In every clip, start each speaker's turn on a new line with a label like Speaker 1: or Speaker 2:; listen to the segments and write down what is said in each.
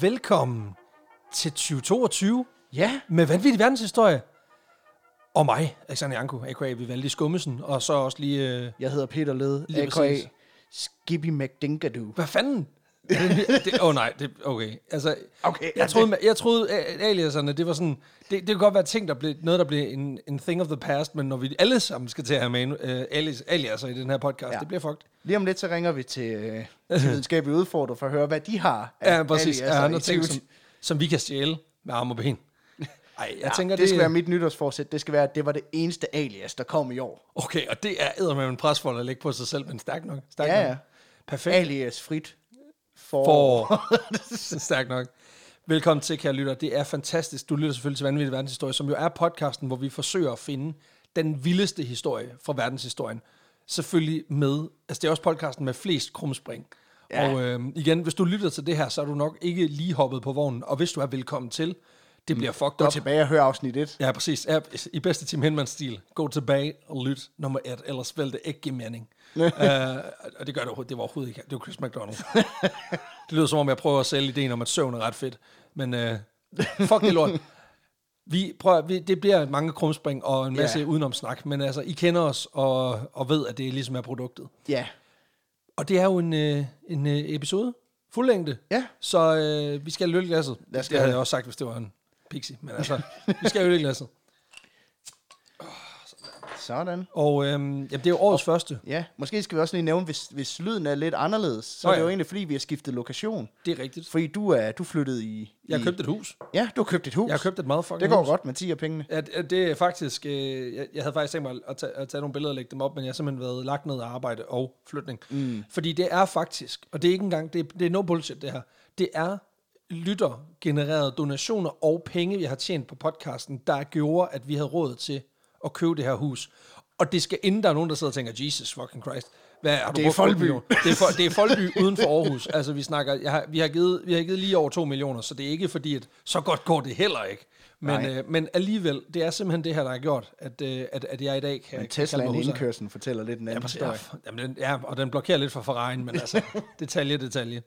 Speaker 1: velkommen til 2022
Speaker 2: Ja.
Speaker 1: med vanvittig verdenshistorie. Og mig, Alexander Janko, a.k.a. Vivaldi Skummesen, og så også lige... Øh,
Speaker 2: Jeg hedder Peter Led,
Speaker 1: Lige
Speaker 2: a.k.a.
Speaker 1: præcis.
Speaker 2: Skippy McDinkadoo.
Speaker 1: hvad fanden? Er det en ny- det- Åh oh, nej, det, okay. Altså,
Speaker 2: Okay,
Speaker 1: jeg troede, jeg troede at aliaserne, det var sådan, det, det kunne godt være ting, der blev, noget, der blev en, en thing of the past, men når vi alle sammen skal til at have med uh, alias, aliaser i den her podcast, ja.
Speaker 2: Ja.
Speaker 1: det bliver fucked.
Speaker 2: Lige om lidt, så ringer vi til, øh, til videnskabelige udfordrer for at høre, hvad de har. af
Speaker 1: Ja, præcis.
Speaker 2: aliaser
Speaker 1: Ja, andre
Speaker 2: i
Speaker 1: ting,
Speaker 2: 20.
Speaker 1: som, som vi kan stjæle med arm og ben. Ej, jeg ja,
Speaker 2: Ja,
Speaker 1: tænker,
Speaker 2: det, det skal være mit nytårsforsæt. Det skal være, at det var det eneste alias, der kom i år.
Speaker 1: Okay, og det er med en presfold at lægge på sig selv, men stærk nok. Stærk
Speaker 2: Ja,
Speaker 1: nok.
Speaker 2: ja.
Speaker 1: Perfekt.
Speaker 2: Alias frit for...
Speaker 1: For. Stærkt nok. Velkommen til, kære lytter. Det er fantastisk. Du lytter selvfølgelig til Vanvittig Verdenshistorie, som jo er podcasten, hvor vi forsøger at finde den vildeste historie fra verdenshistorien. Selvfølgelig med, altså det er også podcasten med flest krumspring. Ja.
Speaker 2: Ja.
Speaker 1: Og øh, igen, hvis du lytter til det her, så er du nok ikke lige hoppet på vognen. Og hvis du er velkommen til, det bliver fucked
Speaker 2: Mm. Gå
Speaker 1: up.
Speaker 2: tilbage og hør afsnit 1.
Speaker 1: Ja, præcis. Ja, I bedste Tim Henman-stil. Gå tilbage og lyt nummer et, ellers vil det ikke give mening. uh, og det gør det overhovedet, det var overhovedet ikke. Det var Chris McDonald. det lyder som om, jeg prøver at sælge ideen om, at søvn er ret fedt. Men uh, fuck det lort. Vi prøver, vi, det bliver mange krumspring og en masse
Speaker 2: Ja.
Speaker 1: yeah. udenomsnak, men altså, I kender os og, og ved, at det ligesom er produktet.
Speaker 2: Ja.
Speaker 1: Og det er jo en, øh, en øh, episode, fuld længde.
Speaker 2: Ja.
Speaker 1: Så øh, vi skal have ølglasset.
Speaker 2: Lad os
Speaker 1: det
Speaker 2: gøre
Speaker 1: havde
Speaker 2: det.
Speaker 1: jeg også sagt, hvis det var en pixie. Men altså, vi skal have ølglasset.
Speaker 2: Sådan.
Speaker 1: Og øhm, jamen, det er jo årets første.
Speaker 2: Ja, måske skal vi også lige nævne, hvis, hvis lyden er lidt anderledes, så
Speaker 1: Nå
Speaker 2: er det
Speaker 1: ja.
Speaker 2: jo egentlig, fordi vi har skiftet lokation.
Speaker 1: Det er rigtigt.
Speaker 2: Fordi du er du flyttede i...
Speaker 1: Jeg
Speaker 2: i,
Speaker 1: har købt et hus.
Speaker 2: Ja, du har købt et hus.
Speaker 1: Jeg har købt et motherfucking
Speaker 2: Det går
Speaker 1: hus.
Speaker 2: godt med 10 af pengene.
Speaker 1: At, at det er faktisk, øh, jeg, jeg havde faktisk tænkt mig at tage, at tage nogle billeder og lægge dem op, men jeg har simpelthen været lagt ned af arbejde og flytning. Mm. Fordi det er faktisk, og det er ikke engang, det er, det er no bullshit det her, det er lyttergenererede donationer og penge, vi har tjent på podcasten, der gjorde, at vi havde råd til at købe det her hus. Og det skal, inden der er nogen, der sidder og tænker, Jesus fucking Christ, hvad har du
Speaker 2: Det
Speaker 1: brugt
Speaker 2: er
Speaker 1: otte
Speaker 2: Folkeby.
Speaker 1: millioner? Det er, for, det er Folkeby uden for Aarhus. Altså, vi snakker, jeg har, vi, har givet, vi har givet lige over 2 millioner, så det er ikke fordi, at så godt går det heller ikke. Men,
Speaker 2: Nej.
Speaker 1: øh, men alligevel, det er simpelmen det her, der har gjort, at, øh, at, at jeg i dag kan... kan kalde
Speaker 2: Men
Speaker 1: mig
Speaker 2: Teslaen i
Speaker 1: husejer.
Speaker 2: indkørslen fortæller lidt en anden
Speaker 1: Ja,
Speaker 2: historie.
Speaker 1: præcis. Ja, jamen, den, ja, og den blokerer lidt for Ferrari'en, men altså, detalje, detalje.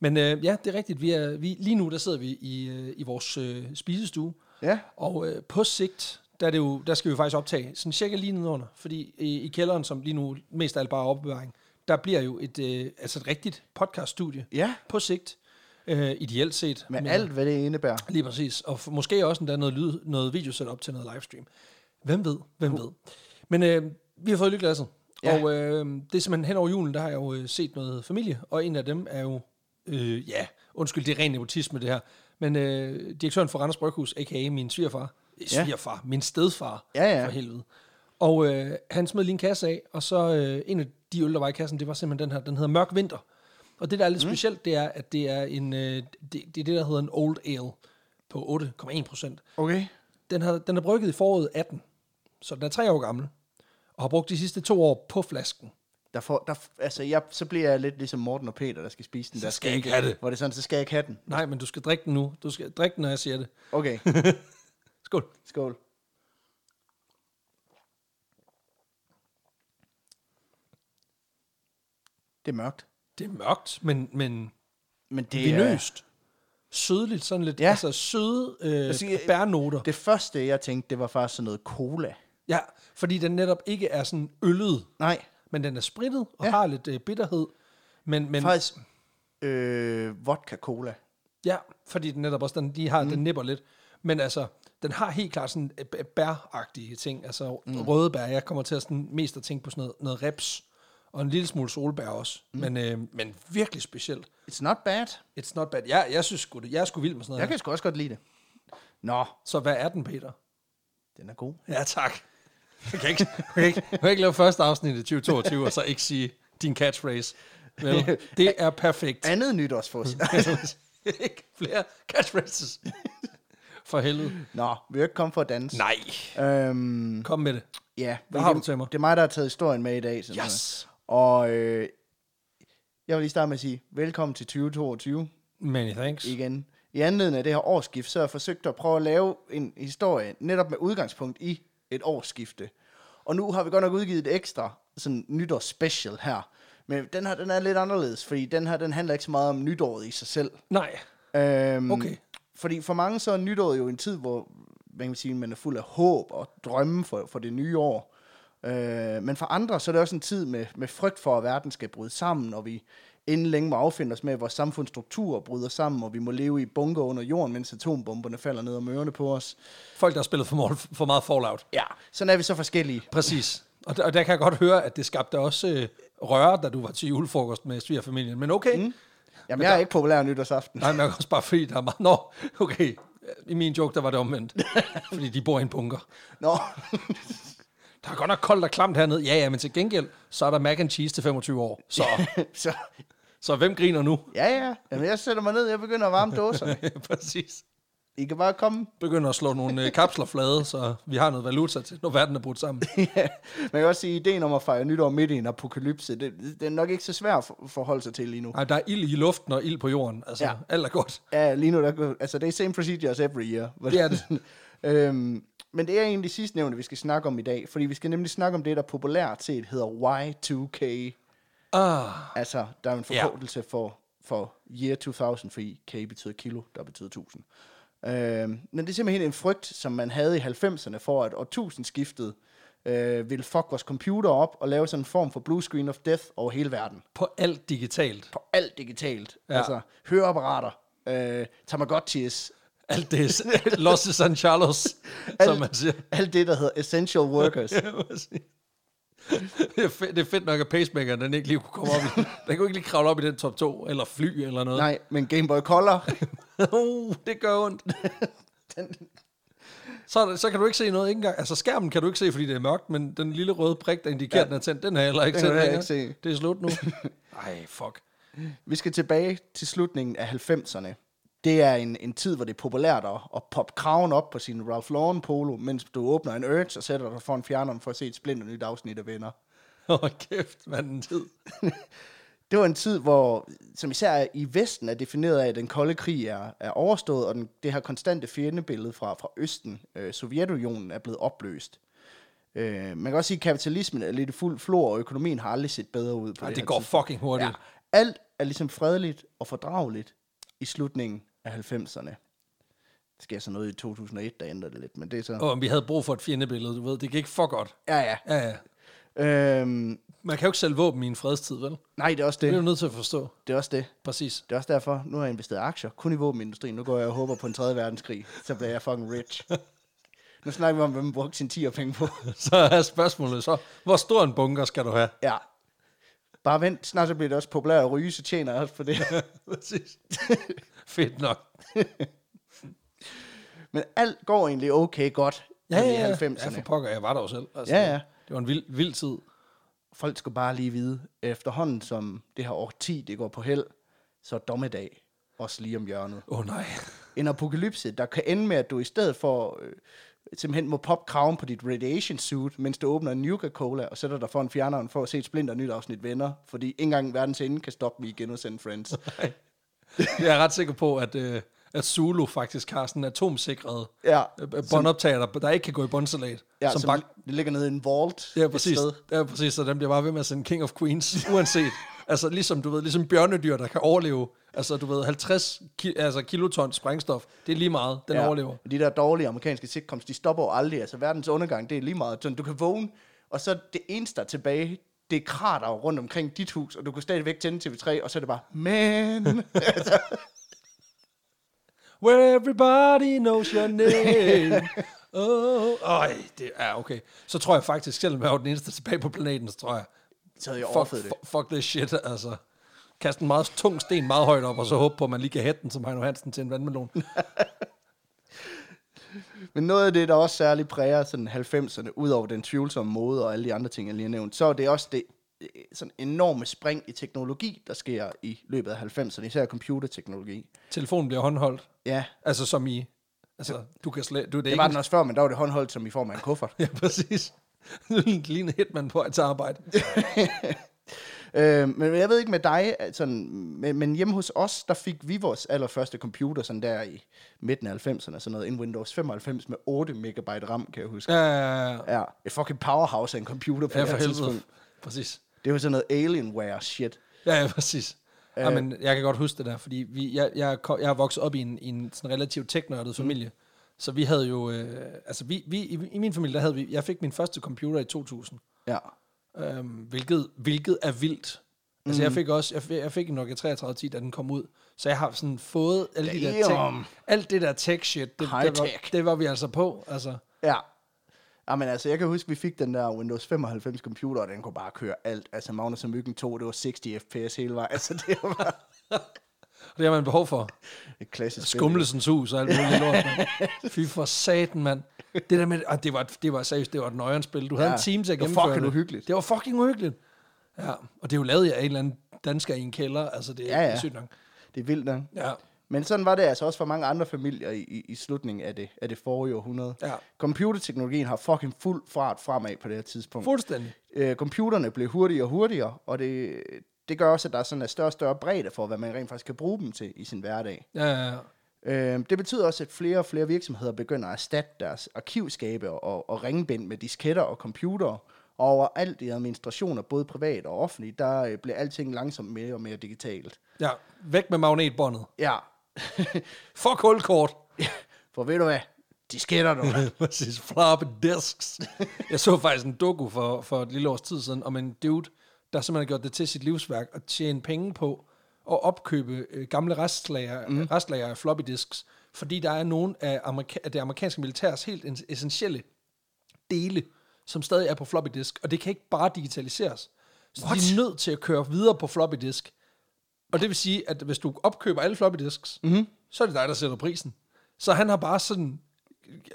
Speaker 1: Men øh, ja, det er rigtigt. Vi er, vi, lige nu, der sidder vi i, øh, i vores øh, spisestue,
Speaker 2: Ja.
Speaker 1: og øh, på sigt, der, er det jo, der skal vi jo faktisk optage sådan cirka lige nedenunder, fordi i, i kælderen, som lige nu mest af alt bare er opbevaring, der bliver jo et, øh, altså et rigtigt podcaststudie
Speaker 2: Ja,
Speaker 1: på sigt, øh, ideelt set.
Speaker 2: med alt, hvad det indebærer.
Speaker 1: Lige præcis. Og f- måske også endda noget, lyd, noget video sat op til noget livestream. Hvem ved? Hvem ved? Men øh, vi har fået lykkelasset. Ja.
Speaker 2: Ja.
Speaker 1: Og øh, det er simpelthen hen over julen, der har jeg jo øh, set noget familie. Og en af dem er jo, øh, ja, undskyld, det er ren nepotisme det her. Men øh, direktøren for Randers Bryghus, a.k.a. min svigerfar. eh,
Speaker 2: Ja.
Speaker 1: Svigerfar? Ja. Min stedfar.
Speaker 2: Ja, ja.
Speaker 1: For helvede. Og øh, han smed lige en kasse af, og så øh, en af de øl, der var i kassen, det var simpelthen den her, den hedder Mørk Vinter. Og det, der er lidt mm. specielt, det er, at det er, en, øh, det, det er det, der hedder en Old Ale på 8,1 procent.
Speaker 2: Okay.
Speaker 1: Den, har, den er brygget i foråret 18, så den er tre år gammel, og har brugt de sidste to år på flasken.
Speaker 2: Der får, der, f- altså, jeg, så bliver jeg lidt ligesom Morten og Peter, der skal spise den. der
Speaker 1: skal jeg ikke have det.
Speaker 2: Hvor det er sådan, så skal jeg ikke have den.
Speaker 1: Nej, men du skal drikke den nu. Du skal drikke den, når jeg siger det.
Speaker 2: Okay,
Speaker 1: Skål.
Speaker 2: skål. Det er mørkt.
Speaker 1: Det er mørkt, men, men
Speaker 2: Men det
Speaker 1: vinøst. Sødligt, sådan lidt. Ja.
Speaker 2: Ja.
Speaker 1: Altså søde øh,
Speaker 2: siger,
Speaker 1: bærnoter.
Speaker 2: er... Det første, jeg tænkte, det var faktisk sådan noget cola.
Speaker 1: Ja, fordi den netop ikke er sådan øllet,
Speaker 2: Nej,
Speaker 1: men den er sprittet og ja.
Speaker 2: Ja.
Speaker 1: har lidt øh, bitterhed. Men, men
Speaker 2: faktisk øh, vodka-cola.
Speaker 1: ja, fordi den netop også, den, de har, mm. den nipper lidt. Men altså, den har helt klart sådan øh, b- bæragtige ting. Altså mm. røde bær, jeg kommer til at sådan mest at tænke på sådan noget, noget reps og en lille smule solbær også. Mm. Men, øh, men virkelig specielt.
Speaker 2: It's not bad.
Speaker 1: It's not bad. Jeg, jeg synes sgu, det- jeg er sgu vild med sådan noget.
Speaker 2: Jeg
Speaker 1: her.
Speaker 2: kan sgu også godt lide det. Nå,
Speaker 1: Så hvad er den, Peter?
Speaker 2: den er god.
Speaker 1: Ja, tak. Jeg kan ikke, jeg kan ikke, jeg kan ikke lave første afsnit i 2022, og så ikke sige din catchphrase. Vel, det er perfekt.
Speaker 2: Andet nytårsforsæt.
Speaker 1: ikke flere catchphrases. For helvede.
Speaker 2: Nå, vi er jo ikke kommet for at danse.
Speaker 1: Nej.
Speaker 2: Øhm,
Speaker 1: Kom med det.
Speaker 2: ja,
Speaker 1: Hvad har
Speaker 2: det,
Speaker 1: du til mig?
Speaker 2: Det er mig, der har taget historien med i dag. Sådan
Speaker 1: Yes.
Speaker 2: noget. Og øh, jeg vil lige starte med at sige, velkommen til 2022
Speaker 1: Many thanks.
Speaker 2: igen. I anledning af det her årsskift, så har jeg forsøgt at prøve at lave en historie, netop med udgangspunkt i et årsskifte. Og nu har vi godt nok udgivet et ekstra sådan nytårsspecial her. Men den her, den er lidt anderledes, fordi den her, den handler ikke så meget om nytåret i sig selv.
Speaker 1: Nej.
Speaker 2: Øhm,
Speaker 1: Okay.
Speaker 2: Fordi for mange så er nytåret jo en tid, hvor man kan sige, man er fuld af håb og drømme for, for det nye år. Øh, men for andre, så er det også en tid med, med frygt for, at verden skal bryde sammen, og vi inden længe må affinde os med, at vores samfundsstrukturer bryder sammen, og vi må leve i bunker under jorden, mens atombomberne falder ned om ørerne på os.
Speaker 1: Folk, der har spillet for, meget, for meget Fallout.
Speaker 2: Ja, sådan er vi så forskellige.
Speaker 1: Præcis. Og der, og der kan jeg godt høre, at det skabte også øh, røre, da du var til julefrokost med svigerfamilien. Men okay. Mm.
Speaker 2: Jamen, jeg er ikke populær nytårsaften.
Speaker 1: Nej, men jeg kan også bare fordi, der er meget... Nå, okay. I min joke, der var det omvendt. fordi de bor i en bunker.
Speaker 2: Nå,
Speaker 1: Der er godt nok koldt og klamt hernede. Ja, ja, men til gengæld, så er der mac and cheese til 25 år. Så,
Speaker 2: så
Speaker 1: så hvem griner nu?
Speaker 2: ja, ja. Jamen, jeg sætter mig ned, jeg begynder at varme dåserne.
Speaker 1: Præcis.
Speaker 2: I kan bare komme.
Speaker 1: Begynder at slå nogle øh, kapsler flade, så vi har noget valuta til, når verden er brudt sammen.
Speaker 2: ja. Man kan også sige, at ideen om at fejre nytår midt i en apokalypse, det, det er nok ikke så svært at for- forholde sig til lige nu.
Speaker 1: Ej, der er ild i luften og ild på jorden. Altså,
Speaker 2: Ja.
Speaker 1: ja. alt er godt.
Speaker 2: Ja, lige nu, der, altså det er same procedures every year.
Speaker 1: Det er det.
Speaker 2: øhm, men det er egentlig sidstnævnte, vi skal snakke om i dag, fordi vi skal nemlig snakke om det, der populært set hedder Y2K.
Speaker 1: Ah,
Speaker 2: Altså, der er en
Speaker 1: Ja.
Speaker 2: forkortelse for, for year 2000, fordi K betyder kilo, der betyder 1000. Øhm, men det er simpelthen en frygt, som man havde i 90'erne for, at årtusindskiftet øh, ville fuck vores computer op og lave sådan en form for blue screen of death over hele verden
Speaker 1: på alt digitalt.
Speaker 2: på alt digitalt. Ja.
Speaker 1: Ja.
Speaker 2: Altså høreapparater, øh, Tamagotchis,
Speaker 1: Alt det. Losse San Carlos, som man siger.
Speaker 2: alt det, der hedder essential workers.
Speaker 1: Ja, præcis. det, er fedt, det er fedt nok, at pacemakeren den ikke lige kunne komme op i. Den kunne ikke lige kravle op i den top 2, eller fly, eller noget.
Speaker 2: Nej, men Game Boy Color,
Speaker 1: uh, det gør ondt.
Speaker 2: den,
Speaker 1: Så, er der- så kan du ikke se noget ikke engang. Altså skærmen kan du ikke se, fordi det er mørkt, men den lille røde prik, der indikerer,
Speaker 2: Ja.
Speaker 1: ja. den er tændt, den har jeg heller ikke
Speaker 2: Den kan
Speaker 1: tændt
Speaker 2: du heller
Speaker 1: længere.
Speaker 2: ikke
Speaker 1: Det er slut nu. Ej, fuck.
Speaker 2: vi skal tilbage til slutningen af 90'erne. Det er en, en tid, hvor det er populært at, at poppe kraven op på sin Ralph Lauren polo, mens du åbner en Urge og sætter dig foran fjerneren for at se et splinter nyt afsnit af Venner.
Speaker 1: Åh, oh, kæft, mand, en tid.
Speaker 2: Det var en tid, hvor, som især i Vesten er defineret af, at den kolde krig er, er overstået, og den, det her konstante fjendebillede fra, fra Østen, øh, Sovjetunionen, er blevet opløst. Øh, man kan også sige, at kapitalismen er lidt i fuld flor, og økonomien har aldrig set bedre ud på
Speaker 1: Ej,
Speaker 2: det,
Speaker 1: det
Speaker 2: her
Speaker 1: går
Speaker 2: tidspunkt.
Speaker 1: fucking hurtigt.
Speaker 2: Ja, alt er ligesom fredeligt og fordrageligt i slutningen af 90'erne. Der sker så noget i 2001, der ændrer det lidt, men det er så...
Speaker 1: Ja. Og vi havde brug for et fjendebillede, du ved. Det gik for godt.
Speaker 2: Ja, ja.
Speaker 1: Ja, ja.
Speaker 2: Øhm,
Speaker 1: Man kan jo ikke sælge våben i en fredstid, vel? Det
Speaker 2: nej, det er også
Speaker 1: er du
Speaker 2: det.
Speaker 1: nødt til at forstå.
Speaker 2: Det er også det.
Speaker 1: Præcis.
Speaker 2: Det er også derfor, nu har jeg investeret i aktier, kun i våbenindustrien. Nu går jeg og håber på en 3. verdenskrig, så bliver jeg fucking rich. Nu snakker vi om, hvad man brugte sin 10 penge på.
Speaker 1: Så er spørgsmålet så, hvor stor en bunker skal du have?
Speaker 2: Ja. Bare vent, snart så bliver det også populært at ryge, så tjener jeg også på det.
Speaker 1: Præcis. Fedt nok.
Speaker 2: Men alt går egentlig okay godt ja, i
Speaker 1: ja,
Speaker 2: 90'erne.
Speaker 1: for pokker, jeg var der jo selv. Altså,
Speaker 2: Ja, ja.
Speaker 1: Det var en vild, vild tid.
Speaker 2: Folk skal bare lige vide, efterhånden som det her årti, det går på held, så er dommedag også lige om hjørnet.
Speaker 1: Åh oh, nej.
Speaker 2: en apokalypse, der kan ende med, at du i stedet for øh, simpelthen må poppe kraven på dit radiation suit, mens du åbner en Nuka Cola og sætter dig foran fjerneren for at se et splinter nyt afsnit venner, fordi ikke engang verdens ende kan stoppe mig igen og sende friends.
Speaker 1: nej. Jeg er ret sikker på, at, øh, at Zulu faktisk har sådan en atomsikret
Speaker 2: Ja,
Speaker 1: øh, båndoptager, der, der ikke kan gå i båndsalat.
Speaker 2: ja
Speaker 1: som
Speaker 2: som,
Speaker 1: bank.
Speaker 2: det ligger nede i en vault.
Speaker 1: Ja,
Speaker 2: et
Speaker 1: præcis.
Speaker 2: sted.
Speaker 1: Ja, præcis. Så den bliver bare ved med at sende King of Queens, uanset. altså ligesom, du ved, ligesom bjørnedyr, der kan overleve. Altså, du ved, 50 ki- altså, kiloton sprængstof, det er lige meget, den ja. overlever.
Speaker 2: Og de der dårlige amerikanske sitcoms, de stopper jo aldrig. Altså verdens undergang, det er lige meget. Sådan, du kan vågne, og så det eneste, der er tilbage, det er krater rundt omkring dit hus, og du kan stadigvæk tænde TV3, og så er det bare, man.
Speaker 1: Where everybody knows your name. Oh, ej, det er okay. Så tror jeg faktisk, selvom jeg var den eneste tilbage på planeten, så tror jeg,
Speaker 2: så havde jeg
Speaker 1: fuck,
Speaker 2: overfødt det.
Speaker 1: fuck, fuck this shit, altså. Kast en meget tung sten meget højt op, og så håbe på, at man lige kan hætte den som Heino Hansen til en vandmelon.
Speaker 2: Men noget af det, der også særligt præger sådan 90'erne, ud over den tvivlsomme måde og alle de andre ting, jeg lige har nævnt, så er det også det øh, sådan enorme spring i teknologi, der sker i løbet af 90'erne, især computerteknologi.
Speaker 1: Telefonen bliver håndholdt.
Speaker 2: Ja,
Speaker 1: Altså som i... Altså, du kan slet... Du, det, er
Speaker 2: det
Speaker 1: ikke
Speaker 2: var
Speaker 1: en-
Speaker 2: den også før, men der var det håndholdt som i form af en kuffert.
Speaker 1: Ja, præcis. Nu ligner Hitman på et arbejde.
Speaker 2: øh, men jeg ved ikke med dig, at sådan, men, men hjemme hos os, der fik vi vores allerførste computer sådan der i midten af 90'erne, sådan noget, en Windows 95 med 8 megabyte RAM, kan jeg huske.
Speaker 1: Ja, Øh, ja, ja.
Speaker 2: Ja, et fucking powerhouse af en computer på
Speaker 1: ja
Speaker 2: det
Speaker 1: for
Speaker 2: her tidspunkt.
Speaker 1: helvede. Præcis.
Speaker 2: Det var sådan noget Alienware shit.
Speaker 1: Ja, ja, præcis. Øh. Jamen, jeg kan godt huske det der, fordi vi, jeg, jeg, er ko- jeg er vokset op i en, i en sådan relativt teknørdet familie. Mm. Så vi havde jo, øh, altså vi, vi, i, i min familie, der havde vi, jeg fik min første computer i 2000,
Speaker 2: Ja.
Speaker 1: øh, hvilket, hvilket er vildt. Altså
Speaker 2: Mm.
Speaker 1: jeg fik også, jeg fik, jeg fik en Nokia 3310, da den kom ud, så jeg har sådan fået alle de der
Speaker 2: Damn.
Speaker 1: tech, alt det der tech shit, det,
Speaker 2: High
Speaker 1: det, var,
Speaker 2: tech.
Speaker 1: det var vi altså på, altså.
Speaker 2: Ja. Jamen altså, jeg kan huske, vi fik den der Windows 95 computer, og den kunne bare køre alt. Altså, Magnus og Myggen 2, det var 60 fps hele vejen. Altså, det var
Speaker 1: Og det har man behov for.
Speaker 2: et klassisk spil.
Speaker 1: Skumlesens hus og alt muligt lort. mand. Fy for satan, mand. Det der med, ah, det var, et- det var seriøst, det var et nøjeren spil. Du havde
Speaker 2: Ja,
Speaker 1: ja, en time til at
Speaker 2: det var
Speaker 1: gennemføre
Speaker 2: fucking uhyggeligt.
Speaker 1: Det var fucking uhyggeligt. Ja, og det er jo lavet af en eller anden dansker i en kælder. Altså, det er
Speaker 2: Ja,
Speaker 1: ja,
Speaker 2: ja.
Speaker 1: ja. sygt nok.
Speaker 2: Det er vildt, nok.
Speaker 1: Ja.
Speaker 2: Men sådan var det altså også for mange andre familier i, i, i slutningen af det, af det forrige århundrede.
Speaker 1: Ja.
Speaker 2: Computerteknologien har fucking fuld fart fremad på det her tidspunkt.
Speaker 1: Fuldstændig.
Speaker 2: øh, computerne blev hurtigere og hurtigere, og det, det gør også, at der er sådan en større og større bredde for, hvad man rent faktisk kan bruge dem til i sin hverdag.
Speaker 1: Ja, ja, ja.
Speaker 2: Øh, det betyder også, at flere og flere virksomheder begynder at erstatte deres arkivskabe og, og ringbind med disketter og computere. Og overalt i administrationer, både privat og offentlig, der øh, bliver alting langsomt mere og mere digitalt.
Speaker 1: ja. Væk med magnetbåndet.
Speaker 2: Ja,
Speaker 1: For kulkort.
Speaker 2: for ved du hvad? Disketter, du.
Speaker 1: Præcis. Floppy disks. Jeg så faktisk en doku for, for et lille års tid siden om en dude, der simpelthen har gjort det til sit livsværk at tjene penge på at opkøbe øh, gamle restlager, mm. restlager af floppy disks, fordi der er nogle af, amerika- af det amerikanske militærs helt ens- essentielle dele, som stadig er på floppy disk, og det kan ikke bare digitaliseres. Så What? de er nødt til at køre videre på floppy disk. Og det vil sige, at hvis du opkøber alle floppy disks, mm-hmm.
Speaker 2: Mhm.
Speaker 1: så er det dig, der sætter prisen. Så han har bare sådan...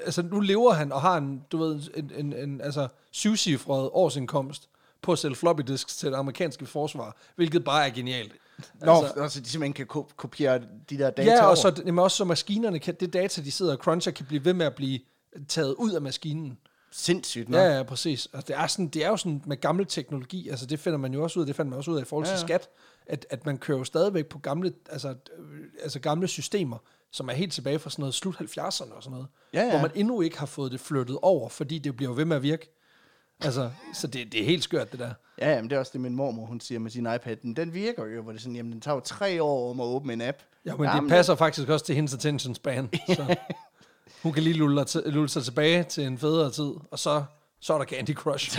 Speaker 1: Altså, nu lever han og har en, du ved, en, en, en altså, syvcifret årsindkomst på at sælge floppy disks til det amerikanske forsvar, hvilket bare er genialt.
Speaker 2: Nå, altså, de simpelthen kan ko- kopiere de der data
Speaker 1: Ja,
Speaker 2: over.
Speaker 1: og så, jamen også så maskinerne, kan, det data, de sidder og cruncher, kan blive ved med at blive taget ud af maskinen.
Speaker 2: Sindssygt, nok.
Speaker 1: Ja, ja, præcis. Altså, det, er sådan, det er jo sådan med gammel teknologi, altså det finder man jo også ud af, det fandt man også ud af i forhold til
Speaker 2: Ja, ja.
Speaker 1: ja. skat, at, at man kører jo stadigvæk på gamle, altså, øh, altså gamle systemer, som er helt tilbage fra sådan noget slut 70'erne og sådan noget,
Speaker 2: Ja, ja.
Speaker 1: hvor man endnu ikke har fået det flyttet over, fordi det bliver jo ved med at virke. Altså, så det, det er helt skørt, det der.
Speaker 2: Ja, men det er også det, min mormor, hun siger med sin iPad. Den, den virker jo, hvor det er sådan, jamen, den tager jo tre år om at åbne en app.
Speaker 1: Ja, men
Speaker 2: jamen,
Speaker 1: det passer faktisk også til hendes attention span. Så hun kan lige lulle, til- lulle sig tilbage til en federe tid, og så, så er der Candy Crush.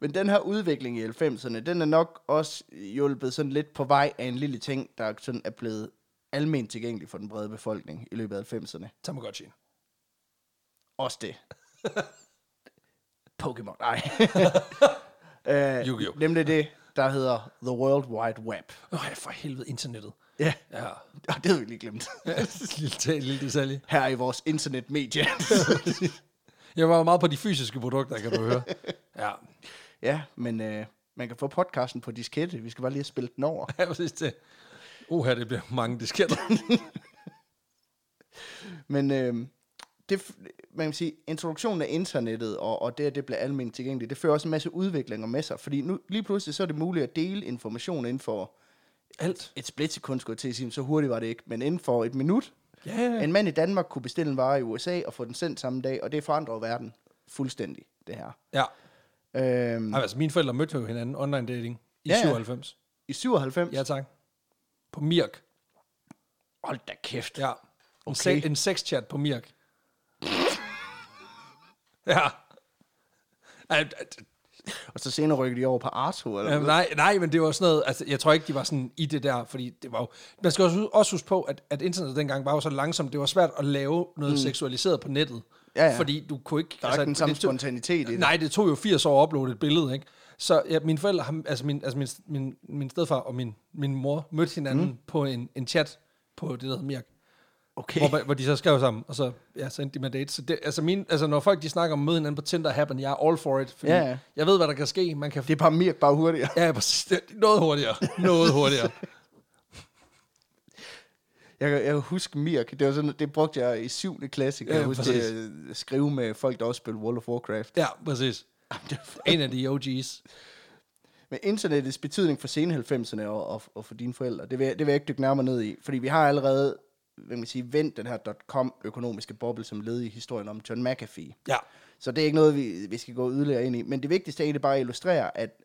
Speaker 2: Men den her udvikling i 90'erne, den er nok også hjulpet sådan lidt på vej af en lille ting, der sådan er blevet almindeligt tilgængelig for den brede befolkning i løbet af 90'erne.
Speaker 1: Tamagotchi.
Speaker 2: Også det. Pokémon, nej. øh,
Speaker 1: Yu-Gi-Oh!
Speaker 2: Nemlig det, der hedder The World Wide Web.
Speaker 1: Åh, oh, for helvede, internettet.
Speaker 2: Ja,
Speaker 1: Ja.
Speaker 2: og det havde vi lige glemt.
Speaker 1: lille, tag, lille detalje.
Speaker 2: Her i vores internetmedie.
Speaker 1: Jeg var jo meget på de fysiske produkter, kan du høre. Ja,
Speaker 2: ja, men øh, man kan få podcasten på diskette. Vi skal bare lige have spillet den over.
Speaker 1: jeg synes det. Uha, det bliver mange disketter.
Speaker 2: Men øh, det, f- man kan sige, introduktionen af internettet og, og det, at det bliver almindeligt tilgængeligt, det fører også en masse udviklinger med sig. Fordi nu, lige pludselig så er det muligt at dele information inden for
Speaker 1: Alt.
Speaker 2: et splitsekund, skulle jeg til at sige, men så hurtigt var det ikke, men inden for et minut.
Speaker 1: Ja, ja, ja.
Speaker 2: En mand i Danmark kunne bestille en vare i USA og få den sendt samme dag, og det forandrer jo verden fuldstændig, det her.
Speaker 1: ja.
Speaker 2: Øhm,
Speaker 1: Ej, altså, mine forældre mødte jo hinanden online dating i
Speaker 2: Ja,
Speaker 1: ja,
Speaker 2: ja.
Speaker 1: 97.
Speaker 2: I 97?
Speaker 1: Ja, tak. På Mirk.
Speaker 2: Hold da kæft.
Speaker 1: Ja. En,
Speaker 2: Okay.
Speaker 1: se- en sexchat på Mirk. ja. Ej, d-
Speaker 2: Og så senere rykkede de over på Arto, eller
Speaker 1: Jamen,
Speaker 2: hvad?
Speaker 1: nej, nej, men det var sådan noget, altså, jeg tror ikke, de var sådan i det der, fordi det var jo, man skal også, også huske på, at, at internettet dengang var jo så langsomt, det var svært at lave noget mm. seksualiseret på nettet,
Speaker 2: Ja, ja.
Speaker 1: fordi du kunne ikke...
Speaker 2: Der er ikke den samme
Speaker 1: altså, det tog-
Speaker 2: spontanitet i det.
Speaker 1: Nej, det tog jo 80 år at uploade et billede, ikke? Så ja, mine forældre, har- altså min, altså min, min, min stedfar og min, min mor mødte hinanden mm. på en, en chat på det, der hedder Mirk.
Speaker 2: Okay.
Speaker 1: Hvor, hvor de så skrev sammen, og så ja, sendte de mig dates. Så det, altså, min, altså, når folk de snakker om at møde hinanden på Tinder Happen, jeg er all for it, fordi
Speaker 2: Ja, ja.
Speaker 1: jeg ved, hvad der kan ske. Man kan
Speaker 2: Det er bare Mirk bare hurtigere.
Speaker 1: Ja, præcis. Det- Noget hurtigere. Noget hurtigere.
Speaker 2: Jeg kan, jeg kan huske Mirk. Det, var sådan, det brugte jeg i 7. klasse. Kan
Speaker 1: Ja,
Speaker 2: jeg huske
Speaker 1: præcis.
Speaker 2: det, at skrive med folk, der også spillede World of Warcraft.
Speaker 1: Ja, præcis. En af de OG's.
Speaker 2: Men internettets betydning for sene 90'erne og, og, og for dine forældre, det vil, jeg- det vil jeg ikke dykke nærmere ned i. Fordi vi har allerede hvad kan man sige, vendt den her dot-com-økonomiske boble, som led i historien om John McAfee.
Speaker 1: Ja.
Speaker 2: Så det er ikke noget, vi, vi skal gå yderligere ind i. Men det vigtigste er egentlig bare at illustrere, at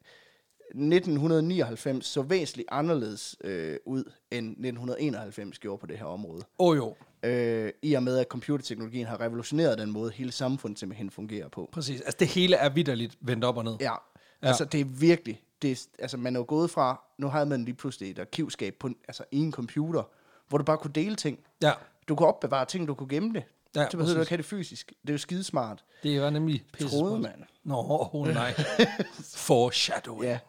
Speaker 2: 1999 så væsentligt anderledes øh, ud, end 1991 gjorde på det her område.
Speaker 1: Åh oh, jo,
Speaker 2: Øh, I og med, at computerteknologien har revolutioneret den måde, hele samfundet simpelthen fungerer på.
Speaker 1: præcis. Altså det hele er vidderligt vendt op og ned.
Speaker 2: Ja, altså det er virkelig, det er, altså man er jo gået fra, nu havde man lige pludselig et arkivskab på, en- altså i en computer, hvor du bare kunne dele ting.
Speaker 1: ja.
Speaker 2: Du kunne opbevare ting, du kunne gemme det.
Speaker 1: Ja,
Speaker 2: Ja, det behøver du
Speaker 1: præcis.
Speaker 2: ikke have det fysisk. Det er jo skidesmart.
Speaker 1: Det var nemlig pisse
Speaker 2: Troede man.
Speaker 1: Nå, oh, nej. Foreshadowing.
Speaker 2: Ja.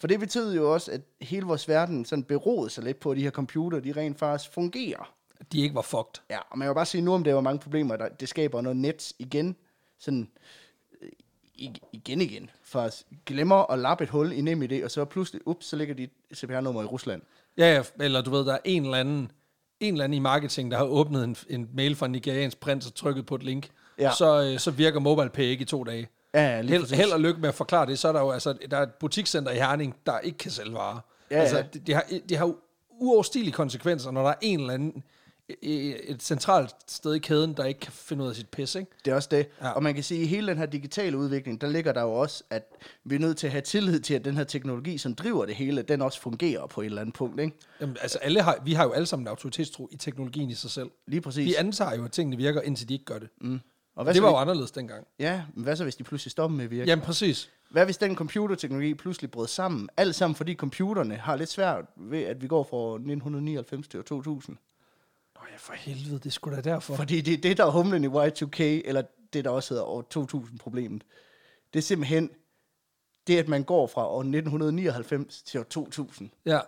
Speaker 2: For det betød jo også, at hele vores verden sådan beroede sig lidt på, at de her computer, de rent faktisk fungerer.
Speaker 1: De ikke var fucked.
Speaker 2: Ja, og man kan jo bare sige nu, om der var mange problemer, der, det skaber noget net igen, sådan øh, i- igen igen, for glemmer at lappe et hul i NemID, og så pludselig, ups, så ligger dit CPR-nummer i Rusland.
Speaker 1: Ja, ja, eller du ved, der er en eller anden, en eller anden i marketing, der har åbnet en, en mail fra en nigeriansk prins og trykket på et link.
Speaker 2: Ja.
Speaker 1: Så, øh, så virker MobilePay ikke i to dage.
Speaker 2: Ja, ja, lige
Speaker 1: Held,
Speaker 2: præcis.
Speaker 1: held og lykke med at forklare det, så er der jo altså, der er et butikscenter i Herning, der ikke kan sælge varer.
Speaker 2: Ja,
Speaker 1: altså,
Speaker 2: ja.
Speaker 1: Det, det, har, det har jo uoverstigelige konsekvenser, når der er en eller anden, et, et centralt sted i kæden, der ikke kan finde ud af sit pis, ikke?
Speaker 2: Det er også det.
Speaker 1: Ja.
Speaker 2: Ja. Og man kan sige, at i hele den her digitale udvikling, der ligger der jo også, at vi er nødt til at have tillid til, at den her teknologi, som driver det hele, den også fungerer på et eller andet punkt, ikke?
Speaker 1: Jamen, altså, alle har, vi har jo alle sammen en autoritetstro i teknologien i sig selv.
Speaker 2: Lige præcis.
Speaker 1: Vi antager jo, at tingene virker, indtil de ikke gør det. Mm.
Speaker 2: Og
Speaker 1: Og
Speaker 2: hvad
Speaker 1: det
Speaker 2: så
Speaker 1: var jo
Speaker 2: hvis-
Speaker 1: anderledes dengang.
Speaker 2: Ja, men hvad så, hvis de pludselig stopper med at virke?
Speaker 1: Jamen, præcis.
Speaker 2: Hvad hvis den computerteknologi pludselig brød sammen? Alt sammen fordi computerne har lidt svært ved, at vi går fra 1999 til år 2000.
Speaker 1: Nå ja, for helvede, det skulle da derfor. For...
Speaker 2: Fordi det er det, der er humlen i Y2K, eller det, der også hedder år 2000-problemet. Det er simpelthen det, at man går fra år 1999 til år 2000.
Speaker 1: Ja,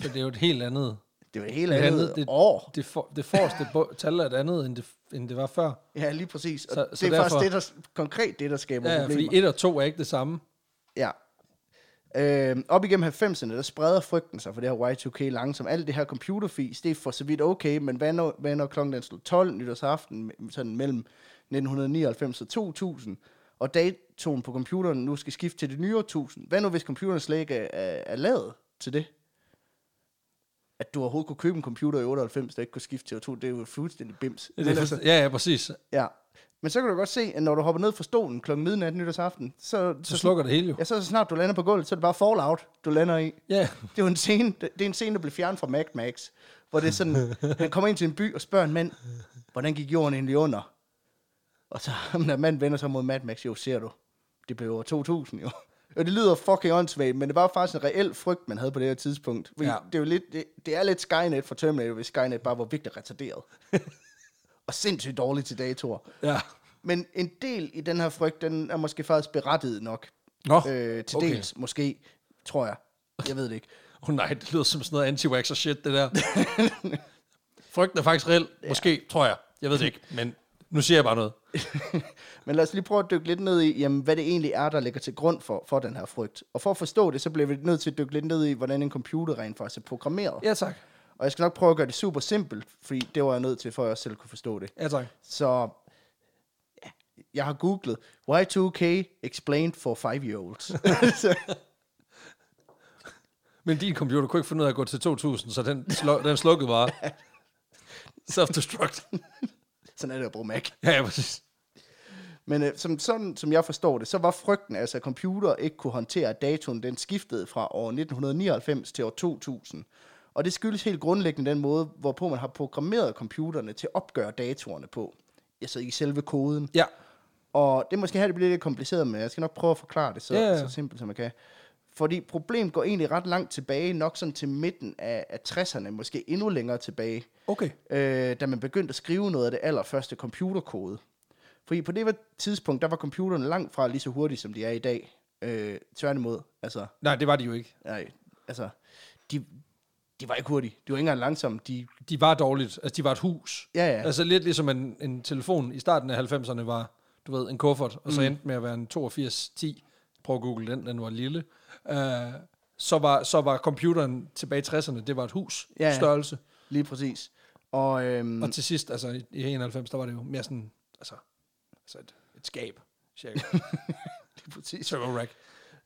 Speaker 1: så det er jo et helt andet.
Speaker 2: Det er jo et helt
Speaker 1: Det
Speaker 2: andet,
Speaker 1: andet, det-
Speaker 2: år.
Speaker 1: Det, for, det forreste bo- tal er et andet, end det, end det var før.
Speaker 2: Ja, lige præcis.
Speaker 1: Så-
Speaker 2: Og så, det
Speaker 1: så
Speaker 2: er
Speaker 1: derfor-
Speaker 2: faktisk det, der, konkret det, der skaber
Speaker 1: Ja, ja,
Speaker 2: problemer.
Speaker 1: fordi et og to er ikke det samme.
Speaker 2: Ja. Øhm, op igennem 90'erne, der spreder frygten sig for det her Y2K langsomt. Alt det her computerfis, det er for så vidt okay, men hvad når, hvad når klokken den slog 12 nytårsaften, me- sådan mellem 1999 og 2000, og datoen på computeren nu skal skifte til det nye årtusind. Hvad nu, hvis computeren slet ikke er, er, er lavet til det? At du overhovedet kunne købe en computer i 98, der ikke kunne skifte til år 2, det er jo fuldstændig bims.
Speaker 1: Det
Speaker 2: Men
Speaker 1: er
Speaker 2: altså-
Speaker 1: fuldstændig- Ja, ja, præcis.
Speaker 2: Ja. Men så kan du godt se, at når du hopper ned fra stolen kl. midnat nytårsaften, så,
Speaker 1: Så slukker det hele jo.
Speaker 2: Ja, så, så snart du lander på gulvet, så er det bare Fallout, du lander i.
Speaker 1: Ja,
Speaker 2: Det er jo en scene, det det er en scene, der blev fjernet fra Mad Max, hvor det er sådan, han kommer ind til en by og spørger en mand, hvordan gik jorden egentlig under? Og så ham der mand vender sig mod Mad Max, jo, ser du, det blev over 2000 jo. Og det lyder fucking åndssvagt, men det var faktisk en reel frygt, man havde på det her tidspunkt. Fordi
Speaker 1: Ja.
Speaker 2: ja. det, er jo lidt, det, det, er lidt Skynet for Terminator, hvis Skynet bare var virkelig retarderet. og sindssygt dårligt til datoer.
Speaker 1: ja.
Speaker 2: Men en del i den her frygt, den er måske faktisk berettiget nok.
Speaker 1: Nå,
Speaker 2: Øh, til
Speaker 1: okay.
Speaker 2: okay. dels, måske, tror jeg. Jeg ved det ikke.
Speaker 1: Åh oh, nej, det lyder som sådan noget anti-vaxxer shit, det der. Frygten er faktisk reelt. Måske, ja. tror jeg. Jeg ved det ikke, men nu siger jeg bare noget.
Speaker 2: Men lad os lige prøve at dykke lidt ned i, jamen, hvad det egentlig er, der ligger til grund for, for den her frygt. Og for at forstå det, så bliver vi nødt til at dykke lidt ned i, hvordan en computer rent faktisk er programmeret.
Speaker 1: Ja, tak.
Speaker 2: Og jeg skal nok prøve at gøre det super simpelt, fordi det var jeg nødt til, for at jeg også selv kunne forstå det.
Speaker 1: Ja, tak.
Speaker 2: Så ja, jeg har googlet Y2K explained for 5-year-olds.
Speaker 1: Men din computer kunne ikke finde ud af at gå til 2000, så den, slu- den slukkede bare. Self-destruct.
Speaker 2: Sådan er det at bruge Mac.
Speaker 1: ja, ja, præcis.
Speaker 2: Men øh, som, sådan, som jeg forstår det, så var frygten altså, at computer ikke kunne håndtere, at datoen den skiftede fra år 1999 til år 2000. Og det skyldes helt grundlæggende den måde, hvorpå man har programmeret computerne til at opgøre datoerne på. Altså i selve koden.
Speaker 1: Ja,
Speaker 2: Og det er måske her, det bliver lidt kompliceret, men jeg skal nok prøve at forklare det så,
Speaker 1: Ja, ja.
Speaker 2: yeah. så simpelt, som jeg kan. Fordi problemet går egentlig ret langt tilbage, nok sådan til midten af, af 60'erne, måske endnu længere tilbage
Speaker 1: okay.
Speaker 2: øh, da man begyndte at skrive noget af det allerførste computerkode. Fordi på det tidspunkt, der var computerne langt fra lige så hurtige, som de er i dag. Øh, tværtimod, altså,
Speaker 1: Nej, det var de jo ikke.
Speaker 2: nej, altså, de, de var ikke hurtige. De var ikke engang langsomme. De,
Speaker 1: De var dårligt. Altså, de var et hus.
Speaker 2: ja, ja,
Speaker 1: Altså lidt ligesom en, en telefon i starten af 90'erne var, du ved, en kuffert, og så mm. endte med at være en 8210. Prøv at google den, den var lille. Uh, så, var, så var computeren tilbage i 60'erne, det var et hus
Speaker 2: Ja, ja.
Speaker 1: størrelse.
Speaker 2: lige præcis. Og, øhm,
Speaker 1: Og til sidst, altså i- i 91, der var det jo mere sådan, altså, altså et, et skab, cirka.
Speaker 2: lige præcis.
Speaker 1: Turbo rack.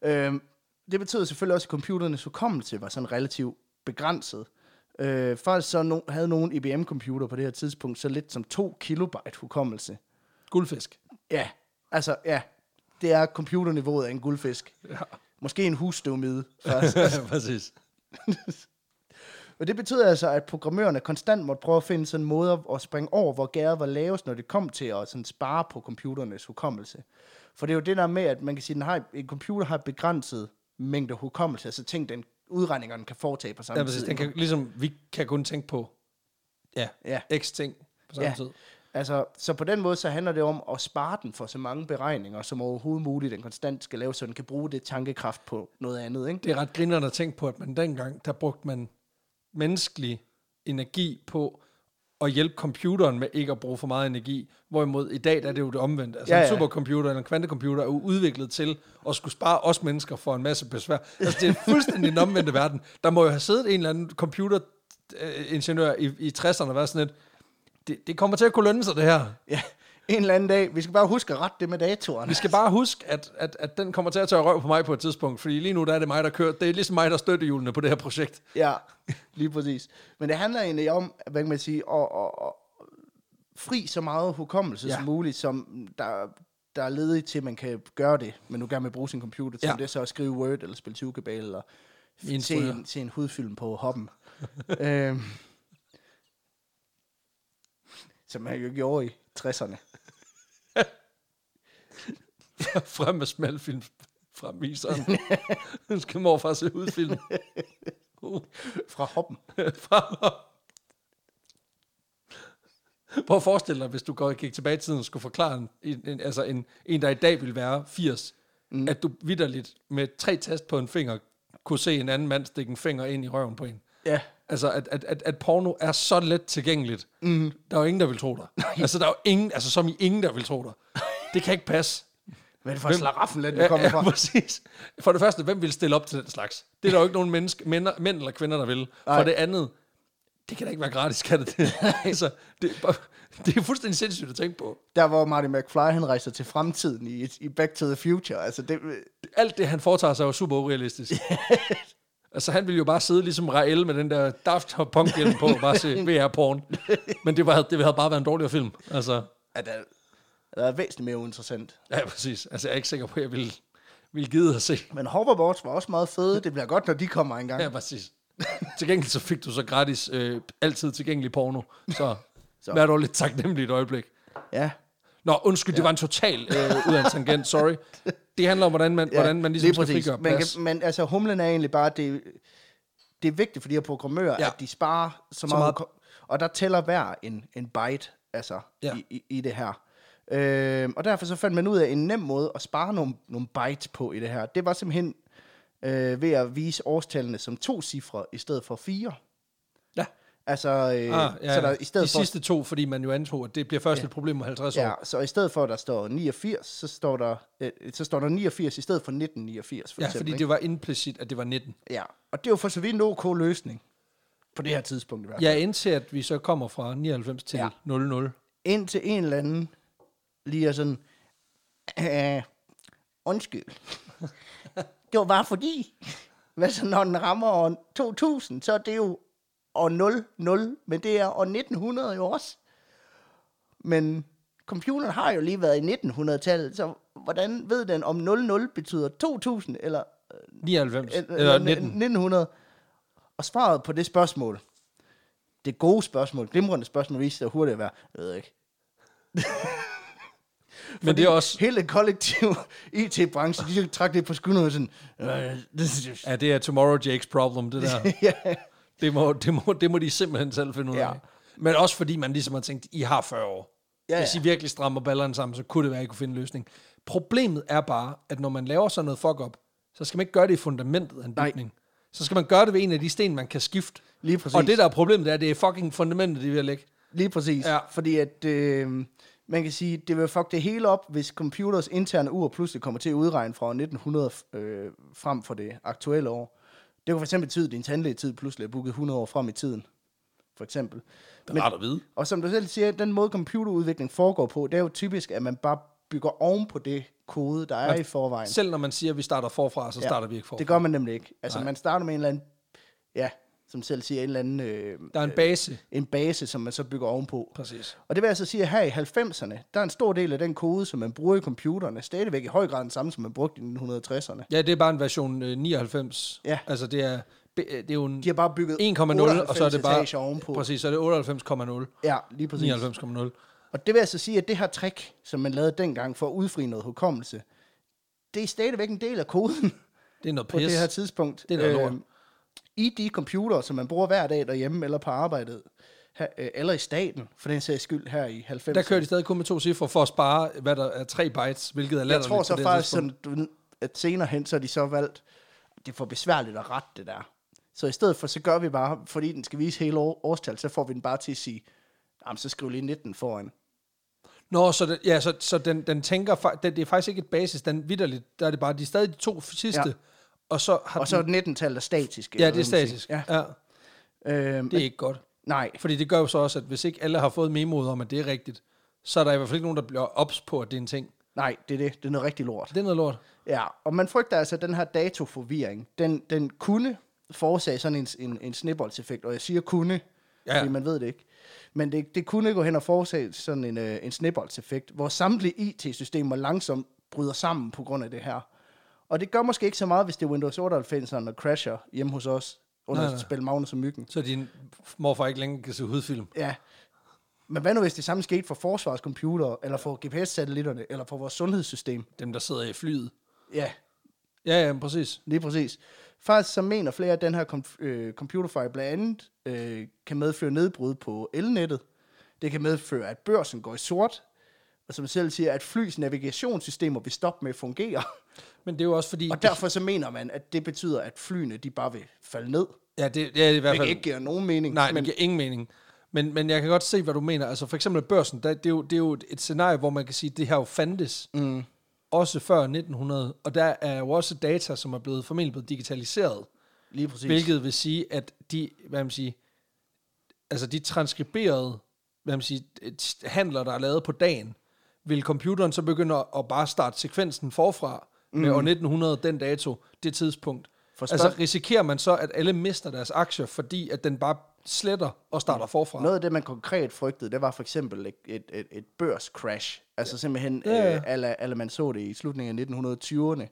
Speaker 2: Øhm, det betød selvfølgelig også, at computernes hukommelse var sådan relativt begrænset. Øh, faktisk så no- havde E nogle IBM-computer på det her tidspunkt så lidt som 2 kilobyte hukommelse.
Speaker 1: Guldfisk.
Speaker 2: Ja, altså ja. Det er computerniveauet af en guldfisk.
Speaker 1: Ja.
Speaker 2: Måske en husstøvmide først.
Speaker 1: Præcis.
Speaker 2: Og det betød altså, at programmørerne konstant måtte prøve at finde sådan måder at springe over, hvor gæret var lavest, når det kom til at sådan spare på computernes hukommelse. For det er jo det der med, at man kan sige, at en computer har begrænset mængder hukommelse, altså ting, den udregningerne kan foretage på samme
Speaker 1: Ja, præcis.
Speaker 2: tid.
Speaker 1: Den kan, ligesom, vi kan kun tænke på ja,
Speaker 2: Ja.
Speaker 1: x ting på samme ja. tid.
Speaker 2: Altså, så på den måde så handler det om at spare den for så mange beregninger, som overhovedet muligt, den konstant skal lave, så den kan bruge det tankekraft på noget andet. Ikke?
Speaker 1: Det er ret grinerende at tænke på, at man dengang, der brugte man menneskelig energi på at hjælpe computeren med ikke at bruge for meget energi. Hvorimod i dag, der er det jo det omvendt. Altså
Speaker 2: Ja,
Speaker 1: ja,
Speaker 2: ja.
Speaker 1: ja. en supercomputer eller en kvantecomputer er jo udviklet til at skulle spare os mennesker for en masse besvær. Altså det er fuldstændig den omvendte verden. Der må jo have siddet en eller anden computeringeniør i, i 60'erne og været sådan lidt, det, det kommer til at kunne lønne sig det her.
Speaker 2: Ja, en eller anden dag. Vi skal bare huske at rette det med datoren.
Speaker 1: Vi skal bare huske, at, at, at den kommer til at tørre røv på mig på et tidspunkt, fordi lige nu der er det mig, der kører. Det er ligesom mig, der støtter hjulene på det her projekt.
Speaker 2: Ja, lige præcis. Men det handler egentlig om, hvad kan man sige, at, at, at fri så meget hukommelse ja.
Speaker 1: Ja.
Speaker 2: som muligt, som der, der er ledigt til, at man kan gøre det, men nu gerne vil bruge sin computer til. Ja.
Speaker 1: Ja.
Speaker 2: Om det er så at skrive Word, eller spille 20 eller
Speaker 1: I en
Speaker 2: se
Speaker 1: stryger.
Speaker 2: en, se en hudfilm på hoppen. øhm, som man jo gjorde i 60'erne.
Speaker 1: Frem med smalfilm fra miseren. Nu skal morfar se udfilm. Uh,
Speaker 2: Fra hoppen.
Speaker 1: fra- Prøv at forestille dig, hvis du går, gik tilbage i tiden og skulle forklare en, en, en, altså en, en, der i dag ville være 80, mm. at du vidderligt med tre tast på en finger kunne se en anden mand stikke en finger ind i røven på en.
Speaker 2: Ja.
Speaker 1: Altså, at, at, at, at porno er så let tilgængeligt. Mm. Der er jo ingen, der vil tro dig. altså, der er jo ingen, altså som i ingen, der vil tro dig. Det kan ikke passe.
Speaker 2: Hvad er det for
Speaker 1: Hvem-
Speaker 2: slaraffen, den kommer fra?
Speaker 1: præcis. For det første, hvem vil stille op til den slags? Det er der jo ikke nogen menneske, mænd, mænd eller kvinder, der vil. For
Speaker 2: Nej.
Speaker 1: det andet, det kan da ikke være gratis, kan det? det? altså, det, er bare- det er fuldstændig sindssygt at tænke på.
Speaker 2: Der hvor Martin McFly han rejser til fremtiden i, i Back to the Future. Altså det,
Speaker 1: Alt det, han foretager sig, er jo super urealistisk. altså, han ville jo bare sidde ligesom Rael med den der Daft punk hjelm på og bare se VR-porn. Men det, var, det havde bare været en dårligere film. Altså,
Speaker 2: at der, der er væsentligt mere uinteressant.
Speaker 1: ja, præcis. Altså, jeg er ikke sikker på, at jeg ville, ville gide at se.
Speaker 2: Men hoverboards var også meget fede. Det bliver godt, når de kommer engang.
Speaker 1: Ja, præcis. Til gengæld så fik du så gratis øh, altid tilgængelig porno, så,
Speaker 2: Så.
Speaker 1: så. vær dog lidt taknemmelig et øjeblik.
Speaker 2: Ja.
Speaker 1: Nå, undskyld, ja. det var en total øh, ud af en tangent, sorry. Det handler om, hvordan man, ja, hvordan man ligesom
Speaker 2: lige
Speaker 1: skal
Speaker 2: præcis.
Speaker 1: frigøre
Speaker 2: man
Speaker 1: plads.
Speaker 2: kan, men altså, humlen er egentlig bare, det, det er vigtigt for de her programmører, ja.
Speaker 1: Ja.
Speaker 2: at de sparer så, så meget.
Speaker 1: meget.
Speaker 2: hukom- Og der tæller hver en, en byte altså, ja.
Speaker 1: Ja.
Speaker 2: i, i, i det her. Øhm, og derfor så fandt man ud af en nem måde at spare nogle, nogle bytes på i det her. Det var simpelthen øh, ved at vise årstallene som to cifre i stedet for fire.
Speaker 1: Ja.
Speaker 2: Altså, øh,
Speaker 1: Ah, ja,
Speaker 2: så der, i stedet
Speaker 1: de
Speaker 2: for
Speaker 1: sidste to, fordi man jo antog, at det bliver først ja. et problem om 50 år.
Speaker 2: Ja, så i stedet for, at der står 89, så står der, øh, så står der 89 i stedet for 1989, for
Speaker 1: Ja,
Speaker 2: eksempel.
Speaker 1: fordi
Speaker 2: ikke?
Speaker 1: det var implicit, at det var 19.
Speaker 2: Ja, og det er jo for så vidt en ok løsning på det her tidspunkt i hvert fald.
Speaker 1: Ja, indtil at vi så kommer fra 99 til
Speaker 2: Ja.
Speaker 1: ja. 00.
Speaker 2: Indtil en eller anden lige er sådan, "Øh, undskyld, det var bare fordi, hvad så når den rammer år 2000, så er det jo år 00, men det er år 1900 jo også. Men computeren har jo lige været i 1900-tallet, så hvordan ved den, om 00 betyder 2000 eller
Speaker 1: 99,
Speaker 2: eller,
Speaker 1: eller 19.
Speaker 2: 1900. Og svaret på det spørgsmål, det gode spørgsmål, glimrende spørgsmål, viste sig hurtigt at være, jeg ved ikke.
Speaker 1: Men det er også,
Speaker 2: Hele kollektiv IT-branchen, de trak det på skulderen og sådan, "Øh, det-
Speaker 1: ja, det er tomorrow Jake's problem, det der.
Speaker 2: ja,
Speaker 1: Det må, det, må, det må de simpelthen selv finde ud af.
Speaker 2: Ja.
Speaker 1: Ja. Men også fordi man ligesom har tænkt, I har 40 år.
Speaker 2: Ja,
Speaker 1: Ja,
Speaker 2: ja.
Speaker 1: Hvis I virkelig strammer ballerne sammen, så kunne det være, at I kunne finde en løsning. Problemet er bare, at når man laver sådan noget fuck-up, så skal man ikke gøre det i fundamentet af en
Speaker 2: Nej.
Speaker 1: bygning. Nej. Så skal man gøre det ved en af de sten, man kan skifte.
Speaker 2: Lige præcis.
Speaker 1: Og det, der er problemet, det er, at det er fucking fundamentet, de vil lægge.
Speaker 2: lige præcis.
Speaker 1: Ja.
Speaker 2: Fordi at, øh, man kan sige, det vil fuck det hele op, hvis computers interne ur pludselig kommer til at udregne fra år 1900 øh, frem for det aktuelle år. Det kunne for eksempel betyde, at din tandlægetid pludselig er booket 100 år frem i tiden. For eksempel.
Speaker 1: Det er rart at vide.
Speaker 2: Og som du selv siger, den måde computerudvikling foregår på, det er jo typisk, at man bare bygger oven på det kode, der er i forvejen.
Speaker 1: Selv når man siger, at vi starter forfra, så ja. starter vi ikke forfra.
Speaker 2: Det gør man nemlig ikke. Altså, Nej. man starter med en eller anden... Ja, som selv siger, en eller anden... Øh,
Speaker 1: Der er en base.
Speaker 2: en base, som man så bygger ovenpå.
Speaker 1: Præcis.
Speaker 2: Og det vil altså sige, at her i 90'erne, der er en stor del af den kode, som man bruger i computerne, stadigvæk i høj grad den samme, som man brugte i 1960'erne.
Speaker 1: Ja, det er bare en version øh, 99.
Speaker 2: Ja.
Speaker 1: Altså, det er, det er jo en
Speaker 2: De har bare bygget
Speaker 1: 1,0, og så er det
Speaker 2: 98 etager
Speaker 1: bare...
Speaker 2: ovenpå.
Speaker 1: Præcis, så er det 98,0.
Speaker 2: Ja, lige præcis.
Speaker 1: 99,0.
Speaker 2: Og det vil altså sige, at det her trick, som man lavede dengang for at udfri noget hukommelse, det er stadigvæk en del af koden
Speaker 1: Det er noget
Speaker 2: på det
Speaker 1: pis.
Speaker 2: her tidspunkt. Øh,
Speaker 1: Det er noget lort.
Speaker 2: I de computere, som man bruger hver dag derhjemme eller på arbejdet, her, øh, eller i staten, for den sags skyld her i 90'erne.
Speaker 1: Der kører de stadig kun med to cifre for at spare, hvad der er 3 bytes, hvilket er
Speaker 2: Jeg
Speaker 1: latterligt
Speaker 2: tror så
Speaker 1: på det her
Speaker 2: faktisk,
Speaker 1: tidspunkt.
Speaker 2: sådan, du, ved, at senere hen, så har de så valgt, det er for besværligt at rette det der. Så i stedet for, så gør vi bare, fordi den skal vise hele år, årstal, så får vi den bare til at sige, jamen så skriv lige 19 foran.
Speaker 1: Nå, så, den, ja, så, så den, den tænker, fa- den, det er faktisk ikke et basis, den vidderligt, der er det bare, de er stadig de to sidste,
Speaker 2: Ja.
Speaker 1: ja. og så har
Speaker 2: Og så er
Speaker 1: den,
Speaker 2: 19-tallet er statisk.
Speaker 1: ja,
Speaker 2: eller
Speaker 1: det er
Speaker 2: hvad man
Speaker 1: statisk.
Speaker 2: siger.
Speaker 1: Ja. ja.
Speaker 2: Ja. Øhm,
Speaker 1: Det er ikke godt.
Speaker 2: Nej,
Speaker 1: Fordi det gør jo så også, at hvis ikke alle har fået memoet om, at det er rigtigt, så er der i hvert fald ikke nogen, der bliver ops på, at det er en ting.
Speaker 2: nej, det er det. Det er noget rigtig lort.
Speaker 1: Det er noget lort.
Speaker 2: Ja, og man frygter altså, at den her datoforvirring, den, den kunne forårsage sådan en, en, en snibboldseffekt, og jeg siger kunne, ja.
Speaker 1: Ja.
Speaker 2: fordi man ved det ikke. Men det, det kunne gå hen og forårsage sådan en, øh, en snibboldseffekt, hvor samtlige IT-systemer langsomt bryder sammen på grund af det her. Og det gør måske ikke så meget, hvis det er Windows 98'eren og crasher hjemme hos os, under
Speaker 1: Nej,
Speaker 2: at
Speaker 1: nej.
Speaker 2: spille Magnus og Myggen.
Speaker 1: Så din morfar ikke længere kan se hudfilm.
Speaker 2: Ja. Men hvad nu, hvis det samme skete for forsvarscomputere, eller for GPS-satellitterne, eller for vores sundhedssystem?
Speaker 1: Dem, der sidder i flyet.
Speaker 2: Ja,
Speaker 1: Ja, ja, men præcis.
Speaker 2: Lige præcis. Faktisk så mener flere, at den her kom- øh, computerfejl blandt andet øh, kan medføre nedbrud på elnettet. Det kan medføre, at børsen går i sort, og som jeg selv siger, at flys navigationssystemer vil stoppe med at fungere.
Speaker 1: Men det er jo også fordi...
Speaker 2: Og derfor så mener man, at det betyder, at flyene de bare vil falde ned.
Speaker 1: Ja, det, det er i hvert
Speaker 2: Det
Speaker 1: fald...
Speaker 2: kan ikke give nogen mening.
Speaker 1: Nej,
Speaker 2: men
Speaker 1: det giver ingen mening. Men, men jeg kan godt se, hvad du mener. Altså for eksempel børsen, der, det, er jo, det er jo et- et scenarie, hvor man kan sige, at det her jo fandtes. Mm. Også før 1900. Og der er jo også data, som er blevet formentlig blevet digitaliseret.
Speaker 2: lige præcis.
Speaker 1: Hvilket vil sige, at de, hvad man siger, altså de transkriberede hvad man siger, et- handler, der er lavet på dagen, vil computeren så begynde at, at bare starte sekvensen forfra med
Speaker 2: Mm.
Speaker 1: år 1900, den dato, det tidspunkt.
Speaker 2: Forstå-
Speaker 1: Forstår. Altså risikerer man så, at alle mister deres aktier, fordi at den bare sletter og starter forfra?
Speaker 2: Mm. Noget af det, man konkret frygtede, det var for eksempel et, et, et, et børscrash. Altså simpelthen,
Speaker 1: Ja, ja.
Speaker 2: ja. øh, ala, ala man så det i slutningen af 1920'erne,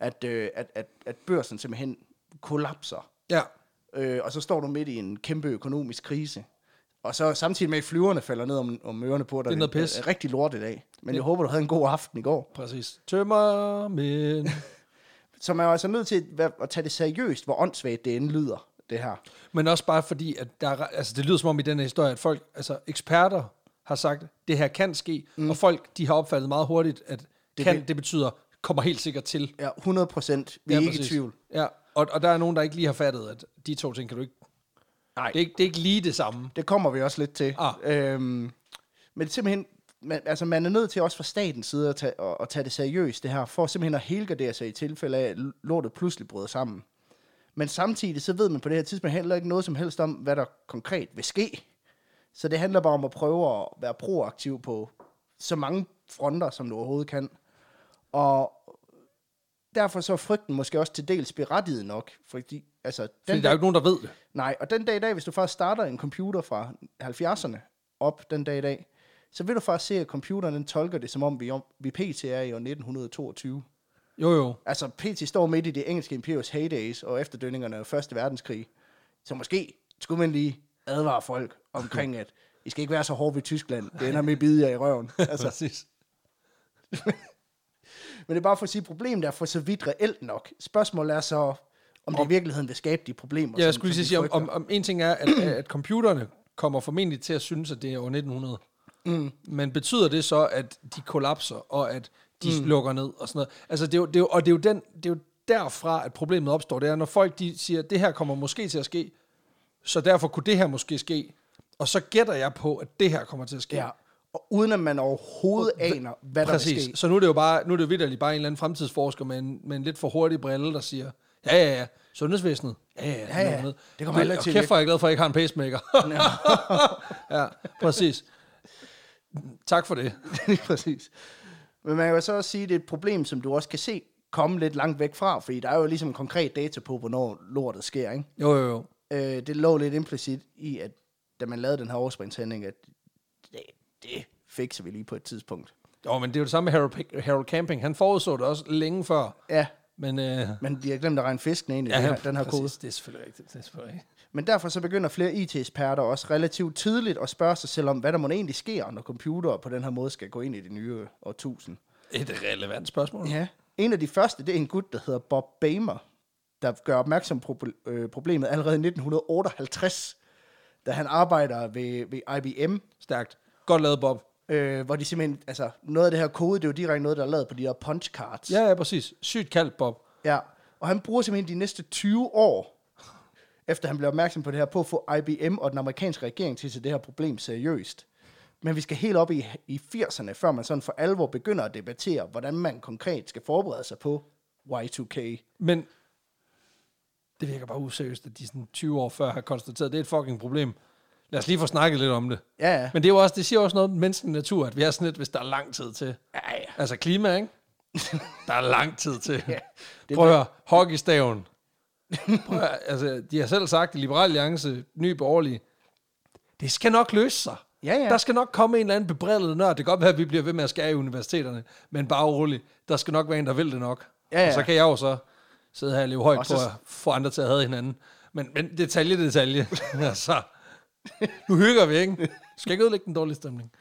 Speaker 2: at, øh, at, at, at børsen simpelthen kollapser.
Speaker 1: Ja,
Speaker 2: Øh, og så står du midt i en kæmpe økonomisk krise. Og så samtidig med, at flyverne falder ned om, om ørerne på dig.
Speaker 1: Det er noget pis.
Speaker 2: er rigtig lort i dag. Men jeg håber, du havde en god aften i går.
Speaker 1: præcis. Tømmer, men...
Speaker 2: Så man er altså nødt til at, være- at tage det seriøst, hvor åndssvagt det end lyder, det her.
Speaker 1: Men også bare fordi, at der, er- altså, det lyder som om i den her historie, at folk, altså eksperter har sagt, det her kan ske, mm. og folk de har opfattet meget hurtigt, at det, kan,
Speaker 2: vil-
Speaker 1: det betyder, kommer helt sikkert til.
Speaker 2: Ja, 100 procent. Vi er
Speaker 1: Ja,
Speaker 2: ikke i
Speaker 1: præcis.
Speaker 2: tvivl.
Speaker 1: Ja, og, og der er nogen, der ikke lige har fattet, at de to ting kan du ikke...
Speaker 2: Nej.
Speaker 1: Det er ikke, det er ikke lige det samme.
Speaker 2: Det kommer vi også lidt til.
Speaker 1: Ah.
Speaker 2: Øhm, men simpelthen, man, altså man er nødt til også fra statens side at tage, at, at tage det seriøst, det her, for simpelthen at helgardere sig i tilfælde af, at lortet pludselig bryder sammen. Men samtidig så ved man på det her tidspunkt heller ikke noget som helst om, hvad der konkret vil ske. Så det handler bare om at prøve at være proaktiv på så mange fronter, som du overhovedet kan. Og derfor så er frygten måske også til dels berettiget nok, fordi, altså,
Speaker 1: Fordi der er jo ikke nogen, der ved det.
Speaker 2: Nej, og den dag i dag, hvis du faktisk starter en computer fra 70'erne op den dag i dag, så vil du faktisk se, at computeren den tolker det, som om vi, om, vi pt. er i år 1922.
Speaker 1: Jo, jo.
Speaker 2: Altså, pt. står midt i det engelske imperiums heydays og efterdønningerne af Første Verdenskrig. Så måske skulle man lige advare folk omkring, at I skal ikke være så hårde ved Tyskland. Det ender med at bide jer i røven. Altså,
Speaker 1: Præcis.
Speaker 2: men det er bare for at sige, at problemet er for så vidt reelt nok. Spørgsmålet er så, om det i virkeligheden vil skabe de problemer.
Speaker 1: Ja,
Speaker 2: som-
Speaker 1: jeg skulle
Speaker 2: som
Speaker 1: lige
Speaker 2: vi
Speaker 1: sige, om,
Speaker 2: frygter.
Speaker 1: om, om en ting er, at, at computerne kommer formentlig til at synes, at det er år 1900. Mm. Men betyder det så, at de kollapser, og at de mm. lukker ned og sådan noget? Altså, det er jo, det er jo, og det er jo, den, det er jo derfra, at problemet opstår. Det er, når folk de siger, at det her kommer måske til at ske, så derfor kunne det her måske ske. Og så gætter jeg på, at det her kommer til at ske.
Speaker 2: Ja, og uden at man overhovedet aner, hvad der vil
Speaker 1: Præcis.
Speaker 2: ske.
Speaker 1: Så nu er det jo bare, nu er det jo vidderligt bare en eller anden fremtidsforsker med en, med en lidt for hurtig brille, der siger, ja, ja, ja, sundhedsvæsenet. Ja, ja,
Speaker 2: Ja, ja.
Speaker 1: noget.
Speaker 2: Det kommer heller ikke
Speaker 1: Og
Speaker 2: til at
Speaker 1: Kæft, hvor er jeg glad for, at jeg ikke har en pacemaker. ja, præcis. Tak for det.
Speaker 2: Præcis. Men man kan jo så også sige, at det er et problem, som du også kan se komme lidt langt væk fra, fordi der er jo ligesom konkret data på, hvornår lortet sker, ikke?
Speaker 1: Jo, jo, jo.
Speaker 2: Øh, det lå lidt implicit i, at da man lavede den her overspringshandling, at det, det fikser vi lige på et tidspunkt.
Speaker 1: Jo, men det er jo det samme med Harold, Pick- Harold Camping. Han forudså det også længe før.
Speaker 2: Ja,
Speaker 1: Men øh,
Speaker 2: men de har glemt at regne fiskene ind i ja, den
Speaker 1: ja,
Speaker 2: her, den her kode.
Speaker 1: præcis, Det er selvfølgelig rigtigt. Det er selvfølgelig rigtigt.
Speaker 2: Men derfor så begynder flere IT-eksperter også relativt tidligt at spørge sig selv om, hvad der må egentlig sker, når computere på den her måde skal gå ind i det nye årtusind.
Speaker 1: Et relevant spørgsmål.
Speaker 2: Ja. En af de første, det er en gut, der hedder Bob Bamer, der gør opmærksom på proble- øh, problemet allerede i 1958, da han arbejder ved, ved IBM,
Speaker 1: Stærkt. Godt lavet, Bob.
Speaker 2: øh, hvor de simpelthen, altså noget af det her kode, det er jo direkte noget, der er lavet på de her punch cards.
Speaker 1: Ja, ja, præcis. Sygt kaldt, Bob.
Speaker 2: Ja, og han bruger simpelthen de næste 20 år, efter han bliver opmærksom på det her, på at få IBM og den amerikanske regering til at tage det her problem seriøst. Men vi skal helt op i, i 80'erne, før man sådan for alvor begynder at debattere, hvordan man konkret skal forberede sig på Y2K.
Speaker 1: Men det virker bare useriøst, at de sådan 20 år før har konstateret, at det er et fucking problem. Lad os lige få snakket lidt om det.
Speaker 2: Ja, ja.
Speaker 1: Men det, er jo også, det siger jo også noget om menneskelig natur, at vi er sådan lidt, hvis der er lang tid til.
Speaker 2: Ja, ja.
Speaker 1: Altså klima, ikke? Der er lang tid til. ja,
Speaker 2: det-
Speaker 1: Prøv at høre, hockeystaven. Prøv at, høre, altså, de har selv sagt i Liberal Alliance, Ny Borgerlige, det skal nok løse sig.
Speaker 2: Ja, ja.
Speaker 1: Der skal nok komme en eller anden bebreddet nørd. Det kan godt være, at vi bliver ved med at skære i universiteterne, men bare rolig. Der skal nok være en, der vil det nok.
Speaker 2: Ja, ja.
Speaker 1: Og så kan jeg jo så sidde her og leve højt
Speaker 2: Og
Speaker 1: og
Speaker 2: så-
Speaker 1: så... på at få andre til at have hinanden. Men, men detalje, detalje. altså, nu hygger vi, ikke? Skal ikke ødelægge den dårlige stemning.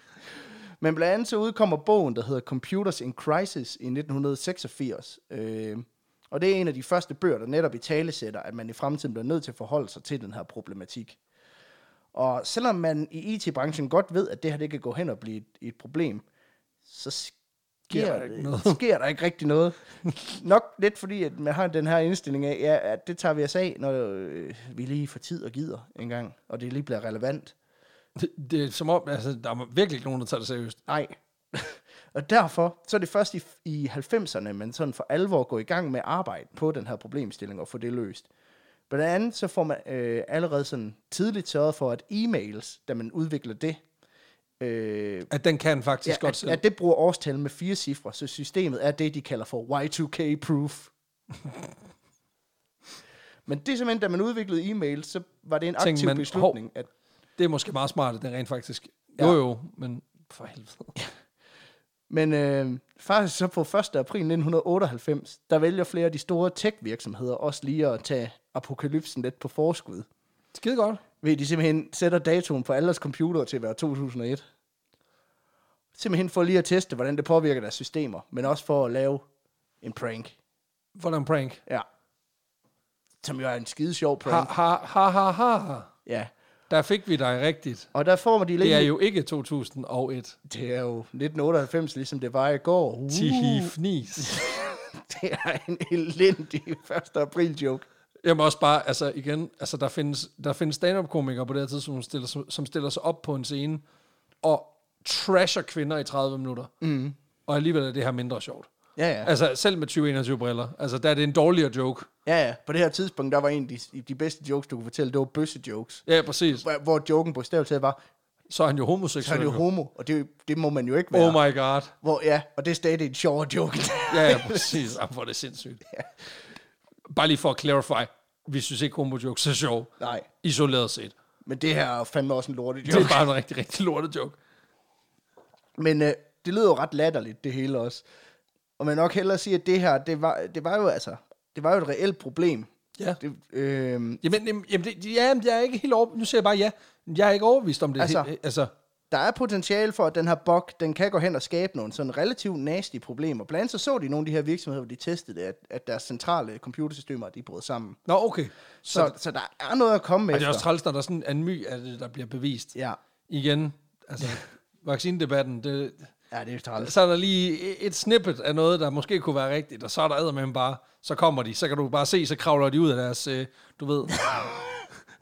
Speaker 2: Men blandt andet så udkommer bogen, der hedder Computers in Crisis i 1986. Øh, og det er en af de første bøger, der netop i tale sætter, at man i fremtiden bliver nødt til at forholde sig til den her problematik. Og selvom man i IT-branchen godt ved, at det her det kan gå hen og blive et, et problem, så
Speaker 1: Sker
Speaker 2: sker
Speaker 1: der
Speaker 2: der,
Speaker 1: ikke
Speaker 2: det,
Speaker 1: noget.
Speaker 2: sker der ikke rigtig noget. Nok lidt fordi, at man har den her indstilling af, ja, at det tager vi os af, når øh, vi lige får tid og gider engang, og det lige bliver relevant.
Speaker 1: Det, det er som om, altså, der er virkelig ikke nogen, der tager det seriøst.
Speaker 2: Nej. og derfor, så er det først i, i 90'erne, man sådan for alvor går i gang med at arbejde på den her problemstilling og få det løst. Blandt andet så får man øh, allerede sådan tidligt sørget for, at e-mails, da man udvikler det, øh,
Speaker 1: At den kan faktisk
Speaker 2: ja,
Speaker 1: godt
Speaker 2: at,
Speaker 1: selv.
Speaker 2: at det bruger årstal med fire cifre, så systemet er det, de kalder for Y2K-proof. Men det er simpelthen, da man udviklede e-mails, så var det en
Speaker 1: Tænkte
Speaker 2: aktiv
Speaker 1: man, hov.
Speaker 2: beslutning, at
Speaker 1: Det er måske meget smart, at den rent faktisk...
Speaker 2: Ja.
Speaker 1: Jo jo, men for helvede.
Speaker 2: Men øh, faktisk så på 1. april 1998, der vælger flere af de store tech-virksomheder også lige at tage apokalypsen lidt på forskud.
Speaker 1: Skide godt.
Speaker 2: Ved at de simpelthen sætter datoen på alle deres computere til at være 2001. Simpelthen for lige at teste, hvordan det påvirker deres systemer, men også for at lave en prank.
Speaker 1: Hvordan prank?
Speaker 2: Ja. Som jo er en skide sjov
Speaker 1: Ha,
Speaker 2: prank.
Speaker 1: ha, ha, ha, ha.
Speaker 2: Ja.
Speaker 1: Der fik vi dig rigtigt.
Speaker 2: Og der får man de
Speaker 1: Det
Speaker 2: lige...
Speaker 1: er jo ikke 2001.
Speaker 2: det er jo 1998, ligesom det var i går. Uh,
Speaker 1: Tihi fnis.
Speaker 2: det er en elendig 1. april-joke.
Speaker 1: Jamen også bare, altså igen, altså der findes, der findes stand-up-komikere på det her tidspunkt, som stiller, sig- som stiller sig op på en scene og trasher kvinder i 30 minutter. Mm. Og alligevel er det her mindre sjovt.
Speaker 2: Ja, ja.
Speaker 1: Altså selv med 2021-briller. Altså der er det en dårligere joke.
Speaker 2: Ja, ja. På det her tidspunkt, der var en af de, de bedste jokes, du kunne fortælle, det var bøsse-jokes.
Speaker 1: Ja, præcis.
Speaker 2: Hvor, hvor joken på stavet var,
Speaker 1: Så er han jo
Speaker 2: så er
Speaker 1: homoseksuel.
Speaker 2: det jo homo, og det, det må man jo ikke være.
Speaker 1: Oh my god.
Speaker 2: Hvor, ja, og det er stadig en sjovere joke.
Speaker 1: Ja, ja præcis. Jamen, hvor er det sindssygt. Bare lige for at clarify. Vi synes ikke, homo-jokes er sjov.
Speaker 2: Nej,
Speaker 1: Isoleret set.
Speaker 2: men det her er fandme også en lortet
Speaker 1: Det
Speaker 2: joke.
Speaker 1: er bare en rigtig, rigtig lortet joke.
Speaker 2: Men øh, det lyder jo ret latterligt, det hele også. Og man nok hellere sige, at det her, det var, det var jo altså, det var jo et reelt problem.
Speaker 1: Ja.
Speaker 2: Det, øh,
Speaker 1: Jamen, jamen, jamen, det, ja, men jeg er ikke helt over... Nu siger jeg bare ja. Men Jeg er ikke overbevist om det.
Speaker 2: Altså-
Speaker 1: He- altså
Speaker 2: der er potentiale for, at den her bug, den kan gå hen og skabe nogle sådan relativt nasty problemer. Blandt andet så så de nogle af de her virksomheder, hvor de testede det, at, at deres centrale computersystemer, de brød sammen.
Speaker 1: Nå, okay. Så,
Speaker 2: Så, så der er noget at komme
Speaker 1: og det
Speaker 2: efter.
Speaker 1: er også træls, når der er sådan en my af det, der bliver bevist.
Speaker 2: Ja,
Speaker 1: Igen, altså vaccinedebatten, det,
Speaker 2: ja det er træls.
Speaker 1: så er der lige et snippet af noget, der måske kunne være rigtigt, og så er der med bare, så kommer de, så kan du bare se, så kravler de ud af deres, øh, du ved,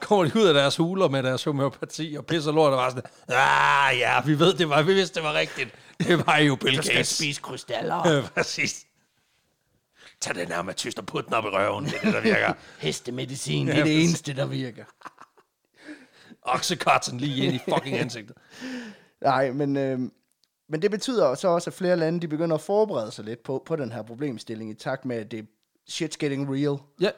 Speaker 1: kommer de ud af deres huler med deres homeopati og pisser lort og bare sådan, ah ja, vi ved det var, vi vidste det var rigtigt. Det var jo Bill Gates.
Speaker 2: krystaller.
Speaker 1: Øh, præcis. Tag den her med tyst og put den op i røven, det er det, der virker.
Speaker 2: Hestemedicin, det er det eneste, der virker.
Speaker 1: Oxycontin lige ind i fucking ansigtet.
Speaker 2: Nej, men, øh, men det betyder så også, at flere lande de begynder at forberede sig lidt på, på den her problemstilling i takt med, at det shit's getting real.
Speaker 1: Ja,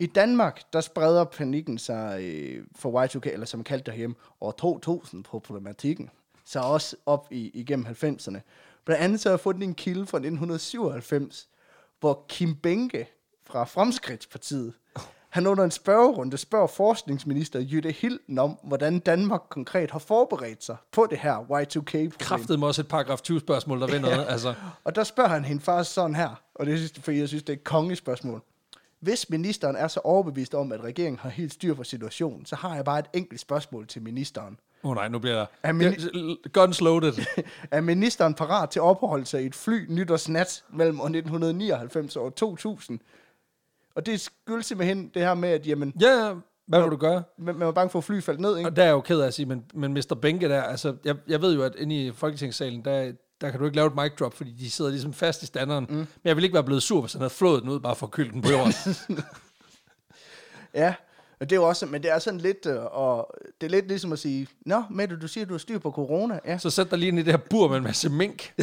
Speaker 2: I Danmark, der spreder panikken sig øh, for Y2K, eller som kaldt derhjemme, år 2000 på problematikken. Så også op i, igennem 90'erne. Blandt andet så har jeg fundet en kilde fra 1997, hvor Kim Benke fra Fremskridtspartiet, han under en spørgerunde spørger forskningsminister Jytte Hilden om, hvordan Danmark konkret har forberedt sig på det her Y2K-problem.
Speaker 1: Kræftede mig også et paragraf 20 spørgsmål, der ved noget. Altså,
Speaker 2: Og der spørger han hende faktisk sådan her, og det synes, fordi jeg synes, det er et kongespørgsmål. Hvis ministeren er så overbevist om, at regeringen har helt styr på situationen, så har jeg bare et enkelt spørgsmål til ministeren.
Speaker 1: oh nej, nu bliver der...
Speaker 2: Er
Speaker 1: Ja, Guns loaded.
Speaker 2: Er ministeren parat til at opholde sig i et fly nytårsnat mellem år 1999 og år 2000? Og det skyldes simpelthen det her med, at jamen,
Speaker 1: ja, ja, hvad vil du gøre?
Speaker 2: man man var bange for, at fly faldt ned, ikke?
Speaker 1: Og der er jeg jo ked af at sige, men, men Mr. Benke der, altså, jeg, jeg ved jo, at inde i Folketingssalen, der, der kan du ikke lave et mic drop, fordi de sidder ligesom fast i standeren. Mm. Men jeg ville ikke være blevet sur, hvis han havde flået den ud, bare for at køle den på jorden.
Speaker 2: Ja, og det er jo også, men det er sådan lidt, øh, og det er lidt ligesom at sige, Nå, Mette, du siger, du har styr på corona. Ja,
Speaker 1: så sæt dig lige ind i det her bur med en masse mink.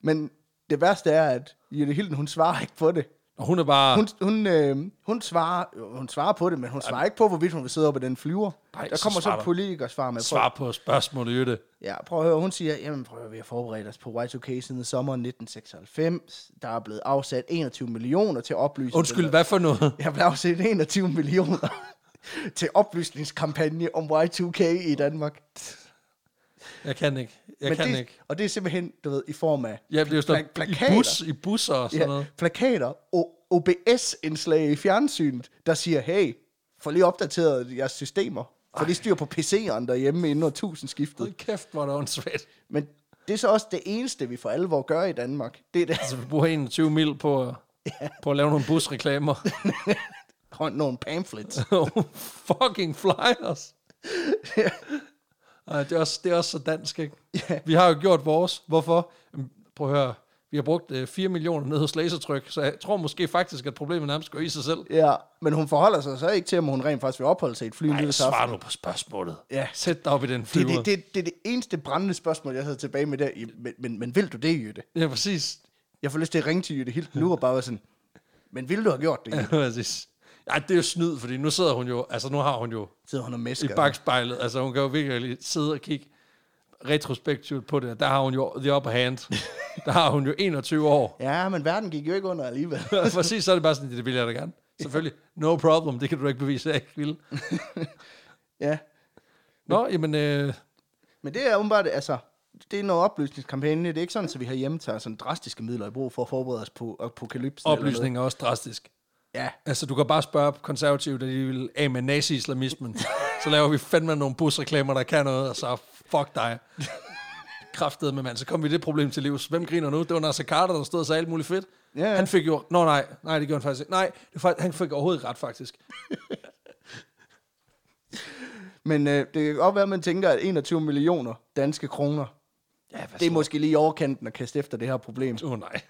Speaker 2: Men det værste er, at Jette Hilden, hun svarer ikke på det.
Speaker 1: Og hun er bare...
Speaker 2: Hun, hun, øh, hun, svarer, jo, hun svarer på det, men hun svarer ikke på, hvorvidt hun vil sidde oppe i den flyver.
Speaker 1: Nej,
Speaker 2: der
Speaker 1: så
Speaker 2: kommer så
Speaker 1: svarer
Speaker 2: en
Speaker 1: der-
Speaker 2: politiker svar med. Prøv,
Speaker 1: Svar på spørgsmålet, Jytte.
Speaker 2: ja, prøv at høre, hun siger, jamen prøv at høre, vi har forberedt os på Y2K siden sommeren 1996. Der er blevet afsat 21 millioner til oplysning.
Speaker 1: Undskyld, hvad for noget?
Speaker 2: Jeg blev afsat 21 millioner til oplysningskampagne om Y2K i Danmark.
Speaker 1: Jeg kan ikke. Jeg men kan
Speaker 2: det,
Speaker 1: det... ikke.
Speaker 2: Og det er simpelthen, du ved, i form af
Speaker 1: Jeg bliver jo sådan
Speaker 2: pla-
Speaker 1: noget i, bus, i busser og sådan ja. noget.
Speaker 2: plakater, o- OBS-indslag i fjernsynet, der siger, hey, få lige opdateret jeres systemer. For lige styr på PC'eren derhjemme inden år 1000 skiftet.
Speaker 1: Hold kæft, hvor er det åndssvagt.
Speaker 2: Men det er så også det eneste, vi for alvor gør i Danmark. Det er det.
Speaker 1: Altså, vi bruger 21 mil på, at- på at lave nogle busreklamer.
Speaker 2: Hånd nogle pamphlets.
Speaker 1: Oh, fucking flyers. Ej, det, er også, det er også så dansk, ikke? Vi har jo gjort vores. Hvorfor? Jamen, Prøv at høre. Vi har brugt øh, 4 millioner ned hos lasertryk, så jeg tror måske faktisk, at problemet nærmest går i sig selv.
Speaker 2: Ja, men hun forholder sig så ikke til, om hun rent faktisk vil opholde sig i et fly.
Speaker 1: Nej,
Speaker 2: Nej,
Speaker 1: svar nu på spørgsmålet.
Speaker 2: Ja.
Speaker 1: Sæt dig op i den
Speaker 2: det,
Speaker 1: flyver.
Speaker 2: det, det, det er det eneste brændende spørgsmål, jeg havde tilbage med der. i- Men, men, men vil du det, Jytte?
Speaker 1: Ja, præcis.
Speaker 2: Jeg får lyst til at ringe til Jytte helt nu og bare være sådan, men vil du have gjort det?
Speaker 1: Ja,
Speaker 2: Jytte?"
Speaker 1: præcis. Ej, det er jo snyd, fordi nu sidder hun jo, altså nu har hun jo
Speaker 2: Sidder hun og
Speaker 1: i
Speaker 2: mesker.
Speaker 1: bagspejlet, altså hun kan jo virkelig sidde og kigge retrospektivt på det, og der har hun jo the upper hand. Der har hun jo 21 år.
Speaker 2: Ja, men verden gik jo ikke under alligevel.
Speaker 1: Præcis, så er det bare sådan, det vil jeg da gerne. Selvfølgelig. No problem, det kan du ikke bevise, at jeg ikke vil.
Speaker 2: ja.
Speaker 1: Nå, jamen, øh,
Speaker 2: Men det er åbenbart, altså, det er noget oplysningskampagne. Det er ikke sådan, at vi herhjemme tager sådan drastiske midler i brug for at forberede os på apokalypsen. eller
Speaker 1: oplysning er også drastisk.
Speaker 2: noget. Ja,
Speaker 1: Altså, du kan bare spørge konservative, da de vil af med nazi-islamismen. Så laver vi fandme nogle busreklamer, der kan noget, og så fuck dig. Kræftet med mand, så kom vi det problem til livs. Hvem griner nu? Det var Nasser Carter, der stod og sagde alt muligt fedt.
Speaker 2: Ja, ja.
Speaker 1: Han fik jo... Nå nej, nej, det gjorde han faktisk ikke. Nej, det var, han fik overhovedet ikke ret, faktisk.
Speaker 2: men øh, det kan godt være, at man tænker, at 21 millioner danske kroner,
Speaker 1: Ja, hvad
Speaker 2: det er måske lige i overkanten at kaste efter det her problem.
Speaker 1: Åh oh, nej.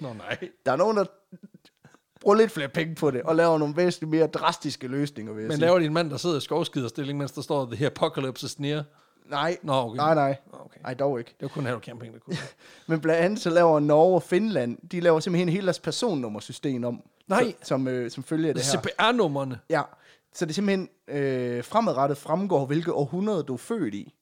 Speaker 1: Nå nej.
Speaker 2: Der er nogen, der bruger lidt flere penge på det, og laver nogle væsentligt mere drastiske løsninger, vil jeg
Speaker 1: Men
Speaker 2: sige.
Speaker 1: laver de en mand, der sidder i skovskiderstilling, mens der står, the apocalypse is near?
Speaker 2: Nej,
Speaker 1: Nå, okay.
Speaker 2: nej, nej.
Speaker 1: Okay.
Speaker 2: Nej, dog ikke.
Speaker 1: Det var kun Harold Camping, der kunne. det.
Speaker 2: Men blandt andet så laver Norge og Finland, de laver simpelthen hele deres personnummersystem om.
Speaker 1: Nej.
Speaker 2: Som, øh, som følger det her.
Speaker 1: CPR-nummerne.
Speaker 2: Ja, så det simpelthen øh, fremadrettet fremgår, hvilket århundrede du er født i.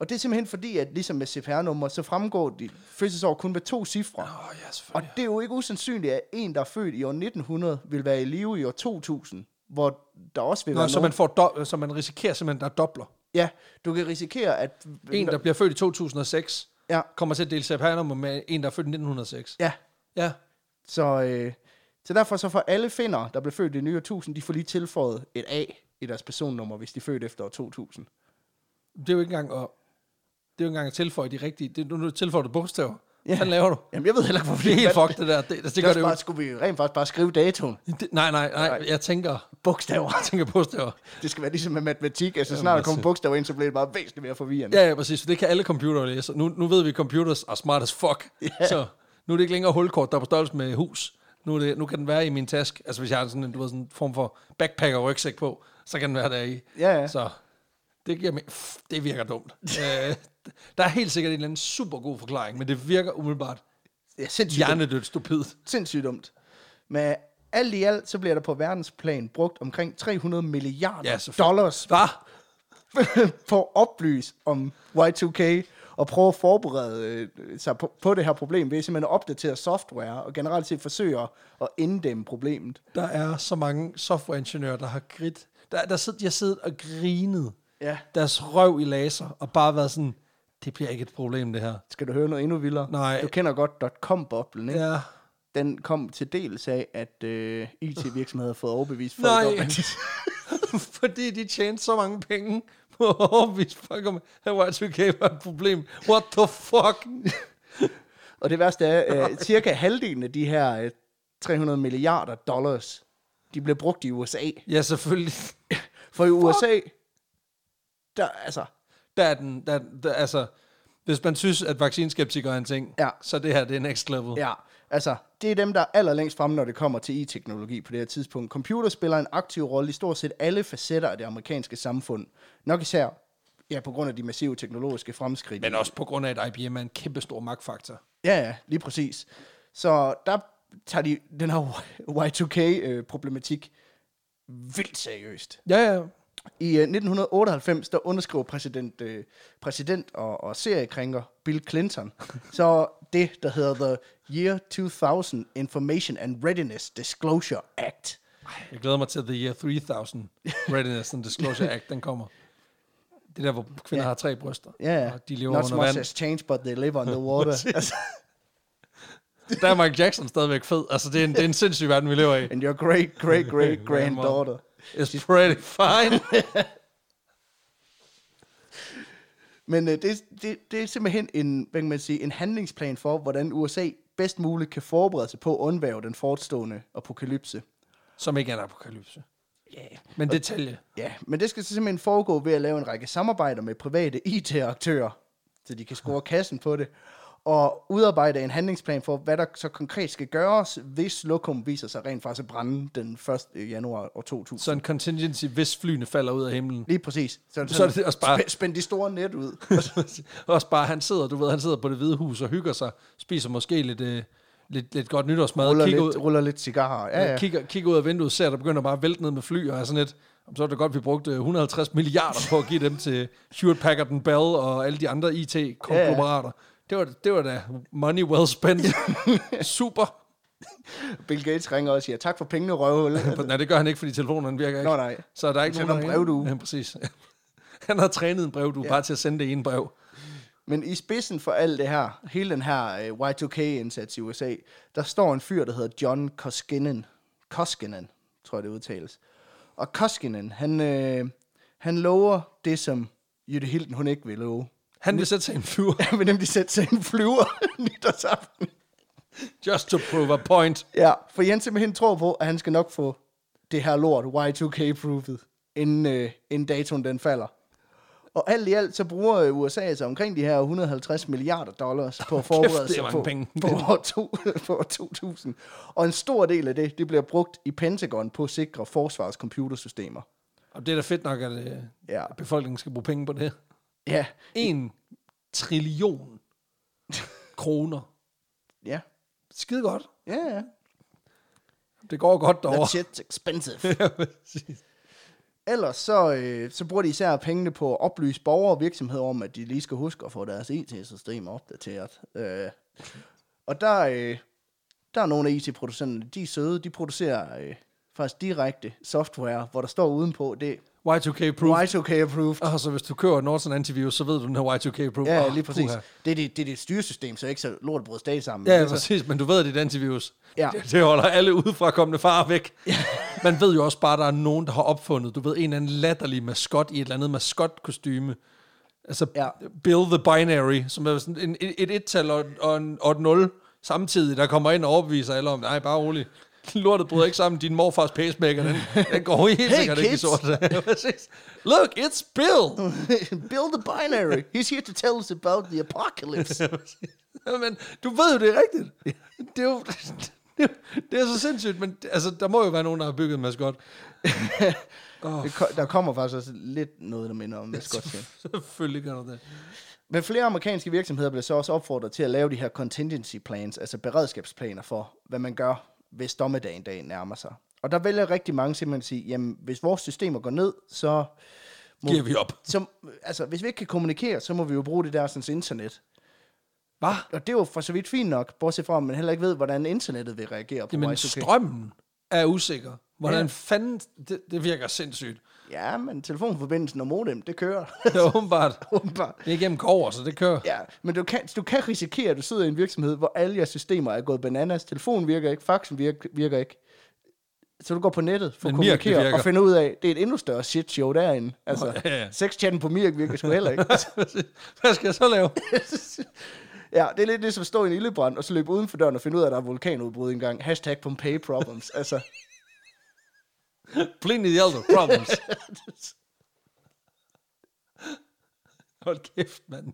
Speaker 2: Og det er simpelthen fordi, at ligesom med CPR-nummer, så fremgår dit fødselsår kun med to cifre.
Speaker 1: Åh, oh, ja,
Speaker 2: Og
Speaker 1: selvfølgelig.
Speaker 2: det er jo ikke usandsynligt, at en, der er født i år 1900, vil være i live i år 2000, hvor der også vil
Speaker 1: Nå,
Speaker 2: være
Speaker 1: så
Speaker 2: nogen-
Speaker 1: man, får do- så man risikerer simpelthen, der er dobler.
Speaker 2: Ja, du kan risikere, at...
Speaker 1: En, der bliver født i 2006,
Speaker 2: Ja,
Speaker 1: kommer til at dele CPR-nummer med en, der er født i 1906.
Speaker 2: ja.
Speaker 1: Ja.
Speaker 2: Så, øh, så derfor så får alle finder, der blev født i nye år 1000, de får lige tilføjet et A i deres personnummer, hvis de er født efter år 2000.
Speaker 1: Det er jo ikke engang at, det er jo ikke engang at tilføje de rigtige. Det, nu, nu tilføjer du bogstaver. Ja.
Speaker 2: Ja.
Speaker 1: Hvad laver du?
Speaker 2: Jamen, jeg ved heller ikke, hvorfor
Speaker 1: Det er helt
Speaker 2: vandt.
Speaker 1: fucked, det der. Det, det, det gør
Speaker 2: Det
Speaker 1: det
Speaker 2: det
Speaker 1: jo.
Speaker 2: bare, skulle vi rent faktisk bare skrive datoen.
Speaker 1: ikke. Det, nej, nej, nej. Jeg tænker,
Speaker 2: Bogstaver.
Speaker 1: jeg tænker bogstaver.
Speaker 2: Det skal være ligesom med matematik. Altså, snart der kommer bogstaver ind, så bliver det bare væsentligt mere forvirrende.
Speaker 1: Ja, ja, præcis. For det kan alle computere læse. Nu, nu ved vi, at computers er smart as fuck. Yeah. Så nu er det ikke længere hulkort, der er på størrelse med hus. Nu, er det, nu kan den være i min taske. Altså hvis jeg har sådan en, du ved, sådan en form for backpack og rygsæk på, så kan den være der i.
Speaker 2: Ja, ja.
Speaker 1: Så det, giver mig, pff, det virker dumt. øh, der er helt sikkert en eller anden super god forklaring, men det virker umiddelbart
Speaker 2: Ja, sindssygt, dumt.
Speaker 1: hjernedødt stupidt.
Speaker 2: sindssygt dumt. Men alt i alt, så bliver der på verdensplan brugt omkring 300 milliarder
Speaker 1: Ja,
Speaker 2: ja,
Speaker 1: selvfølgelig.
Speaker 2: dollars
Speaker 1: Hvad?
Speaker 2: på at oplyse om Y2K og prøve at forberede øh, sig på, på det her problem ved simpelthen at opdatere software og generelt set forsøge at- at inddæmme problemet.
Speaker 1: Der er så mange softwareingeniører, der har grit. Der, der sidder, de har siddet og grinet
Speaker 2: Ja.
Speaker 1: deres røv i laser, og bare været sådan, det bliver ikke et problem, det her.
Speaker 2: Skal du høre noget endnu vildere?
Speaker 1: Nej.
Speaker 2: Du kender godt .com-boblen, ikke?
Speaker 1: Ja.
Speaker 2: Den kom til dels af, at øh, IT-virksomheder havde fået overbevist folk
Speaker 1: Nej.
Speaker 2: om, at de
Speaker 1: Fordi de tjente så mange penge på at overbevise folk om, at Y2K var et problem. What the fuck?
Speaker 2: Og det værste er, at cirka halvdelen af de her øh, 300 milliarder dollars, de blev brugt i USA.
Speaker 1: Ja, selvfølgelig.
Speaker 2: For i USA, der, altså,
Speaker 1: Der er den, der, der, altså, hvis man synes, at vaccinskeptikere er en ting,
Speaker 2: Ja.
Speaker 1: så det her, det er next level.
Speaker 2: ja, altså, det er dem, der er allerlængst fremme, når det kommer til IT-teknologi på det her tidspunkt. Computer spiller en aktiv rolle i stort set alle facetter af det amerikanske samfund. Nok især ja, på grund af de massive teknologiske fremskridt.
Speaker 1: Men også på grund af, at IBM er en kæmpe stor magtfaktor.
Speaker 2: Ja, ja, lige præcis. Så der tager de den her Y2K-problematik øh, vildt seriøst.
Speaker 1: Ja, ja.
Speaker 2: I øh, 1998, der underskrev præsident, øh, præsident og, og seriekrænker Bill Clinton, så det, der hedder The Year 2000 Information and Readiness Disclosure Act.
Speaker 1: Jeg glæder mig til, at The Year 3000 Readiness and Disclosure Act, den kommer. Det er der, hvor kvinder ja. har tre bryster,
Speaker 2: Ja, yeah.
Speaker 1: og de lever
Speaker 2: Not
Speaker 1: under
Speaker 2: much
Speaker 1: vand.
Speaker 2: has changed, but they live underwater. altså,
Speaker 1: Der er Michael Jackson stadigvæk fed. Altså, det er en, det er en sindssyg verden, vi lever i.
Speaker 2: and your great, great, great granddaughter.
Speaker 1: It's pretty fine.
Speaker 2: Men øh, det, det, det er simpelthen en, hvad kan man sige, en handlingsplan for, hvordan USA bedst muligt kan forberede sig på at undvære den forestående apokalypse.
Speaker 1: Som ikke er en apokalypse.
Speaker 2: Yeah.
Speaker 1: Men detalje.
Speaker 2: Ja, men det skal så simpelthen foregå ved at lave en række samarbejder med private IT-aktører, så de kan score kassen på det, og udarbejde en handlingsplan for, hvad der så konkret skal gøres, hvis lokum viser sig rent faktisk at brænde den 1. januar år 2000.
Speaker 1: Så en contingency, hvis flyene falder ud af himlen.
Speaker 2: Lige præcis. Så,
Speaker 1: Så er det også bare-
Speaker 2: spænd, spænd de store net ud.
Speaker 1: Også bare, han sidder, du ved, han sidder på det hvide hus og hygger sig, spiser måske lidt, øh, lidt, lidt godt nytårsmad,
Speaker 2: Ruller,
Speaker 1: kigger,
Speaker 2: lidt,
Speaker 1: ud,
Speaker 2: ruller lidt cigarer. Ja, ja.
Speaker 1: Kigger, kigger ud af vinduet, ser, der begynder bare at vælte ned med fly, og er sådan lidt, "Jamen, så er det godt, vi brugte 150 milliarder på at give dem til Hewitt Packard and Bell og alle de andre IT-konglomerater. Det var, det var da money well spent. Super.
Speaker 2: Bill Gates ringer og siger, tak for pengene, røvhul.
Speaker 1: Nej, det gør han ikke, fordi telefonen virker ikke.
Speaker 2: Nå, nej.
Speaker 1: Så der er ikke
Speaker 2: Han
Speaker 1: nogen,
Speaker 2: sender
Speaker 1: der-
Speaker 2: en brevdue.
Speaker 1: Ja, præcis. Han har trænet en brevdue, ja. bare til at sende det ene brev.
Speaker 2: Men i spidsen for alt det her, hele den her øh, Y2K-indsats i USA, der står en fyr, der hedder John Koskinen. Koskinen, tror jeg det udtales. Og Koskinen, han, øh, han lover det, som Jytte Hilden, hun ikke vil love.
Speaker 1: Han vil sætte sig i en flyver,
Speaker 2: Han vil nemlig sætte sig en flyver nytårsaften.
Speaker 1: just to prove a point.
Speaker 2: Ja, for Jens simpelthen tror på, at han skal nok få det her lort Y2K-proofet, inden, øh, inden datoen den falder. Og alt i alt, så bruger øh, USA altså omkring de her 150 milliarder dollars på at forberede
Speaker 1: det er
Speaker 2: sig
Speaker 1: mange
Speaker 2: på,
Speaker 1: penge.
Speaker 2: på, år to, på år 2000. Og en stor del af det, det bliver brugt i Pentagon på at sikre forsvarets computersystemer.
Speaker 1: Og det er da fedt nok, at, øh,
Speaker 2: Ja.
Speaker 1: at befolkningen skal bruge penge på det.
Speaker 2: Ja,
Speaker 1: En trillion kroner.
Speaker 2: ja,
Speaker 1: Skide godt.
Speaker 2: ja, ja.
Speaker 1: Det går godt
Speaker 2: That
Speaker 1: derovre.
Speaker 2: shit's expensive. Ellers så, øh, så bruger de især pengene på at oplyse borgere og virksomheder om, at de lige skal huske at få deres IT-system opdateret. Øh, og der, øh, der er nogle af IT-producenterne, de er søde, de producerer øh, faktisk direkte software, hvor der står udenpå, det
Speaker 1: Y2K proof.
Speaker 2: er Y2K approved.
Speaker 1: Og så hvis du kører Norton Antivirus, så ved du den her Y2K proof.
Speaker 2: Ja,
Speaker 1: Åh,
Speaker 2: lige præcis.
Speaker 1: puha.
Speaker 2: Det er det, det, er det styresystem, så ikke så lortet bryder stadig sammen.
Speaker 1: Ja, ja,
Speaker 2: Altså,
Speaker 1: præcis, men du ved, at det er et antivirus.
Speaker 2: Ja.
Speaker 1: Det, det holder alle udefrakommende farer væk. Man ved jo også bare, at der er nogen, der har opfundet, du ved, en eller anden latterlig maskot i et eller andet maskotkostyme. Altså, ja.
Speaker 2: Ja.
Speaker 1: Bill the Binary, som er sådan en, et, et et-tal og, og, en- og et nul samtidig, der kommer ind og overbeviser alle om, nej, bare rolig. Lortet bryder ikke sammen, din morfars pacemaker, den, den går helt
Speaker 2: Hey,
Speaker 1: sikkert ikke i
Speaker 2: kids. Mm.
Speaker 1: sort. Ja, præcis. Look, it's Bill!
Speaker 2: Build the binary. He's here to tell us about the apocalypse.
Speaker 1: men du ved jo, det er rigtigt. Det er jo... Det er så sindssygt, men det- altså, der må jo være nogen, der har bygget en maskot.
Speaker 2: Det ko- Der kommer faktisk også lidt noget, der minder om maskotfilm.
Speaker 1: Selvfølgelig gør du det.
Speaker 2: Men flere amerikanske virksomheder blev så også opfordret til at lave de her contingency plans, altså beredskabsplaner for, hvad man gør, hvis dommedagen dagen nærmer sig. Og der vælger rigtig mange simpelthen at sige, jamen hvis vores systemer går ned, så... Må,
Speaker 1: Giver vi op.
Speaker 2: Så, altså, hvis vi ikke kan kommunikere, så må vi jo bruge det der sådan, internet.
Speaker 1: Hvad?
Speaker 2: Og det er jo for så vidt fint nok, bortset fra, at man heller ikke ved, hvordan internettet Y2K vil reagere på
Speaker 1: Jamen,
Speaker 2: Y2K.
Speaker 1: strømmen er usikker. Hvordan
Speaker 2: Ja.
Speaker 1: ja. fanden... Det, det virker sindssygt.
Speaker 2: Ja, men telefonforbindelsen og modem, det kører.
Speaker 1: Det er åbenbart...
Speaker 2: Åbenbart.
Speaker 1: Det er igennem kover, så det kører.
Speaker 2: Ja, men du kan, du kan risikere, at du sidder i en virksomhed, hvor alle jeres systemer er gået bananas. Telefonen virker ikke, faxen virker, virker ikke. Så du går på nettet for at
Speaker 1: Men Mirk, det
Speaker 2: kommunikere
Speaker 1: virker.
Speaker 2: og finde ud af, det er et endnu større shit show derinde. Altså,
Speaker 1: Nå, ja, ja.
Speaker 2: sexchatten på Mirk virker sgu heller ikke. Altså,
Speaker 1: Hvad skal jeg så lave?
Speaker 2: ja, det er lidt det som at stå i en ildebrand og så løbe uden for døren og finde ud af, at der er vulkanudbrud engang. Hashtag Pompeii problems. altså,
Speaker 1: Plenty the other problems. Hold kæft, mand.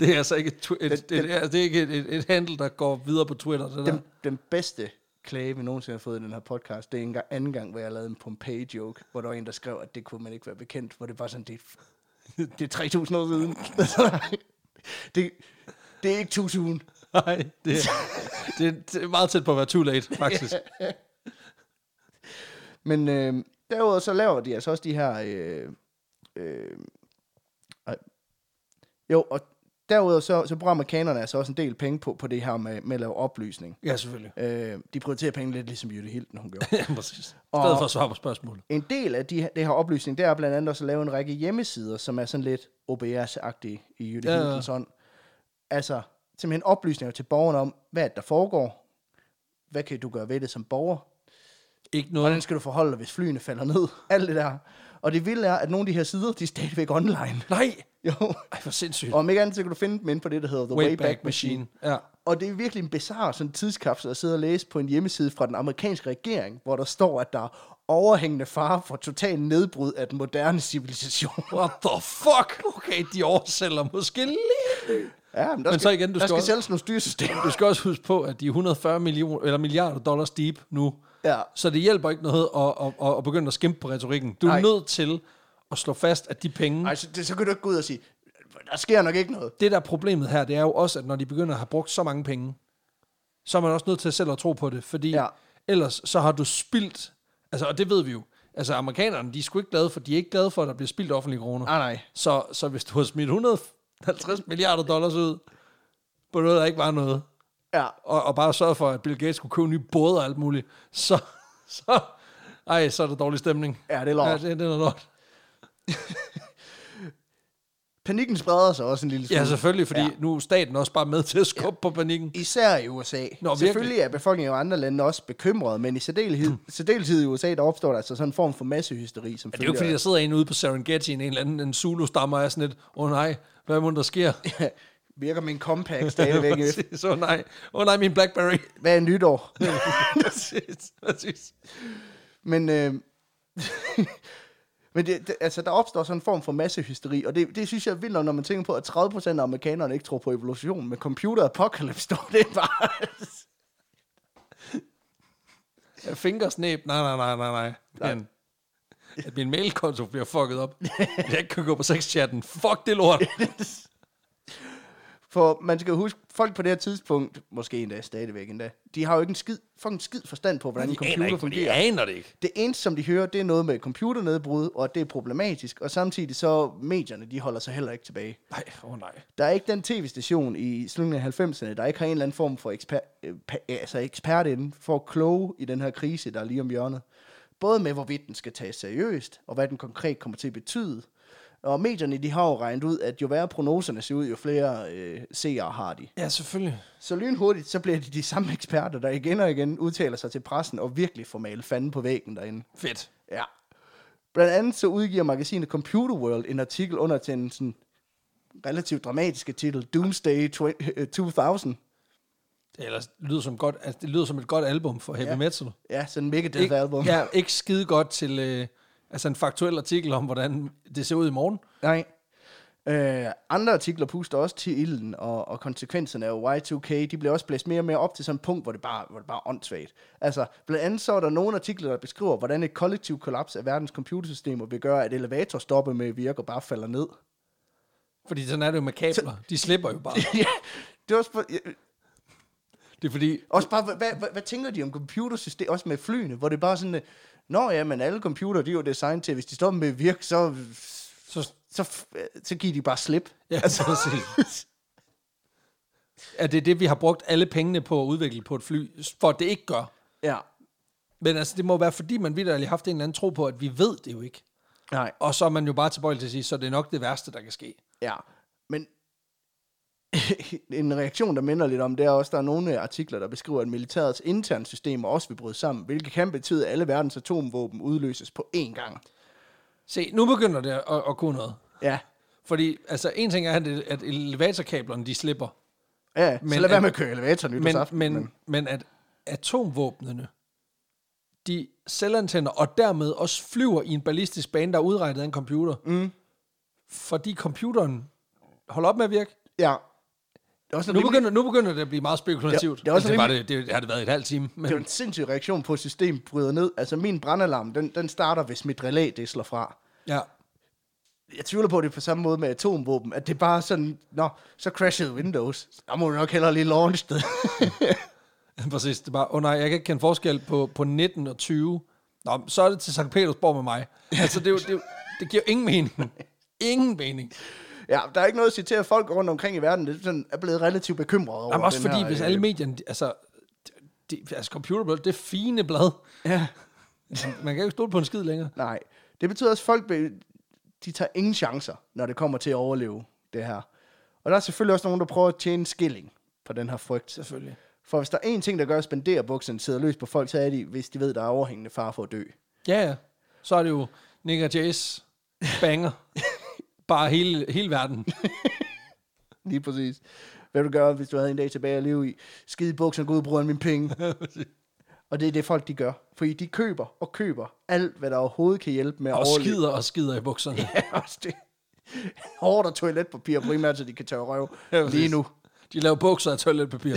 Speaker 1: Det er altså ikke, et, twi- et, et,
Speaker 2: den-
Speaker 1: det er, det er ikke et, et, et handle, der går videre på Twitter. Det der.
Speaker 2: den, den bedste klage, vi nogensinde har fået i den her podcast, det er en gang, anden gang, hvor jeg lavede en Pompeii-joke, hvor der var en, der skrev, at det kunne man ikke være bekendt, hvor det var sådan, det, er f- det er 3.000 år siden. det, det er ikke 2000.
Speaker 1: Nej, det, er- det, er- det er meget tæt på at være too late, faktisk.
Speaker 2: Men øh, derudover så laver de altså også de her... Øh, øh, ej. jo, og derudover så, så bruger amerikanerne altså også en del penge på, på det her med, med at lave oplysning.
Speaker 1: Ja, selvfølgelig.
Speaker 2: Øh, de prioriterer penge lidt ligesom Jytte Hilden, hun gjorde.
Speaker 1: Ja, præcis. I stedet
Speaker 2: Og-
Speaker 1: for at svare på spørgsmålet.
Speaker 2: En del af de, her- det her oplysning, det er blandt andet også at lave en række hjemmesider, som er sådan lidt OBS-agtige i Jytte
Speaker 1: Ja,
Speaker 2: ja,
Speaker 1: ja.
Speaker 2: Hildens hånd. Altså, simpelthen oplysninger til borgerne om, hvad er det, der foregår, hvad kan du gøre ved det som borger,
Speaker 1: Ikke noget.
Speaker 2: hvordan skal du forholde dig, hvis flyene falder ned, alt det der. Og det vilde er, at nogle af de her sider, de er stadigvæk online.
Speaker 1: Nej!
Speaker 2: Jo.
Speaker 1: Ej, hvor sindssygt.
Speaker 2: Og om ikke andet, så kan du finde dem inde på det, der hedder The Wayback,
Speaker 1: Wayback
Speaker 2: Machine.
Speaker 1: Machine. Ja.
Speaker 2: Og det er virkelig en bizarre sådan tidskapsel at sidde og læse på en hjemmeside fra den amerikanske regering, hvor der står, at der er overhængende fare for total nedbrud af den moderne civilisation.
Speaker 1: What the fuck? Okay, de oversælger måske lige.
Speaker 2: ja, men der
Speaker 1: Men
Speaker 2: skal,
Speaker 1: så igen, du
Speaker 2: der
Speaker 1: skal
Speaker 2: skal
Speaker 1: også-
Speaker 2: sælges nogle styresystemer.
Speaker 1: Du skal også huske på, at de er 140 millioner, eller milliarder dollars deep nu.
Speaker 2: Ja.
Speaker 1: Så det hjælper ikke noget at, at, at, at begynde at skimpe på retorikken. Du er
Speaker 2: Nej.
Speaker 1: Ej. nødt til at slå fast, at de penge...
Speaker 2: Ej, så, det, så kan du ikke gå ud og sige, der sker nok ikke noget.
Speaker 1: Det der er problemet her, det er jo også, at når de begynder at have brugt så mange penge, så er man også nødt til selv at tro på det, fordi
Speaker 2: Ja.
Speaker 1: ja. ellers så har du spildt... Altså, og det ved vi jo. Altså, amerikanerne, de er sgu ikke glade for, de er ikke glade for, at der bliver spildt offentlige kroner.
Speaker 2: Ah, Nej, nej.
Speaker 1: Så, så hvis du har smidt 150 milliarder dollars ud på noget, der ikke var noget,
Speaker 2: Ja,
Speaker 1: og, og bare sørge for, at Bill Gates kunne købe nye både og alt muligt, så, så, ej, så er der dårlig stemning.
Speaker 2: Ja, det er lort.
Speaker 1: Ja, det, det er noget lort.
Speaker 2: panikken spreder sig også en lille smule.
Speaker 1: Ja, selvfølgelig, fordi ja. nu er staten også bare med til at skubbe ja. på panikken.
Speaker 2: Især i USA.
Speaker 1: Nå,
Speaker 2: Selvfølgelig er befolkningen i andre lande også bekymret, men i særdeleshed, særdeleshed i USA, der opstår der altså sådan en form for massehysteri, som
Speaker 1: Ja, det er jo ikke, fordi der sidder en ude på Serengeti, en eller anden en Zulu-stammer er sådan lidt, åh oh, nej, hvad må der sker?
Speaker 2: der... virker min compact stadigvæk.
Speaker 1: Præcis, åh oh, nej, åh oh, nej, min Blackberry.
Speaker 2: Hvad er nytår?
Speaker 1: præcis, præcis.
Speaker 2: Men, øh, men det, det, altså, der opstår sådan en form for massehysteri, og det, det synes jeg er vildt, nok, når man tænker på, at 30% af amerikanerne ikke tror på evolution, men computer apocalypse står det bare.
Speaker 1: Ja, Fingersnæb, nej, nej, nej, nej, nej. Men, at min mailkonto bliver fucket op. Jeg ikke kan gå på sexchatten. Fuck det lort.
Speaker 2: For man skal jo huske, folk på det her tidspunkt, måske endda stadigvæk endda, de har jo ikke en skid, fucking skid forstand på, hvordan en
Speaker 1: De aner,
Speaker 2: computer
Speaker 1: ikke,
Speaker 2: fungerer.
Speaker 1: de aner det ikke.
Speaker 2: Det eneste, som de hører, det er noget med computernedbrud, og at det er problematisk, og samtidig så medierne, de holder sig heller ikke tilbage.
Speaker 1: Nej, åh oh nej.
Speaker 2: Der er ikke den tv-station i slutningen af 90'erne, der ikke har en eller anden form for eksper, øh, pa- altså ekspert inden for at kloge i den her krise, der er lige om hjørnet. Både med, hvorvidt den skal tages seriøst, og hvad den konkret kommer til at betyde. Og medierne, de har jo regnet ud, at jo værre prognoserne ser ud, jo flere øh, seere har de.
Speaker 1: Ja, selvfølgelig.
Speaker 2: Så lynhurtigt, så bliver det de samme eksperter, der igen og igen udtaler sig til pressen og virkelig får malet fanden på væggen derinde.
Speaker 1: Fedt.
Speaker 2: Ja. Blandt andet så udgiver magasinet Computer World en artikel under til en sådan relativt dramatiske titel, Doomsday tw- øh, 2000.
Speaker 1: Det, ellers, lyder som godt, altså, det lyder som et godt album for heavy
Speaker 2: Ja.
Speaker 1: ja. metal.
Speaker 2: Ja, sådan en mega death
Speaker 1: Ikke,
Speaker 2: album.
Speaker 1: ja, ikke skide godt til øh, altså en faktuel artikel om, hvordan det ser ud i morgen.
Speaker 2: Nej. Øh, andre artikler puster også til ilden, og, og konsekvenserne af Y2K, de bliver også blæst mere og mere op til sådan et punkt, hvor det bare, hvor det bare er åndssvagt. Altså, blandt andet så er der nogle artikler, der beskriver, hvordan et kollektiv kollaps af verdens computersystemer vil gøre, at elevatorstoppe med virke og bare falder ned.
Speaker 1: Fordi sådan er det jo med kabler. De slipper jo bare.
Speaker 2: ja, det er også... For,
Speaker 1: Det er fordi,
Speaker 2: Også bare, hvad, hvad, hvad, hvad tænker de om computersystem, også med flyene, hvor det er bare sådan, øh, nå ja, men alle computer, de er jo designet til, at hvis de stopper med at virke, så,
Speaker 1: så,
Speaker 2: så, f- øh, så giver de bare slip.
Speaker 1: ja, altså, præcis. Er det det, vi har brugt alle pengene på at udvikle på et fly, for at det ikke gør?
Speaker 2: Ja.
Speaker 1: Men altså, det må være, fordi man vidderligt har haft en eller anden tro på, at vi ved det jo ikke.
Speaker 2: Nej.
Speaker 1: Og så er man jo bare tilbøjelig til at sige, så det er nok det værste, der kan ske.
Speaker 2: Ja, men en reaktion, der minder lidt om, det er også, der er nogle øh, artikler, der beskriver, at militærets interne systemer også vil bryde sammen, hvilket kan betyde, at alle verdens atomvåben udløses på én gang.
Speaker 1: Se, nu begynder det at, at kunne noget.
Speaker 2: Ja,
Speaker 1: Fordi, altså, en ting er, at, at elevatorkablerne, de slipper.
Speaker 2: ja men, så
Speaker 1: Men
Speaker 2: lad være
Speaker 1: at-
Speaker 2: med at køre elevator
Speaker 1: Men,
Speaker 2: nytårsaften.
Speaker 1: men, men. men at atomvåbnene, de selvantænder, og dermed også flyver i en ballistisk bane, der er udregnet af en computer. Mm. Fordi computeren holder op med at virke.
Speaker 2: ja. Det er også en
Speaker 1: Nu
Speaker 2: rimelig-
Speaker 1: begynder, nu begynder det at blive meget spekulativt.
Speaker 2: Ja, det er også
Speaker 1: altså, det, var det, det, har det været i et halvt time. Men,
Speaker 2: Det er jo en sindssyg reaktion på, at systemet bryder ned. Altså, min brandalarm, den, den starter, hvis mit relæ, det slår fra.
Speaker 1: ja.
Speaker 2: Jeg tvivler på, at det er på samme måde med atomvåben, at det bare er sådan, nå, så crashede Windows. Der må du nok hellere lige launch det.
Speaker 1: Præcis, det er bare, oh nej, jeg kan ikke kende forskel på, på 19 og 20. Nå, men så er det til Sankt Petersborg med mig. Altså, det, er jo, det, er jo, det giver ingen mening. Ingen mening.
Speaker 2: Ja, der er ikke noget at citere folk rundt omkring i verden, der sådan er blevet relativt bekymrede over
Speaker 1: Jamen også
Speaker 2: den
Speaker 1: fordi,
Speaker 2: her,
Speaker 1: hvis
Speaker 2: øh,
Speaker 1: alle medierne, de- altså, de, altså computerblad, det er fine blad.
Speaker 2: Ja,
Speaker 1: Man kan jo ikke stole på en skid længere.
Speaker 2: nej. Det betyder også, at folk be, de tager ingen chancer, når det kommer til at overleve det her. Og der er selvfølgelig også nogen, der prøver at tjene en skilling på den her frygt.
Speaker 1: Selvfølgelig.
Speaker 2: For hvis der er én ting, der gør, at spenderbukserne sidder løs på folk, så er de, hvis de ved, der er overhængende far for at dø.
Speaker 1: Ja, ja. Så er det jo Nick og Jace banger. Bare hele, hele verden.
Speaker 2: Lige præcis. Hvad vil du gøre, hvis du havde en dag tilbage at leve i? Skide i bukserne, gå ud og bruge alle mine penge. og det er det, folk de gør. Fordi de køber og køber alt, hvad der overhovedet kan hjælpe med at
Speaker 1: Og
Speaker 2: overleve.
Speaker 1: skider og skider i bukserne.
Speaker 2: Ja, også det. Hårdt og toiletpapir primært, så de kan tørre røv
Speaker 1: Ja,
Speaker 2: ja,
Speaker 1: præcis.
Speaker 2: lige nu.
Speaker 1: De laver bukser af toiletpapir.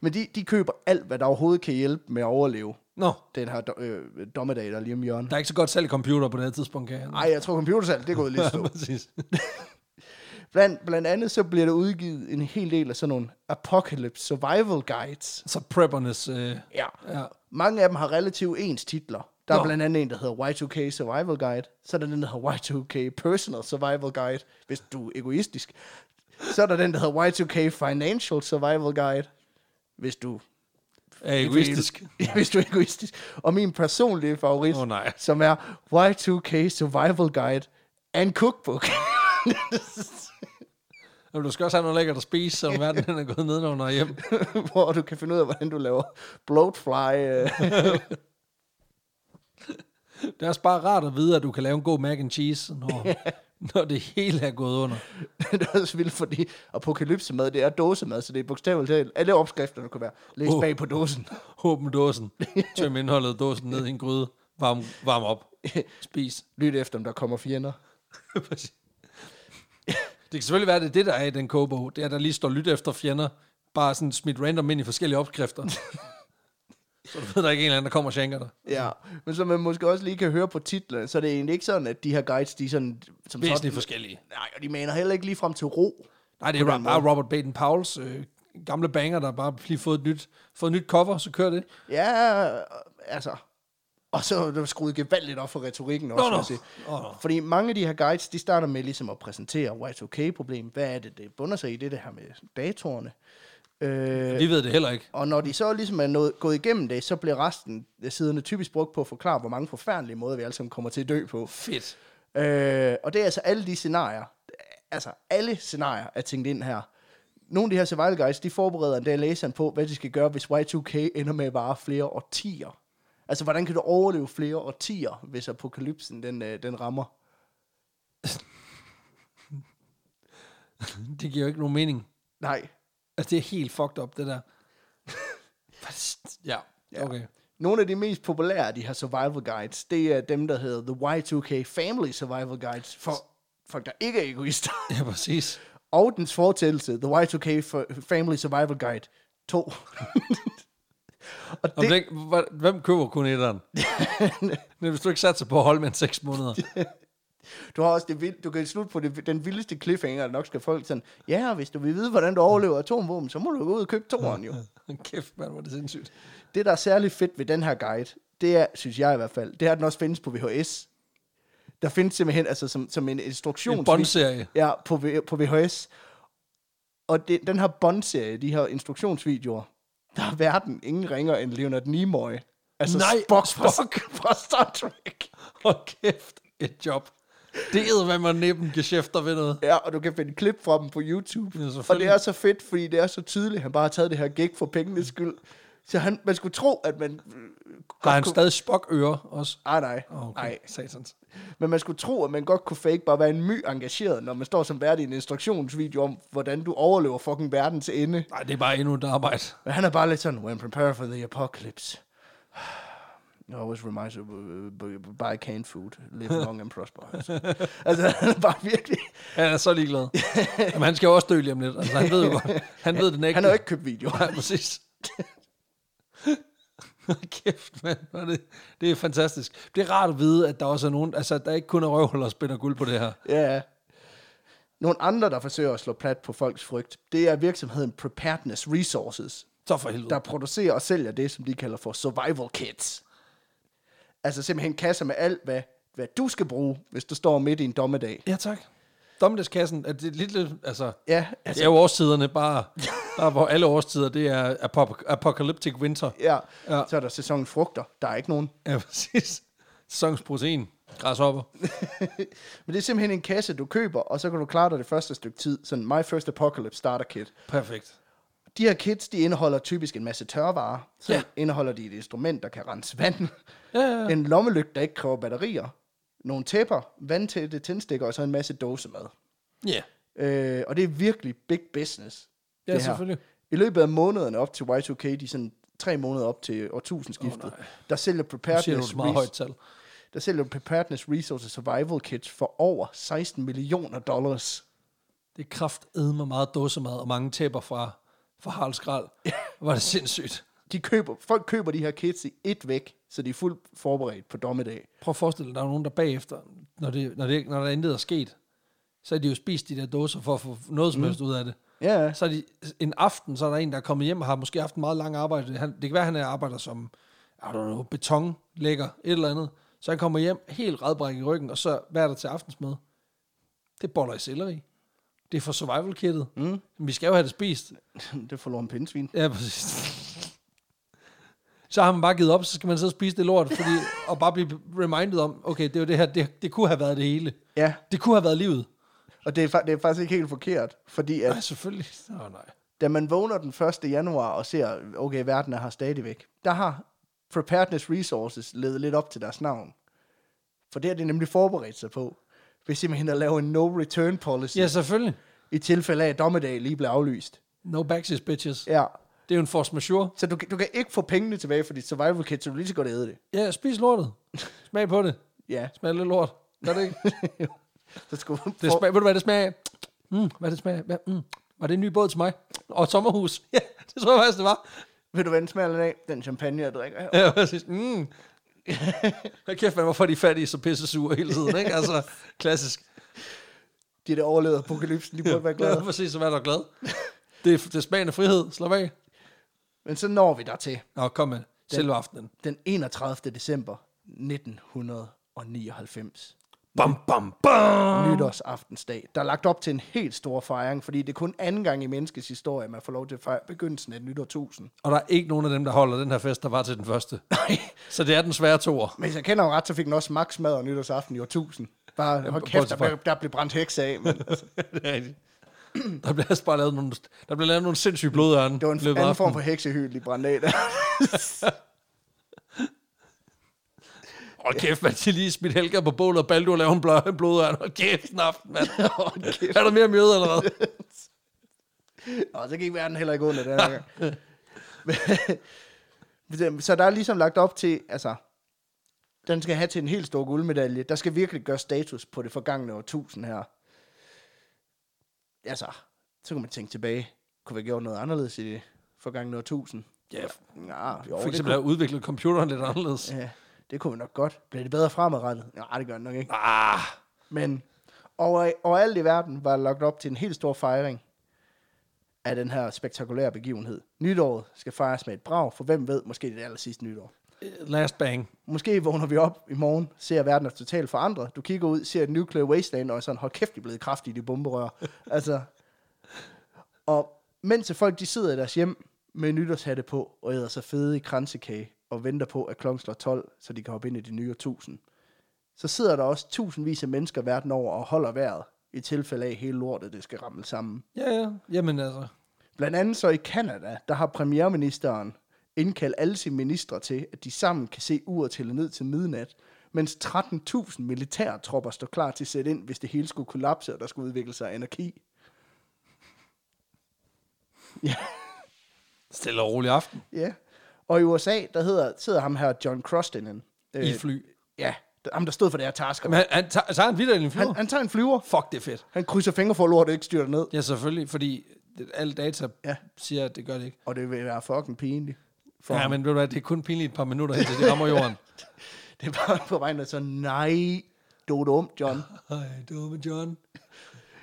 Speaker 2: Men de, de køber alt, hvad der overhovedet kan hjælpe med at overleve
Speaker 1: Nå,
Speaker 2: den her do- øh, dommedag, der er lige om hjørnet.
Speaker 1: der er ikke så godt salg i computer på det her tidspunkt, kan jeg.
Speaker 2: Nej, jeg tror computersalg, det er gået lidt stå.
Speaker 1: præcis.
Speaker 2: Blandt, blandt andet så bliver der udgivet en hel del af sådan nogle apocalypse survival guides.
Speaker 1: Så preppernes... Øh,
Speaker 2: Ja.
Speaker 1: ja.
Speaker 2: Mange af dem har relativt ens titler. Der er
Speaker 1: Nå.
Speaker 2: blandt andet en, der hedder Y2K Survival Guide. Så er der den, der hedder Y2K Personal Survival Guide, hvis du er egoistisk. Så er der den, der hedder Y2K Financial Survival Guide, hvis du
Speaker 1: Er egoistisk.
Speaker 2: hvis du er egoistisk. Og min personlige favorit,
Speaker 1: Åh, nej.
Speaker 2: som er Y2K Survival Guide and Cookbook.
Speaker 1: Jamen, du skal også have noget lækkert at spise, selvom verden den er gået nedenunder og hjem.
Speaker 2: hvor du kan finde ud af, hvordan du laver bloatfly. øh.
Speaker 1: Det er også bare rart at vide, at du kan lave en god mac and cheese, når, når det hele er gået under.
Speaker 2: det er også vildt, fordi apokalypsemad, det er dåsemad, så det er bogstaveligt talt. Alle opskrifter, du kan være. Læs
Speaker 1: Uh.
Speaker 2: bag på dåsen.
Speaker 1: Åbn dåsen. Tøm indholdet af dåsen ned i en gryde. Varm, varm op. Spis.
Speaker 2: Lyt efter, om der kommer fjender.
Speaker 1: Præcis. det kan selvfølgelig være, at det er det, der er i den kobo. Det er, at der lige står lyt efter fjender. Bare sådan smidt random ind i forskellige opskrifter. Så du ved, der er ikke en eller anden, der kommer og skænker dig.
Speaker 2: Ja, men som man måske også lige kan høre på titlen, så er det egentlig ikke sådan, at de her guides, de er sådan... Som
Speaker 1: Væsentligt forskellige.
Speaker 2: Nej, og de maner heller ikke lige frem til ro.
Speaker 1: Nej, det er ro- bare Robert Baden Powells øh, gamle banger, der bare lige fået et nyt, fået et nyt cover, så kører det.
Speaker 2: Ja, altså... Og så er der skruet gevaldigt op for retorikken også.
Speaker 1: Nå, nå.
Speaker 2: vil jeg sige.
Speaker 1: Nå, nå.
Speaker 2: Fordi mange af de her guides, de starter med ligesom at præsentere Y2K-problem. Hvad er det, det bunder sig i? Det er det her med datorerne. Øh,
Speaker 1: Vi ved det heller ikke.
Speaker 2: og når de så ligesom er nået, gået igennem det, så bliver resten af siderne typisk brugt på at forklare, hvor mange forfærdelige måder vi alle sammen kommer til at dø på.
Speaker 1: Fedt.
Speaker 2: Øh, og det er altså alle de scenarier. Altså, alle scenarier er tænkt ind her. Nogle af de her survival guides, de forbereder endda læseren på, hvad de skal gøre, hvis Y2K ender med at vare flere årtier. Altså, hvordan kan du overleve flere årtier, hvis apokalypsen den, øh, den rammer?
Speaker 1: Det giver jo ikke nogen mening.
Speaker 2: Nej.
Speaker 1: Altså, det er helt fucked up, det der. ja, okay.
Speaker 2: Nogle af de mest populære af de her survival guides, det er dem, der hedder The Y2K Family Survival Guides, for folk, der ikke er egoister.
Speaker 1: Ja, præcis.
Speaker 2: Og dens fortællelse, The Y2K Fa- Family Survival Guide 2. og
Speaker 1: Om det... ikke, hva- hvem køber kun etteren? Men hvis du ikke satser på at holde med en seks måneder.
Speaker 2: Du har også det vild, du kan slutte på det, den vildeste cliffhanger, der nok skal folk sådan, ja, og hvis du vil vide, hvordan du overlever atomvåben, så må du gå ud og købe toren jo.
Speaker 1: Kæft, man, hvor er det sindssygt.
Speaker 2: Det, der er særlig fedt ved den her guide, det er, synes jeg i hvert fald, det er, at den også findes på VHS. Der findes simpelthen altså, som, som en instruktions...
Speaker 1: En båndserie.
Speaker 2: Ja, på, V- på VHS. Og det, den her båndserie, de her instruktionsvideoer, der er verden ingen ringer end Leonard Nimoy. Altså
Speaker 1: Nej,
Speaker 2: Spock, Spock. fra Star Trek.
Speaker 1: Hold kæft, et job. Det er hvad man næppen geschæfter ved noget.
Speaker 2: Ja, og du kan finde klip fra dem på YouTube.
Speaker 1: Ja,
Speaker 2: og
Speaker 1: selvfølgelig.
Speaker 2: det er så fedt, fordi det er så tydeligt, at han bare har taget det her gig for pengenes skyld. Så han, man skulle tro, at man...
Speaker 1: Har han stadig spokører også?
Speaker 2: Ah, nej,
Speaker 1: Åh,
Speaker 2: okay. nej.
Speaker 1: satans.
Speaker 2: Men man skulle tro, at man godt kunne fake bare være en my engageret, når man står som vært i en instruktionsvideo om, hvordan du overlever fucking verdens ende.
Speaker 1: Nej, det er bare endnu et arbejde.
Speaker 2: Men han er bare lidt sådan, when prepare for the apocalypse. I always remind you, uh, buy canned food, live long and prosper. altså, han er bare virkelig...
Speaker 1: Han er så ligeglad. Jamen, han skal jo også dø lige om lidt. Altså, han ved jo godt. Han ved det ikke.
Speaker 2: Han har jo ikke købt video.
Speaker 1: Nej, præcis. Kæft, mand. Hvor er Det, det er fantastisk. Det er rart at vide, at der også er nogen... Altså, der ikke kun er røvhuller, der spinder guld på det her.
Speaker 2: Ja. Nogle andre, der forsøger at slå plat på folks frygt, det er virksomheden Preparedness Resources,
Speaker 1: Så for helvede.
Speaker 2: der producerer og sælger det, som de kalder for survival kits. Altså simpelthen kasser med alt, hvad, hvad du skal bruge, hvis du står midt i en dommedag.
Speaker 1: Ja, tak. Dommedagskassen er det lidt... lidt- Altså,
Speaker 2: Ja,
Speaker 1: altså,
Speaker 2: altså-
Speaker 1: det er jo årstiderne bare... Bare hvor alle årstider, det er apop- apocalyptic winter.
Speaker 2: Ja.
Speaker 1: Ja.
Speaker 2: ja. Så er der sæsonen frugter. Der er ikke nogen.
Speaker 1: Ja, præcis. Sæsonsprotein. Græshopper.
Speaker 2: Men det er simpelthen en kasse, du køber, og så kan du klare dig det første stykke tid. Sådan My First Apocalypse Starter Kit.
Speaker 1: Perfekt.
Speaker 2: De her kits, de indeholder typisk en masse tørvarer. Så
Speaker 1: Ja.
Speaker 2: ja. indeholder de et instrument, der kan rense vand.
Speaker 1: Ja, ja, ja.
Speaker 2: En lommelygte, der ikke kræver batterier. Nogle tæpper, vandtætte tændstikker og så en masse dåsemad.
Speaker 1: Ja.
Speaker 2: Øh, og det er virkelig big business.
Speaker 1: Ja,
Speaker 2: det her.
Speaker 1: selvfølgelig.
Speaker 2: I løbet af månederne op til Y2K, de er sådan tre måneder op til årtusindskiftet, oh, der sælger
Speaker 1: Nu siger du
Speaker 2: preparedness,
Speaker 1: et meget højt tal.
Speaker 2: der sælger preparedness Resources Survival Kits for over 16 millioner dollars.
Speaker 1: Det er kraftedme meget dåsemad og mange tæpper fra, fra Harald Skrald. Var det sindssygt.
Speaker 2: De køber, folk køber de her kits i et væk, så de er fuldt forberedt på dommedag.
Speaker 1: Prøv at forestille dig, der er nogen, der bagefter, når, det, når, det, når der intet er sket, så har de jo spist de der dåser for at få noget som helst ud af det.
Speaker 2: Ja, ja.
Speaker 1: Så er de, en aften, så er der en, der er kommet hjem og har måske haft en meget lang arbejde. Han, det kan være, at han er arbejder som I don't know, betonlægger, et eller andet. Så han kommer hjem helt redbræk i ryggen, og så hvad er der til aftensmad? Det er boller i selleri. Det er for survival-kittet. Mm. Vi skal jo have det spist.
Speaker 2: det forlorer en pindsvin.
Speaker 1: Ja, præcis. Så har man bare givet op, så skal man sidde og spise det lort, fordi, og bare blive reminded om, okay, det var det her, det, det kunne have været det hele.
Speaker 2: Ja,
Speaker 1: Det kunne have været livet.
Speaker 2: og det er, fa- det er faktisk ikke helt forkert, fordi at
Speaker 1: Nej, selvfølgelig. Åh, oh, nej.
Speaker 2: da man vågner den 1. januar og ser, okay, verden er her stadigvæk, der har Preparedness Resources ledet lidt op til deres navn. For det har de nemlig forberedt sig på. Ved simpelthen at lave en no-return policy,
Speaker 1: Ja,
Speaker 2: yes.
Speaker 1: selvfølgelig.
Speaker 2: i tilfælde af, at dommedag lige blev aflyst.
Speaker 1: No backseas, bitches.
Speaker 2: Ja.
Speaker 1: Det er jo en force majeure.
Speaker 2: Så du, kan- du kan ikke få pengene tilbage for dit survival kit, så du kan lige så godt æde det.
Speaker 1: Ja, spis lortet. Smag på det.
Speaker 2: Ja.
Speaker 1: Smag lidt lort. Gør det ikke?
Speaker 2: Så skulle du
Speaker 1: Det
Speaker 2: få-
Speaker 1: smag, ved du, hvad det smager af? Mm, hvad det smager af? Hvad, mm. Var det en ny båd til mig? Og et sommerhus. Ja, det tror jeg faktisk, det var.
Speaker 2: Vil du vende smallen af den champagne, jeg drikker her?
Speaker 1: Ja, præcis. Mm. Hvad kæft, man, hvorfor er de fattige så pisse sure hele tiden, ikke? Altså, klassisk.
Speaker 2: De der overlevede apokalypsen, de burde være glade.
Speaker 1: Ja, præcis, så vær dog glad. Det er, det er smagen af frihed. Slap af.
Speaker 2: Men så når vi der til
Speaker 1: Nå, kom med. Selve aftenen.
Speaker 2: den 31. december 1999.
Speaker 1: Bam, bam, bam!
Speaker 2: nytårsaftensdag. Der er lagt op til en helt stor fejring, fordi det er kun anden gang i menneskets historie, man får lov til at fejre begyndelsen af et nytår 1000.
Speaker 1: Og der er ikke nogen af dem, der holder den her fest, der var til den første.
Speaker 2: Nej.
Speaker 1: Så det er den svære toer.
Speaker 2: Men hvis jeg kender jo ret, så fik den også max mad og nytårsaften i år 1000. Bare, hold
Speaker 1: bortset
Speaker 2: kæft, der, blev,
Speaker 1: fra-
Speaker 2: der blev brændt hekse af. Men altså,
Speaker 1: Det er rigtigt. Der bliver altså bare lavet nogle, der bliver lavet nogle sindssyge blodørne.
Speaker 2: det var en
Speaker 1: i løbet af
Speaker 2: anden form
Speaker 1: aftenen.
Speaker 2: for heksehyl, de brændte af der.
Speaker 1: Hold kæft, man. De lige smidt Helga på bålet, og Baldur laver en, blå, en blodørn. Hold kæft, en aften, mand.
Speaker 2: Hold kæft.
Speaker 1: Er der mere mjøde allerede?
Speaker 2: Og så gik verden heller ikke under den her gang. Men- så der er ligesom lagt op til, altså, den skal have til en helt stor guldmedalje. Der skal virkelig gøre status på det forgangne årtusind her. Altså, så kan man tænke tilbage. Kunne vi have gjort noget anderledes i det forgangne årtusind?
Speaker 1: Ja,
Speaker 2: Ja, jo,
Speaker 1: for
Speaker 2: det,
Speaker 1: eksempel
Speaker 2: kunne,
Speaker 1: at udvikle computeren lidt anderledes.
Speaker 2: ja, det kunne vi nok godt. Bliver det bedre fremadrettet? Nej, det gør det nok ikke.
Speaker 1: Ah,
Speaker 2: Men over, overalt i verden var der lagt op til en helt stor fejring af den her spektakulære begivenhed. Nytåret skal fejres med et brag, for hvem ved, måske det er det aller sidste nytår.
Speaker 1: Last bang.
Speaker 2: Måske vågner vi op i morgen, ser verden er totalt forandret. Du kigger ud, ser et nuclear wasteland, og er sådan, hold kæft, de er blevet kraftige, de bomberør. altså, og mens folk de sidder i deres hjem med nytårshatte på, og æder sig fede i kransekage, og venter på, at klokken slår 12, så de kan hoppe ind i de nye årtusind, så sidder der også tusindvis af mennesker verden over og holder vejret, i tilfælde af at hele lortet, det skal ramme sammen.
Speaker 1: Ja, ja. Jamen altså.
Speaker 2: Blandt andet så i Kanada, der har premierministeren indkaldt alle sine ministre til, at de sammen kan se uret tælle ned til midnat, mens 13.000 militærtropper står klar til at sætte ind, hvis det hele skulle kollapse, og der skulle udvikle sig anarki.
Speaker 1: Stille og rolig aften.
Speaker 2: Ja. Og i USA, der hedder, sidder ham her John Crostinen. Øh,
Speaker 1: I fly.
Speaker 2: Ja, der- ham der stod for det her tasker.
Speaker 1: Men han, han tager, tager han videre en flyver?
Speaker 2: Han, han tager en flyver,
Speaker 1: Fuck, det er fedt.
Speaker 2: han krydser fingre for, at lortet ikke styrter ned.
Speaker 1: Ja, selvfølgelig, fordi det- alle data
Speaker 2: Ja.
Speaker 1: ja. siger, at det gør det ikke.
Speaker 2: Og det vil være fucking pinligt. For
Speaker 1: For ja,
Speaker 2: ham.
Speaker 1: men ved du hvad, det er kun pinligt et par minutter, indtil det rammer jorden.
Speaker 2: Det er bare på vejen, der så, nej, du er dum, John.
Speaker 1: Hej, dumme John.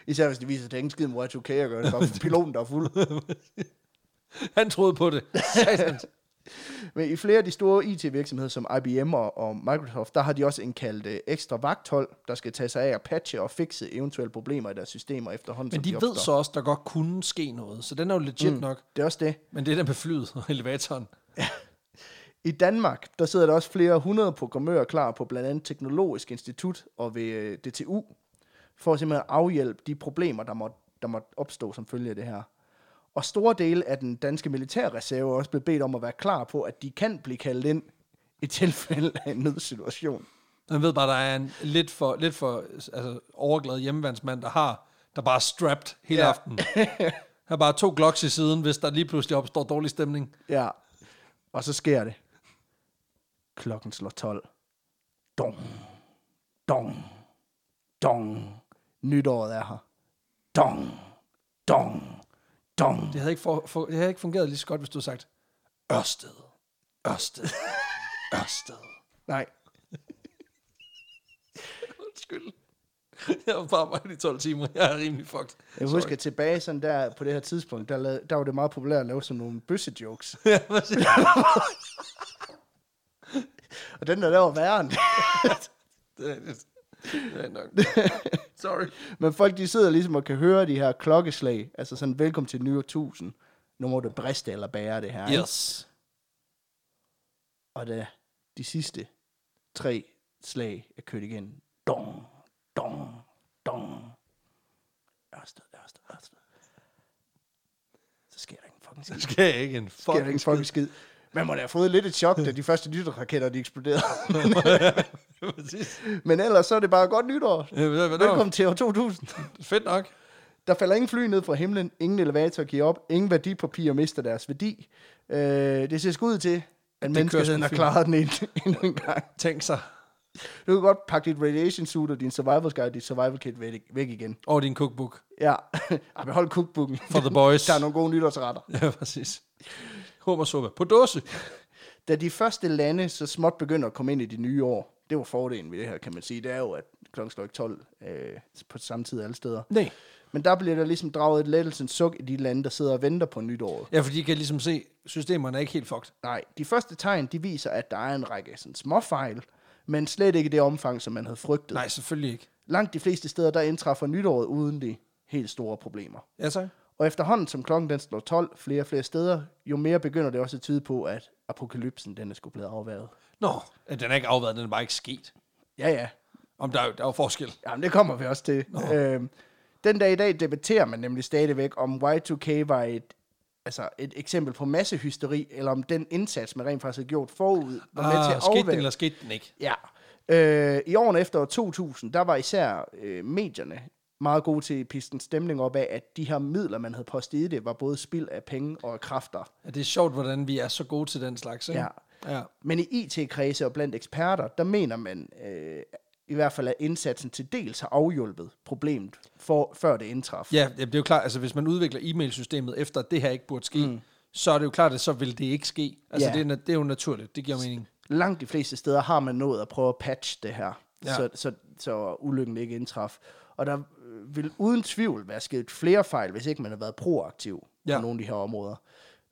Speaker 2: Især hvis det viser, at det er ingen skid, hvor jeg tog kage og gør det. Bare for piloten, der er fuld.
Speaker 1: Han troede på det. Satans.
Speaker 2: Men i flere af de store IT-virksomheder, som IBM og, og Microsoft, der har de også indkaldt øh, ekstra vagthold, der skal tage sig af at patche og fikse eventuelle problemer i deres systemer efterhånden.
Speaker 1: men
Speaker 2: som
Speaker 1: de ved
Speaker 2: opstår.
Speaker 1: så også, der godt kunne ske noget, så den er jo legit mm. nok.
Speaker 2: Det er også det.
Speaker 1: Men det der med flyet og elevatoren.
Speaker 2: I Danmark, der sidder der også flere hundrede programmører klar på blandt andet Teknologisk Institut og ved øh, DTU, for at simpelthen afhjælpe de problemer, der måtte, der måtte opstå som følge af det her. Og store dele af den danske militærreserve er også blevet bedt om at være klar på, at de kan blive kaldt ind i tilfælde af en nødsituation.
Speaker 1: Man ved bare, der er en lidt for, lidt for altså, overglad hjemmeværnsmand, der har, der bare er strapped hele
Speaker 2: Ja.
Speaker 1: ja. aftenen. Der er bare to glocks i siden, hvis der lige pludselig opstår dårlig stemning.
Speaker 2: Ja. Og så sker det. Klokken slår 12. Dong. Dong. Dong. Nytåret er her. Dong. Dong. Dong.
Speaker 1: Det havde ikke, for, for, det havde ikke fungeret lige så godt, hvis du havde sagt, Ørsted, Ørsted, Ørsted.
Speaker 2: Nej.
Speaker 1: Undskyld. Jeg var bare arbejdet i 12 timer. Jeg er rimelig fucked.
Speaker 2: Jeg husker tilbage sådan der, på det her tidspunkt, der, lavede, der var det meget populært at lave sådan nogle bøsse-jokes.
Speaker 1: Ja, præcis.
Speaker 2: Og den der, der var værre end
Speaker 1: det er rigtigt. Det er nok. Sorry.
Speaker 2: Men folk, de sidder ligesom og kan høre de her klokkeslag. Altså sådan, velkommen til nye 1000. Nu må du briste eller bære det her. ikke?
Speaker 1: Yes.
Speaker 2: Og da de sidste tre slag er kørt igen. Dong, dong, dong. Ørsted, Ørsted, Ørsted. Så sker der ingen fucking skid.
Speaker 1: Det skal jeg ikke en
Speaker 2: Så sker der
Speaker 1: fucking
Speaker 2: ingen fucking skid. Man må da have fået lidt et chok, da de første nytårsraketter de eksploderede.
Speaker 1: Præcis.
Speaker 2: Men ellers så er det bare godt nytår.
Speaker 1: Ja, men det var-
Speaker 2: Velkommen til år 2000.
Speaker 1: Fedt nok.
Speaker 2: Der falder ingen fly ned fra himlen, ingen elevator giver op, ingen værdipapirer mister deres værdi. Øh, det ser skud til, at menneskeheden
Speaker 1: sgu
Speaker 2: har
Speaker 1: fint.
Speaker 2: klaret den en- endnu en gang.
Speaker 1: Tænk sig.
Speaker 2: Du kan godt pakke dit radiation suit og din survival guide, dit survival kit væk, væk igen.
Speaker 1: Og din cookbook.
Speaker 2: Ja, Ej, men hold cookbooken.
Speaker 1: For the boys.
Speaker 2: Der er nogle gode nytårsretter.
Speaker 1: Ja, præcis. Hummersuppe. På dåse.
Speaker 2: Da de første lande så småt begynder at komme ind i de nye år, det var fordelen ved det her, kan man sige. Det er jo, at klokken slår ikke 12 øh, på samme tid alle steder.
Speaker 1: Nej.
Speaker 2: Men der bliver der ligesom draget et lettelsens suk i de lande, der sidder og venter på nytåret.
Speaker 1: Ja, fordi I kan ligesom se, systemerne er ikke helt fucked.
Speaker 2: Nej, de første tegn, de viser, at der er en række sådan, småfejl, men slet ikke i det omfang, som man havde frygtet.
Speaker 1: Nej, selvfølgelig ikke.
Speaker 2: Langt de fleste steder, der indtræffer nytåret uden de helt store problemer.
Speaker 1: Ja, tak.
Speaker 2: Og efterhånden, som klokken den slår 12 flere og flere steder, jo mere begynder det også at tyde på, at apokalypsen den er skulle blevet afværet.
Speaker 1: Nå, ja, den er ikke afværet, den er bare ikke sket.
Speaker 2: Ja, ja.
Speaker 1: Om der er jo, der er jo forskel.
Speaker 2: Jamen, det kommer vi også til. Øhm, den dag i dag debatterer man nemlig stadigvæk, om Y2K var et, altså et eksempel på massehysteri, eller om den indsats, man rent faktisk havde gjort forud, var med til at
Speaker 1: Ah, skete den,
Speaker 2: afværge-
Speaker 1: eller skete den ikke?
Speaker 2: Ja. Øh, I årene efter år 2000, der var især øh, medierne meget gode til at piste en stemning op af, at de her midler, man havde postet i det, var både spild af penge og af kræfter.
Speaker 1: Ja, det er sjovt, hvordan vi er så gode til den slags, ikke?
Speaker 2: Ja.
Speaker 1: ja.
Speaker 2: Men i IT-kredse og blandt eksperter, der mener man øh, i hvert fald, at indsatsen til dels har afhjulpet problemet, for, før det indtraf.
Speaker 1: Ja, jamen, det er jo klart, altså hvis man udvikler e-mailsystemet efter, at det her ikke burde ske, mm. så er det jo klart, at så vil det ikke ske. Altså
Speaker 2: Ja.
Speaker 1: det, er, na- det er jo naturligt, det giver mening.
Speaker 2: Langt de fleste steder har man nået at prøve at patche det her.
Speaker 1: Ja.
Speaker 2: ja. så, så, så ulykken ikke indtraf. Og der øh, vil uden tvivl være sket flere fejl, hvis ikke man har været proaktiv ja.
Speaker 1: Ja.
Speaker 2: på nogle af de her områder.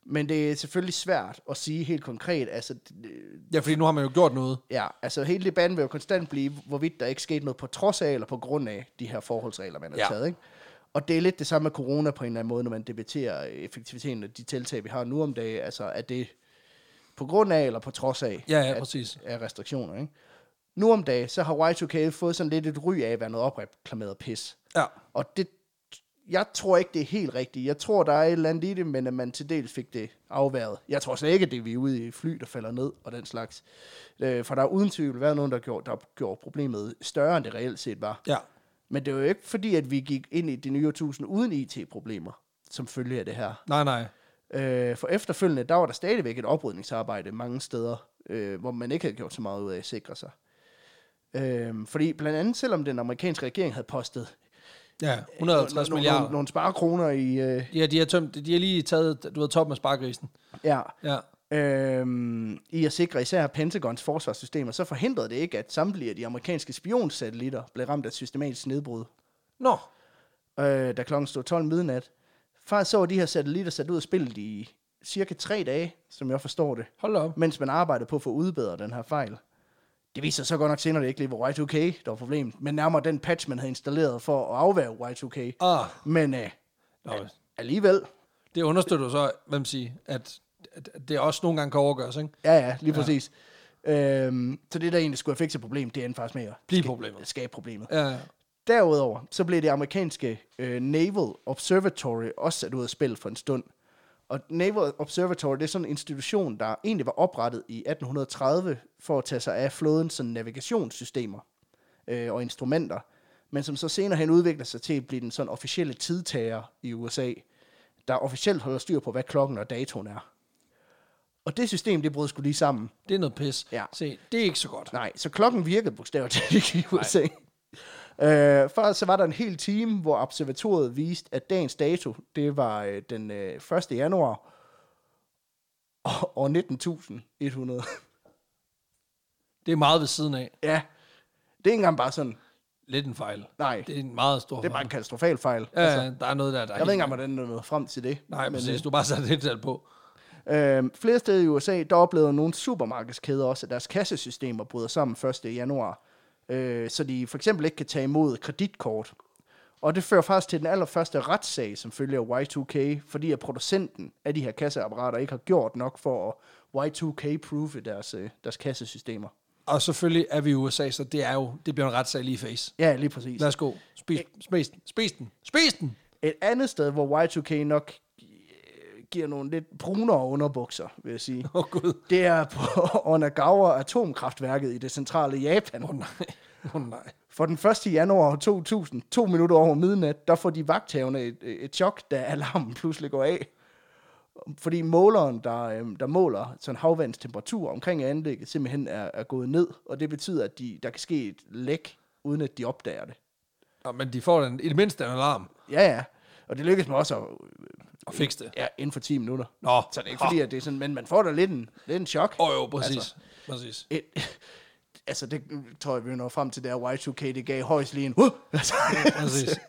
Speaker 2: Men det er selvfølgelig svært at sige helt konkret, altså øh,
Speaker 1: Ja, fordi nu har man jo gjort noget.
Speaker 2: Ja, altså hele debatten vil jo konstant blive, hvorvidt der ikke skete noget på trods af eller på grund af de her forholdsregler, man har
Speaker 1: Ja.
Speaker 2: ja. taget. Ikke? Og det er lidt det samme med corona på en eller anden måde, når man debatterer effektiviteten af de tiltag, vi har nu om dagen. Altså er det på grund af eller på trods af
Speaker 1: Ja, ja,
Speaker 2: at-
Speaker 1: præcis.
Speaker 2: af restriktioner. Ikke? Nu om dagen, så har Y2K fået sådan lidt et ry af at være noget opreklameret pis.
Speaker 1: Ja.
Speaker 2: Og det, jeg tror ikke, det er helt rigtigt. Jeg tror, der er et eller andet i det, men at man til dels fik det afværet. Jeg tror slet ikke, at det er vi er ude i fly, der falder ned og den slags. Øh, for der har uden tvivl været nogen, der gjorde, der gjorde problemet større, end det reelt set var.
Speaker 1: Ja.
Speaker 2: Men det var jo ikke fordi, at vi gik ind i det nye årtusind uden IT-problemer, som følge af det her.
Speaker 1: Nej, nej.
Speaker 2: Øh, for efterfølgende, der var der stadigvæk et oprydningsarbejde mange steder, øh, hvor man ikke havde gjort så meget ud af at sikre sig. Øh, fordi blandt andet, selvom den amerikanske regering havde postet
Speaker 1: Ja,
Speaker 2: Øh,
Speaker 1: 150
Speaker 2: nogle-
Speaker 1: milliarder.
Speaker 2: Nogle, nogle sparekroner i... Øh,
Speaker 1: Ja, de har, tømt, de har lige taget, du ved, toppen af sparkrisen.
Speaker 2: ja,
Speaker 1: Ja.
Speaker 2: øhm, i at sikre især Pentagons forsvarssystem, og så forhindrede det ikke, at samtlige af de amerikanske spionsatellitter blev ramt af et systematisk nedbrud,
Speaker 1: Nå,
Speaker 2: øh, da klokken stod 12 midnat. Faktisk så var de her satellitter sat ud af spillet i cirka tre dage, som jeg forstår det,
Speaker 1: hold da op.
Speaker 2: mens man arbejdede på at få udbedret den her fejl. Det viser sig så godt nok senere, at det ikke lige var Y2K, der var problemet, men nærmere den patch, man havde installeret for at afværge Y2K.
Speaker 1: Ah,
Speaker 2: Men øh,
Speaker 1: nå,
Speaker 2: alligevel,
Speaker 1: det understøtter jo så, hvem siger, at at det også nogle gange kan overgøres, ikke?
Speaker 2: Ja, ja, lige præcis. Øhm, så det, der egentlig skulle have fikset problemet, det endte faktisk med at
Speaker 1: Blive
Speaker 2: ska-
Speaker 1: problemet.
Speaker 2: skabe problemet.
Speaker 1: Ja, ja.
Speaker 2: Derudover, så blev det amerikanske øh, Naval Observatory også sat ud af spil for en stund. Og Naval Observatory, det er sådan en institution, der egentlig var oprettet i 1830 for at tage sig af flådens sådan, navigationssystemer øh, og instrumenter, men som så senere hen udvikler sig til at blive den sådan officielle tidtager i USA, der officielt holder styr på, hvad klokken og datoen er. Og det system, det brød skulle lige sammen.
Speaker 1: det er noget pis.
Speaker 2: Ja.
Speaker 1: Se, det er ikke så godt.
Speaker 2: Nej, så klokken virkede bogstaveligt talt ikke i USA. Øh, før så var der en hel time, hvor observatoriet viste, at dagens dato, det var øh, den øh, 1. januar og, og 19.100.
Speaker 1: Det er meget ved siden af.
Speaker 2: ja, det er ikke engang bare sådan,
Speaker 1: Lidt en fejl.
Speaker 2: nej,
Speaker 1: Det er en meget stor
Speaker 2: det er bare
Speaker 1: fejl.
Speaker 2: en katastrofal fejl.
Speaker 1: Ja, altså, der er noget der, der er
Speaker 2: Jeg ved
Speaker 1: helt-
Speaker 2: ikke engang, hvordan der nåede frem til det.
Speaker 1: Nej, men øh, præcis. Du har bare sat det tal på.
Speaker 2: Øh, flere steder i USA, der oplevede nogle supermarkedskæder også, at deres kassesystemer bryder sammen 1. januar, øh, så de for eksempel ikke kan tage imod kreditkort. Og det fører faktisk til den allerførste retssag, som følger Y2K, fordi at producenten af de her kasseapparater ikke har gjort nok for at Y2K-proofe deres, øh, deres kassesystemer.
Speaker 1: Og selvfølgelig er vi i USA, så det er jo, det bliver en retssag lige i face.
Speaker 2: Ja, lige præcis.
Speaker 1: Lad os gå. Spis, spis den. Spis den. Spis den.
Speaker 2: Et andet sted, hvor Y2K nok øh, giver nogle lidt brunere underbukser, vil jeg sige.
Speaker 1: Åh, oh, Gud.
Speaker 2: Det er på Onagawa Atomkraftværket i det centrale Japan.
Speaker 1: Åh, oh, nej. Åh, oh, nej.
Speaker 2: For den 1. januar 2000, to minutter over midnat, der får de vagthavende et, et chok, da alarmen pludselig går af. Fordi måleren, der, øhm, der måler sådan havvandstemperatur omkring anlægget, simpelthen er, er gået ned. Og det betyder, at de, der kan ske et læk, uden at de opdager det.
Speaker 1: Nå, men de får den, i det mindste en alarm
Speaker 2: Ja, ja. Og det lykkedes mig også at,
Speaker 1: og fikse det.
Speaker 2: ja, inden for 10 minutter.
Speaker 1: Nå,
Speaker 2: Så det er ikke fordi, at det er sådan, men man får da lidt en, lidt en chok.
Speaker 1: Åh oh, jo, præcis.
Speaker 2: Altså.
Speaker 1: Altså. præcis.
Speaker 2: Et, altså, det tror jeg, vi når frem til, der Y2K, det gav højst lige en... Uh! Altså,
Speaker 1: Præcis.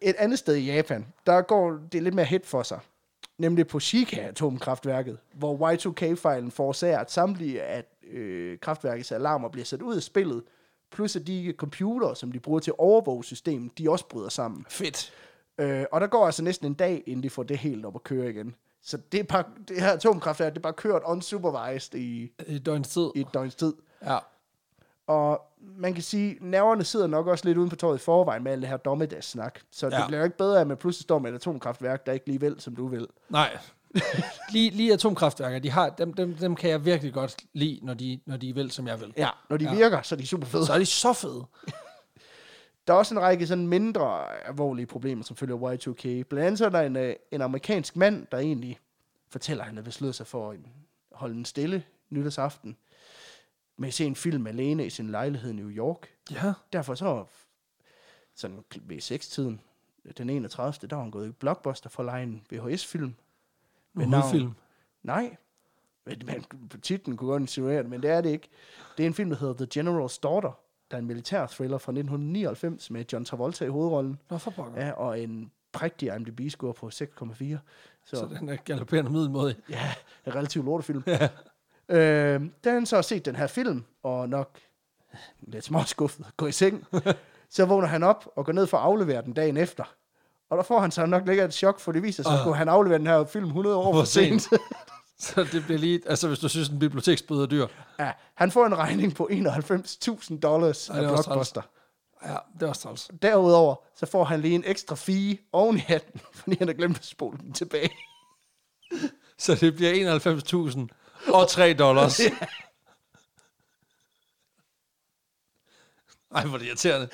Speaker 2: Et andet sted i Japan, der går det lidt mere hit for sig. Nemlig på Shika-atomkraftværket, hvor Y2K-fejlen forårsager, at samtlige af øh, kraftværkets alarmer bliver sat ud af spillet, plus at de computere, som de bruger til at overvåge systemet, de også bryder sammen.
Speaker 1: Fedt.
Speaker 2: Øh, og der går altså næsten en dag, inden de får det helt op at køre igen. Så det, er bare, det her atomkraftværk, det er bare kørt unsupervised i,
Speaker 1: I døgnets tid.
Speaker 2: i et døgns tid.
Speaker 1: Ja.
Speaker 2: Og man kan sige, nerverne sidder nok også lidt uden på tøjet i forvejen med alt det her dommedagssnak. Så ja.
Speaker 1: Ja.
Speaker 2: det bliver jo ikke bedre, at man pludselig står med et atomkraftværk, der ikke lige vil, som du vil.
Speaker 1: Nej. lige, lige atomkraftværker, de har, dem, dem, dem kan jeg virkelig godt lide, når de, når de vil, som jeg vil.
Speaker 2: Ja. Når de
Speaker 1: Ja.
Speaker 2: ja. virker, så er de super fede.
Speaker 1: Så er de så fede.
Speaker 2: Der er også en række sådan mindre alvorlige problemer, som følger Y2K. Blandt andet så er der en, øh, en amerikansk mand, der egentlig fortæller, at han har besluttet sig for at øh, holde en stille nytårsaften med at se en film alene i sin lejlighed i New York.
Speaker 1: Ja.
Speaker 2: derfor så sådan ved 6-tiden, den 31. der var han gået i Blockbuster for at lege en VHS-film.
Speaker 1: Med
Speaker 2: navn-
Speaker 1: hovedfilm.
Speaker 2: Nej. Men, man, titlen kunne godt insinuere det, men det er det ikke. Det er en film, der hedder The General's Daughter, der er en militær thriller fra 1999 med John Travolta i hovedrollen,
Speaker 1: Nå, for pokker.
Speaker 2: ja, og en prægtig IMDb-score på 6,4. Så,
Speaker 1: Så den er galopperende middelmåde.
Speaker 2: ja, en relativt lortefilm. Ja. Øh, da han så har set den her film, og nok lidt småskuffet og går i seng, så vågner han op og går ned for at aflevere den dagen efter. Og der får han så nok lidt af et chok, for det viser sig, at kunne han aflevere den her film 100 år
Speaker 1: Hvor
Speaker 2: for sent.
Speaker 1: Ah. sent. Så det bliver lige... Altså, hvis du synes, en biblioteksbøde er dyr.
Speaker 2: ja, han får en regning på 91.000 dollars
Speaker 1: det
Speaker 2: af
Speaker 1: er også
Speaker 2: Blockbuster.
Speaker 1: Ja, det er også træls.
Speaker 2: Derudover, så får han lige en ekstra fee oven i hatten, fordi han har glemt at spole den tilbage.
Speaker 1: Så det bliver 91.000 og 3 dollars. Ej, hvor er det irriterende.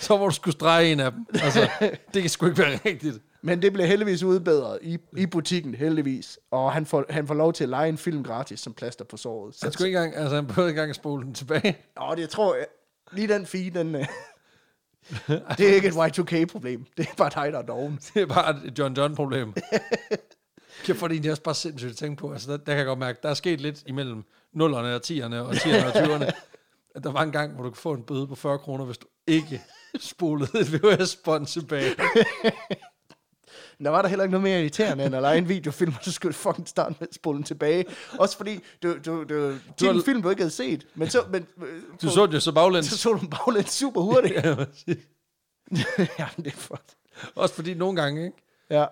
Speaker 1: Så må du skulle strege en af dem. Altså, det kan sgu ikke være rigtigt.
Speaker 2: Men det bliver heldigvis udbedret i, i butikken, heldigvis. Og han får, han får lov til at lege en film gratis som plaster på såret. Så,
Speaker 1: Han skulle ikke engang, altså han behøvede ikke engang at spole den tilbage.
Speaker 2: Nå, det tror jeg. Lige den fee, den... øh, det er ikke et Y2K-problem. Det er bare dig, der er doven.
Speaker 1: Det er bare et John John-problem. Kæft, for det er egentlig også bare sindssygt at tænke på. Altså, der, der kan jeg godt mærke, der er sket lidt imellem 0'erne og 10'erne og 10'erne og 20'erne. At der var en gang, hvor du kunne få en bøde på 40 kroner, hvis du ikke spolede et VHS-bånd tilbage.
Speaker 2: Der var der heller ikke noget mere irriterende, end at lege en videofilm, og så skulle du fucking starte med at spole den tilbage. Også fordi, du, du, du, du
Speaker 1: har-
Speaker 2: din film, du ikke havde set. Men så, men, øh,
Speaker 1: Du så det jo så baglæns.
Speaker 2: så så du den baglæns super hurtigt.
Speaker 1: Ja, præcis.
Speaker 2: Jamen, det er fucked.
Speaker 1: Også fordi nogle gange, ikke?
Speaker 2: Ja.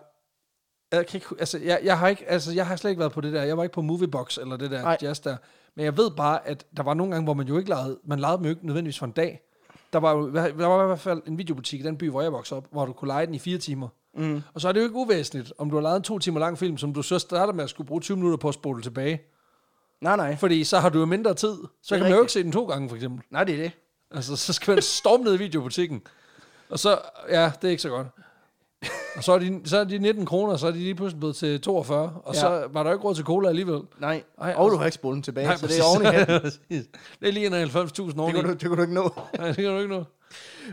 Speaker 1: Jeg, kan ikke, hu- altså, jeg, jeg, har ikke, altså, jeg har slet ikke været på det der. Jeg var ikke på Moviebox eller det der
Speaker 2: Nej.
Speaker 1: Nej. jazz der. Men jeg ved bare, at der var nogle gange, hvor man jo ikke legede. Man legede dem jo ikke nødvendigvis for en dag. Der var, jo, der var i hvert fald en videobutik i den by, hvor jeg voksede op, hvor du kunne lege den i fire timer. Mm. Og så er det jo ikke uvæsentligt, om du har lavet en to timer lang film, som du så starter med at skulle bruge 20 minutter på at spole tilbage.
Speaker 2: Nej, nej.
Speaker 1: Fordi så har du jo mindre tid. Så kan man jo
Speaker 2: rigtigt.
Speaker 1: ikke se den to gange, for eksempel.
Speaker 2: Nej, det er det.
Speaker 1: Altså, så skal man storme ned i videobutikken. Og så, ja, det er ikke så godt. Og så er de, så er de 19 kroner, så er de lige pludselig blevet til 42, og
Speaker 2: Ja.
Speaker 1: ja. så var der jo ikke råd til cola alligevel.
Speaker 2: Nej.
Speaker 1: Ej,
Speaker 2: og du har ikke spolet den tilbage, altså- Nej,
Speaker 1: præcis.
Speaker 2: så det er oven i hatten.
Speaker 1: Præcis. det er lige 91.000
Speaker 2: Det
Speaker 1: oven i.
Speaker 2: kunne, du,
Speaker 1: Det
Speaker 2: det kunne du ikke nå.
Speaker 1: det kan du ikke nå.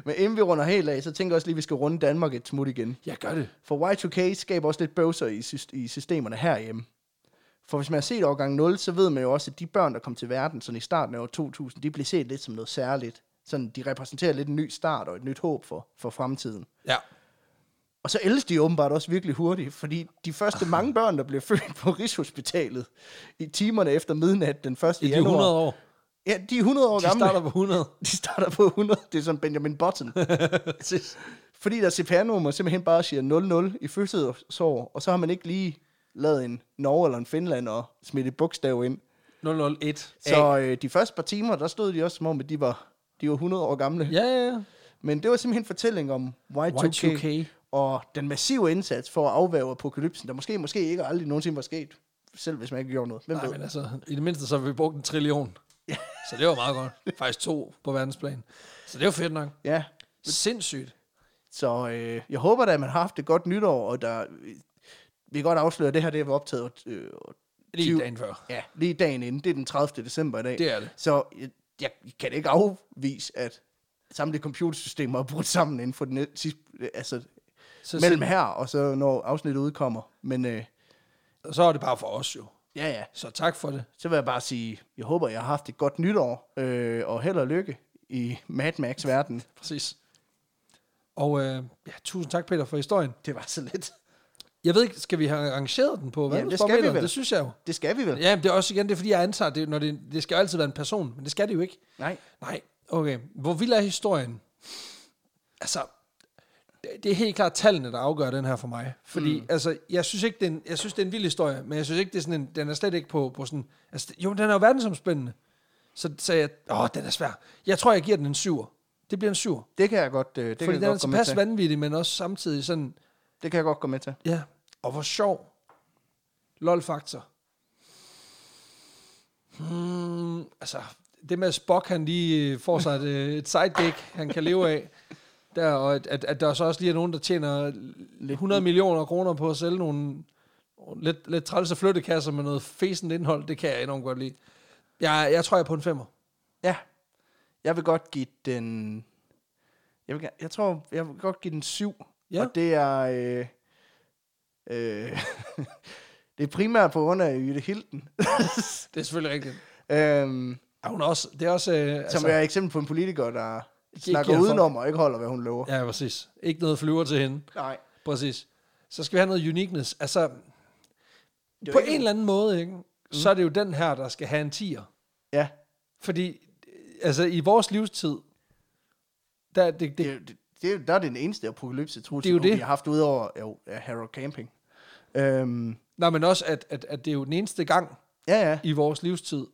Speaker 2: Men inden vi runder helt af, så tænker jeg også lige, at vi skal runde Danmark et smut igen.
Speaker 1: Jeg gør det.
Speaker 2: For Y2K skaber også lidt bøvser i, sys- i systemerne herhjemme. For hvis man har set årgang 0, så ved man jo også, at de børn, der kom til verden sådan i starten af år 2000, de blev set lidt som noget særligt. Sådan, de repræsenterer lidt en ny start og et nyt håb for, for fremtiden.
Speaker 1: Ja.
Speaker 2: Og så ældes de åbenbart også virkelig hurtigt, fordi de første mange børn, der blev født på Rigshospitalet i timerne efter midnat den 1. Ja,
Speaker 1: De er 100 år.
Speaker 2: Ja, de er 100 år
Speaker 1: De
Speaker 2: gamle.
Speaker 1: starter på 100.
Speaker 2: de starter på 100. Det er som Benjamin Button.
Speaker 1: Præcis.
Speaker 2: Fordi der CPR-nummer simpelthen bare siger 00 i fødselsår, og så har man ikke lige lavet en Norge eller en Finland og smidt et bogstav ind.
Speaker 1: 001. Så.
Speaker 2: Så øh, de første par timer, der stod de også som om, at de var, de var 100 år gamle.
Speaker 1: Ja, ja, ja.
Speaker 2: Men det var simpelthen en fortælling om Y2K,
Speaker 1: Y2K.
Speaker 2: og den massive indsats for at afværge apokalypsen, der måske, måske ikke og aldrig nogensinde var sket, selv hvis man ikke gjorde noget. Hvem
Speaker 1: Nej,
Speaker 2: ved?
Speaker 1: men altså, i det mindste så har vi brugt en trillion. Så det var meget godt. Faktisk to på verdensplan. Så det var fedt nok.
Speaker 2: Ja,
Speaker 1: Sindssygt.
Speaker 2: Så øh, jeg håber da, at man har haft et godt nytår, og der, vi kan godt afsløre, at det her det er optaget øh,
Speaker 1: Lige dagen før.
Speaker 2: Ja, lige dagen inden. Det er den 30. december i dag.
Speaker 1: Det er det.
Speaker 2: Så jeg, jeg kan ikke afvise, at samtlige computersystemer er brudt sammen inden for den næ- sidste, øh, altså,
Speaker 1: Så,
Speaker 2: mellem her, og så når afsnittet udkommer. Men øh,
Speaker 1: så, så er det bare for os jo.
Speaker 2: ja, ja,
Speaker 1: Så tak for det.
Speaker 2: så vil jeg bare sige, jeg håber, jeg har haft et godt nytår, øh, og held og lykke i Mad Max-verdenen.
Speaker 1: Præcis. Og øh, ja, tusind tak, Peter, for historien.
Speaker 2: Det var så lidt.
Speaker 1: Jeg ved ikke, skal vi have arrangeret den på? Hvad
Speaker 2: Jamen, det skal vi vel.
Speaker 1: Det synes jeg jo.
Speaker 2: Det skal vi vel?
Speaker 1: Ja, men det er også igen, det er fordi, jeg antager, det, når det, det skal jo altid være en person, men det skal det jo ikke.
Speaker 2: Nej.
Speaker 1: Nej, okay. Hvor vild er historien? Altså, det, det er helt klart tallene, der afgør den her for mig. Fordi, mm. altså, jeg synes ikke, det er en, jeg synes, det er en vild historie, men jeg synes ikke, det er sådan en, den er slet ikke på, på sådan... Altså, jo, den er jo verdensomspændende. Så sagde jeg, åh, den er svær. Jeg tror, jeg giver den en syver. Det bliver en syver.
Speaker 2: Det kan jeg godt, øh, det kan
Speaker 1: Fordi
Speaker 2: jeg
Speaker 1: den er
Speaker 2: godt gå med
Speaker 1: tilpas
Speaker 2: til.
Speaker 1: vanvittig, men også samtidig sådan,
Speaker 2: Det kan jeg godt gå med til.
Speaker 1: ja, og hvor sjov. LOL-faktor. Hmm, altså, det med at Spock, han lige øh, får sig et, øh, et sidekick, han kan leve af. Der, og at, at, at der så også lige er nogen, der tjener 100 millioner kroner på at sælge nogle lidt, lidt trælse flyttekasser med noget fæsende indhold. Det kan jeg enormt godt lide. Jeg, jeg tror, jeg er på en femmer.
Speaker 2: Ja. Jeg vil godt give den... Jeg, vil, gerne- jeg tror, jeg vil godt give den syv.
Speaker 1: Ja.
Speaker 2: Og det er... Øh, øh, det er primært på grund af Jytte Hilden.
Speaker 1: Det er selvfølgelig rigtigt.
Speaker 2: øhm,
Speaker 1: Ja, hun er også, det er også... Øh,
Speaker 2: Som er et eksempel på en politiker, der
Speaker 1: giver
Speaker 2: snakker
Speaker 1: folk-
Speaker 2: udenom og ikke holder, hvad hun lover. Ja.
Speaker 1: Ja, præcis. Ikke noget flyver til hende.
Speaker 2: Nej.
Speaker 1: Præcis. Så skal vi have noget uniqueness. Altså,
Speaker 2: jo
Speaker 1: på
Speaker 2: ikke-
Speaker 1: en eller anden måde, ikke? Mm. så er det jo den her, der skal have en tier.
Speaker 2: Ja.
Speaker 1: Fordi, øh, altså i vores livstid, der, det, det,
Speaker 2: Det, er jo- det, det, er jo- der er det den eneste apokalypse
Speaker 1: Det er jo
Speaker 2: trussel, vi
Speaker 1: det.
Speaker 2: har haft udover jo, ja, Harold Camping. Øhm,
Speaker 1: nej, men også, at, at, at det er jo den eneste gang
Speaker 2: ja, ja.
Speaker 1: i vores livstid,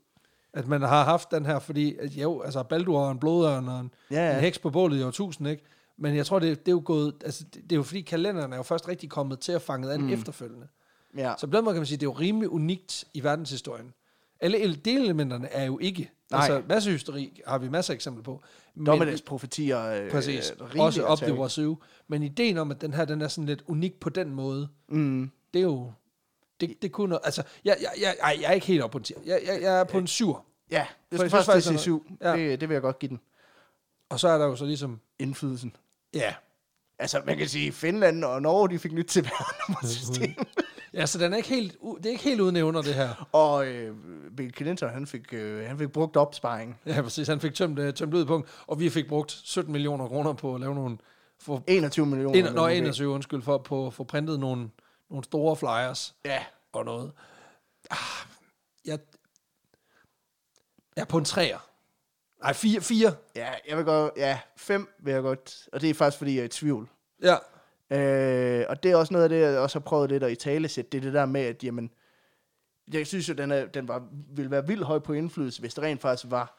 Speaker 1: at man har haft den her, fordi, at jo, altså Baldur og en blodørn og en,
Speaker 2: Ja, ja.
Speaker 1: en heks på bålet i årtusind, ikke? Men jeg tror, det, det er jo gået, altså det, det er jo fordi kalenderen er jo først rigtig kommet til at fange an mm. efterfølgende.
Speaker 2: ja.
Speaker 1: Så på den måde kan man sige, at det er jo rimelig unikt i verdenshistorien. Alle el- delelementerne er jo ikke.
Speaker 2: Nej.
Speaker 1: Altså, massehysteri har vi masser af eksempler på. Men,
Speaker 2: Dommedagsprofetier. Øh,
Speaker 1: præcis.
Speaker 2: øh,
Speaker 1: Øh,
Speaker 2: rigeligt
Speaker 1: også
Speaker 2: at
Speaker 1: op
Speaker 2: tage
Speaker 1: det
Speaker 2: af.
Speaker 1: Wasu. Men ideen om, at den her den er sådan lidt unik på den måde,
Speaker 2: Mm.
Speaker 1: det er jo... Det, det kunne noget, altså, jeg, jeg, jeg, ej, jeg er ikke helt oppe på en 10. Jeg, jeg, jeg er på en 7.
Speaker 2: Ja,
Speaker 1: For
Speaker 2: hvis du
Speaker 1: jeg synes
Speaker 2: først
Speaker 1: faktisk,
Speaker 2: til
Speaker 1: han
Speaker 2: C7,
Speaker 1: er- ja.
Speaker 2: det, det vil jeg godt give den.
Speaker 1: Og så er der jo så ligesom...
Speaker 2: Indflydelsen.
Speaker 1: Ja.
Speaker 2: Altså, man kan sige, Finland og Norge, de fik nyt til verdensystem.
Speaker 1: Ja, så den er ikke helt, u- det er ikke helt uden evner, det her.
Speaker 2: og øh, Bill Clinton, han fik, øh, han fik brugt opsparingen.
Speaker 1: Ja, præcis. Han fik tømt, øh, tømt ud i punkt, og vi fik brugt 17 millioner kroner på at lave nogle... For,
Speaker 2: 21 millioner.
Speaker 1: En, nå,
Speaker 2: Okay.
Speaker 1: 21, undskyld, for at på- få printet nogle, nogle store flyers
Speaker 2: Ja,
Speaker 1: og noget. Ah, jeg, jeg er på en træer. Nej, fire, fire.
Speaker 2: ja, jeg vil godt, ja, fem vil jeg godt, og det er faktisk, fordi jeg er i tvivl.
Speaker 1: Ja,
Speaker 2: Øh, og det er også noget af det, jeg også har prøvet lidt at i tale det er det der med, at jamen, jeg synes jo, den, er, den var, ville være vildt høj på indflydelse, hvis det rent faktisk var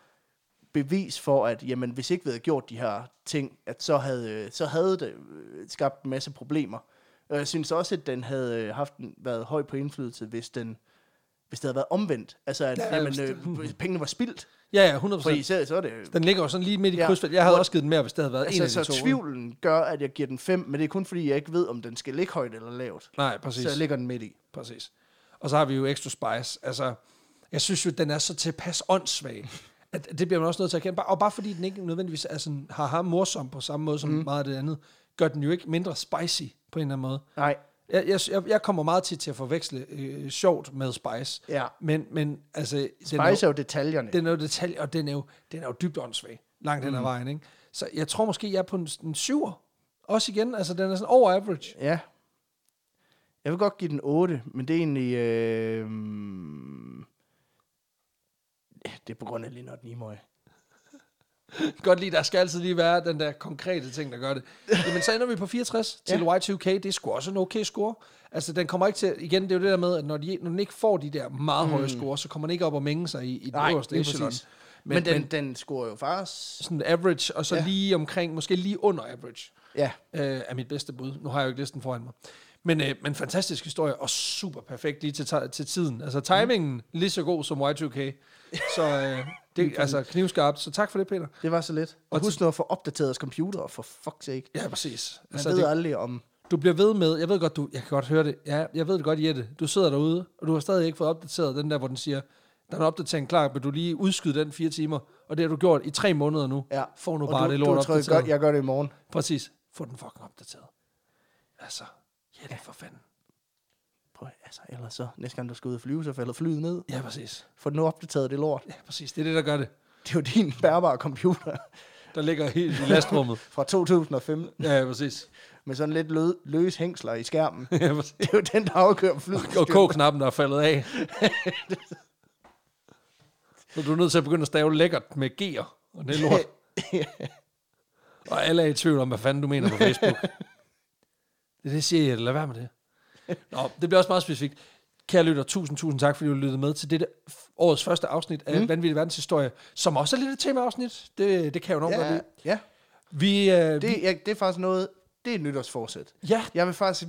Speaker 2: bevis for, at jamen, hvis ikke vi havde gjort de her ting, at så havde, øh, så havde det øh, skabt en masse problemer. Og jeg synes også, at den havde øh, haft en, været høj på indflydelse, hvis, den, hvis det havde været omvendt. Altså, at
Speaker 1: Ja,
Speaker 2: ja, jamen,
Speaker 1: bestemt.
Speaker 2: øh, pengene var spildt.
Speaker 1: ja, ja 100
Speaker 2: Fordi så, så er det
Speaker 1: Den ligger jo sådan lige midt i ja.
Speaker 2: Ja.
Speaker 1: krydsfelt. Jeg havde også givet den mere, hvis det havde været altså, en af
Speaker 2: Altså,
Speaker 1: de to.
Speaker 2: så
Speaker 1: ikke?
Speaker 2: tvivlen gør, at jeg giver den 5, men det er kun fordi, jeg ikke ved, om den skal ligge højt eller lavt.
Speaker 1: Nej,
Speaker 2: Så jeg
Speaker 1: præcis.
Speaker 2: ligger den midt i.
Speaker 1: præcis. Og så har vi jo Extra Spice. Altså, jeg synes jo, den er så tilpas åndssvag, at det bliver man også nødt til at kende. Og bare fordi den ikke nødvendigvis er sådan, haha, morsom på samme måde som mm. meget af det andet, gør den jo ikke mindre spicy på en eller anden måde.
Speaker 2: Nej,
Speaker 1: Jeg, jeg, jeg- jeg kommer meget tit til at forveksle øh, sjovt med Spice.
Speaker 2: ja.
Speaker 1: Men, men altså, den er,
Speaker 2: Spice
Speaker 1: jo,
Speaker 2: er jo detaljerne.
Speaker 1: den er Mm. jo detalj, og den er jo, den er jo dybt åndssvag langt hen ad vejen. Ikke? Så jeg tror måske, jeg er på en, en syver. Også igen, altså den er sådan over average.
Speaker 2: Ja. Jeg vil godt give den 8, men det er egentlig... Øh... ja, Det er på grund af Leonard Nimoy.
Speaker 1: Godt lige, der skal altid lige være den der konkrete ting, der gør det. Jamen, så ender vi på 64 til ja. Y2K. Det er sgu også en okay score. Altså, den kommer ikke til... Igen, det er jo det der med, at når, de, når den ikke får de der meget mm. høje score, så kommer den ikke op og mænge sig i, i den
Speaker 2: Nej,
Speaker 1: øverste
Speaker 2: lige
Speaker 1: echelon.
Speaker 2: præcis. Men, men, den, men den scorer jo faktisk...
Speaker 1: sådan average, og så ja.
Speaker 2: Ja.
Speaker 1: lige omkring, måske lige under average.
Speaker 2: Ja,
Speaker 1: øh, er mit bedste bud. Nu har jeg jo ikke listen foran mig. Men, øh, men fantastisk historie, og super perfekt lige til, ti- til tiden. Altså
Speaker 2: Mm.
Speaker 1: timingen lige så god som Y2K. Så øh, det altså knivskarpt. Så tak for det, Peter.
Speaker 2: det var så lidt. Og
Speaker 1: Og
Speaker 2: husk nu at få opdateret jeres computer, for fuck's sake.
Speaker 1: Ja, præcis.
Speaker 2: Man
Speaker 1: Altså,
Speaker 2: ved
Speaker 1: det,
Speaker 2: aldrig om...
Speaker 1: du bliver ved med, jeg ved godt, du, jeg kan godt høre det. Ja, jeg ved det godt, Jette. Du sidder derude, og du har stadig ikke fået opdateret den der, hvor den siger, der er en opdatering klar, men du lige udskyde den fire timer, og det har du gjort i tre måneder nu.
Speaker 2: Ja.
Speaker 1: Få nu
Speaker 2: Og
Speaker 1: bare
Speaker 2: du,
Speaker 1: det
Speaker 2: du
Speaker 1: lort
Speaker 2: tror, jeg,
Speaker 1: opdateret.
Speaker 2: gør, jeg gør det i morgen.
Speaker 1: Præcis. Få den fucking opdateret. Altså, Jette, for fanden.
Speaker 2: Prøv, altså, ellers så, næste gang du skal ud og flyve, så falder flyet ned.
Speaker 1: Ja, præcis.
Speaker 2: Få nu opdateret det lort.
Speaker 1: Ja, præcis. Det er det, der gør det.
Speaker 2: Det er jo din bærbare computer
Speaker 1: Der ligger helt i lastrummet.
Speaker 2: fra 2015.
Speaker 1: ja, ja, præcis.
Speaker 2: med sådan lidt lø- løse hængsler i skærmen.
Speaker 1: Ja, præcis.
Speaker 2: Det er jo den, der afgør flyet.
Speaker 1: Og K-knappen, der er faldet af. Så du er nødt til at begynde at stave lækkert med G'er. Og det er lort. Og alle er i tvivl om, hvad fanden du mener på Facebook. Det er det, siger jeg. Lad være med det. Nå, det bliver også meget specifikt. Kære lytter, tusind, tusind tak, fordi du lyttede med til dette f- årets første afsnit af mm. Vanvittig Verdenshistorie, som også er lidt et temaafsnit. Det, det kan jeg jo nok godt
Speaker 2: Ja,
Speaker 1: lide.
Speaker 2: ja.
Speaker 1: Vi, øh, vi,
Speaker 2: Det, ja, det er faktisk noget, det er et nytårsforsæt.
Speaker 1: ja,
Speaker 2: Jeg vil faktisk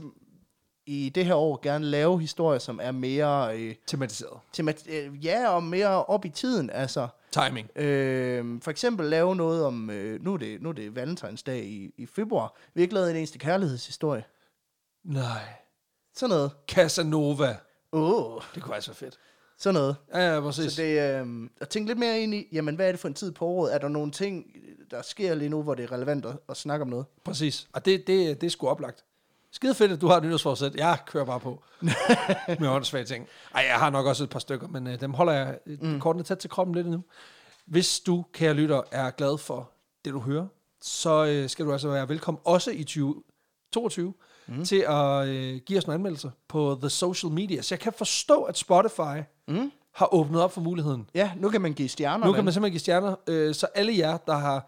Speaker 2: i det her år gerne lave historier, som er mere, øh,
Speaker 1: tematiseret.
Speaker 2: temat- øh, ja, og mere op i tiden. Altså,
Speaker 1: Timing.
Speaker 2: øh, for eksempel lave noget om, øh, nu, er det, nu er det valentinsdag i, i februar. Vi har ikke lavet en eneste kærlighedshistorie.
Speaker 1: Nej.
Speaker 2: Sådan noget.
Speaker 1: Casanova.
Speaker 2: Åh, oh,
Speaker 1: Det kunne faktisk være fedt.
Speaker 2: sådan noget.
Speaker 1: Ja, ja, præcis.
Speaker 2: Så det, øh, at tænke lidt mere ind i, jamen hvad er det for en tid på året? Er der nogle ting, der sker lige nu, hvor det er relevant at, at snakke om noget?
Speaker 1: Præcis. Og det, det, det er sgu oplagt. Skide fedt, at du har et nytårsforsæt. Jeg kører bare på Mm. med åndssvage ting. Ej, jeg har nok også et par stykker, men øh, dem holder jeg øh, kortene tæt til kroppen lidt endnu. Hvis du, kære lytter, er glad for det, du hører, så øh, skal du altså være velkommen også i 2022 mm. til at øh, give os nogle anmeldelser på the social media. Så jeg kan forstå, at Spotify mm. har åbnet op for muligheden.
Speaker 2: Ja, nu kan man give stjerner.
Speaker 1: Nu kan man simpelthen give stjerner, øh, så alle jer, der har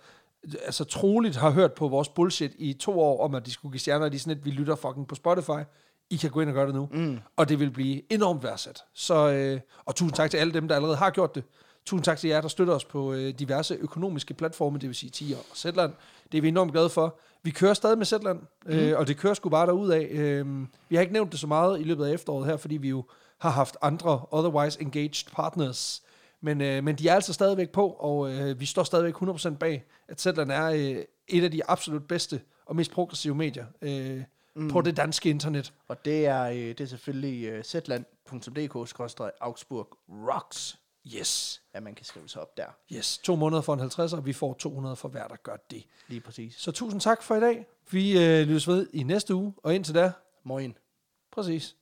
Speaker 1: altså troligt har hørt på vores bullshit i to år, om at de skulle give stjerner, og de er sådan lidt, vi lytter fucking på Spotify. I kan gå ind og gøre det nu. Mm. Og det vil blive enormt værdsat. Så, øh, og tusind tak til alle dem, der allerede har gjort det. Tusind tak til jer, der støtter os på øh, diverse økonomiske platforme, det vil sige Tier og Zetland. Det er vi enormt glade for. Vi kører stadig med Zetland, øh, og det kører sgu bare derudad. Øh, vi har ikke nævnt det så meget i løbet af efteråret her, fordi vi jo har haft andre otherwise engaged partners. Men, øh, men de er altså stadigvæk på, og øh, vi står stadigvæk 100% bag, at Zetland er øh, et af de absolut bedste og mest progressive medier øh, mm. på det danske internet.
Speaker 2: Og det er, øh, det er selvfølgelig øh, zland.dk-augsburg rocks,
Speaker 1: Yes,
Speaker 2: at man kan skrive sig op der.
Speaker 1: yes. To måneder for en 50, og vi får 200 for hver, der gør det.
Speaker 2: Lige præcis.
Speaker 1: Så tusind tak for i dag. Vi øh, lyttes ved i næste uge, og indtil da,
Speaker 2: Moin.
Speaker 1: præcis.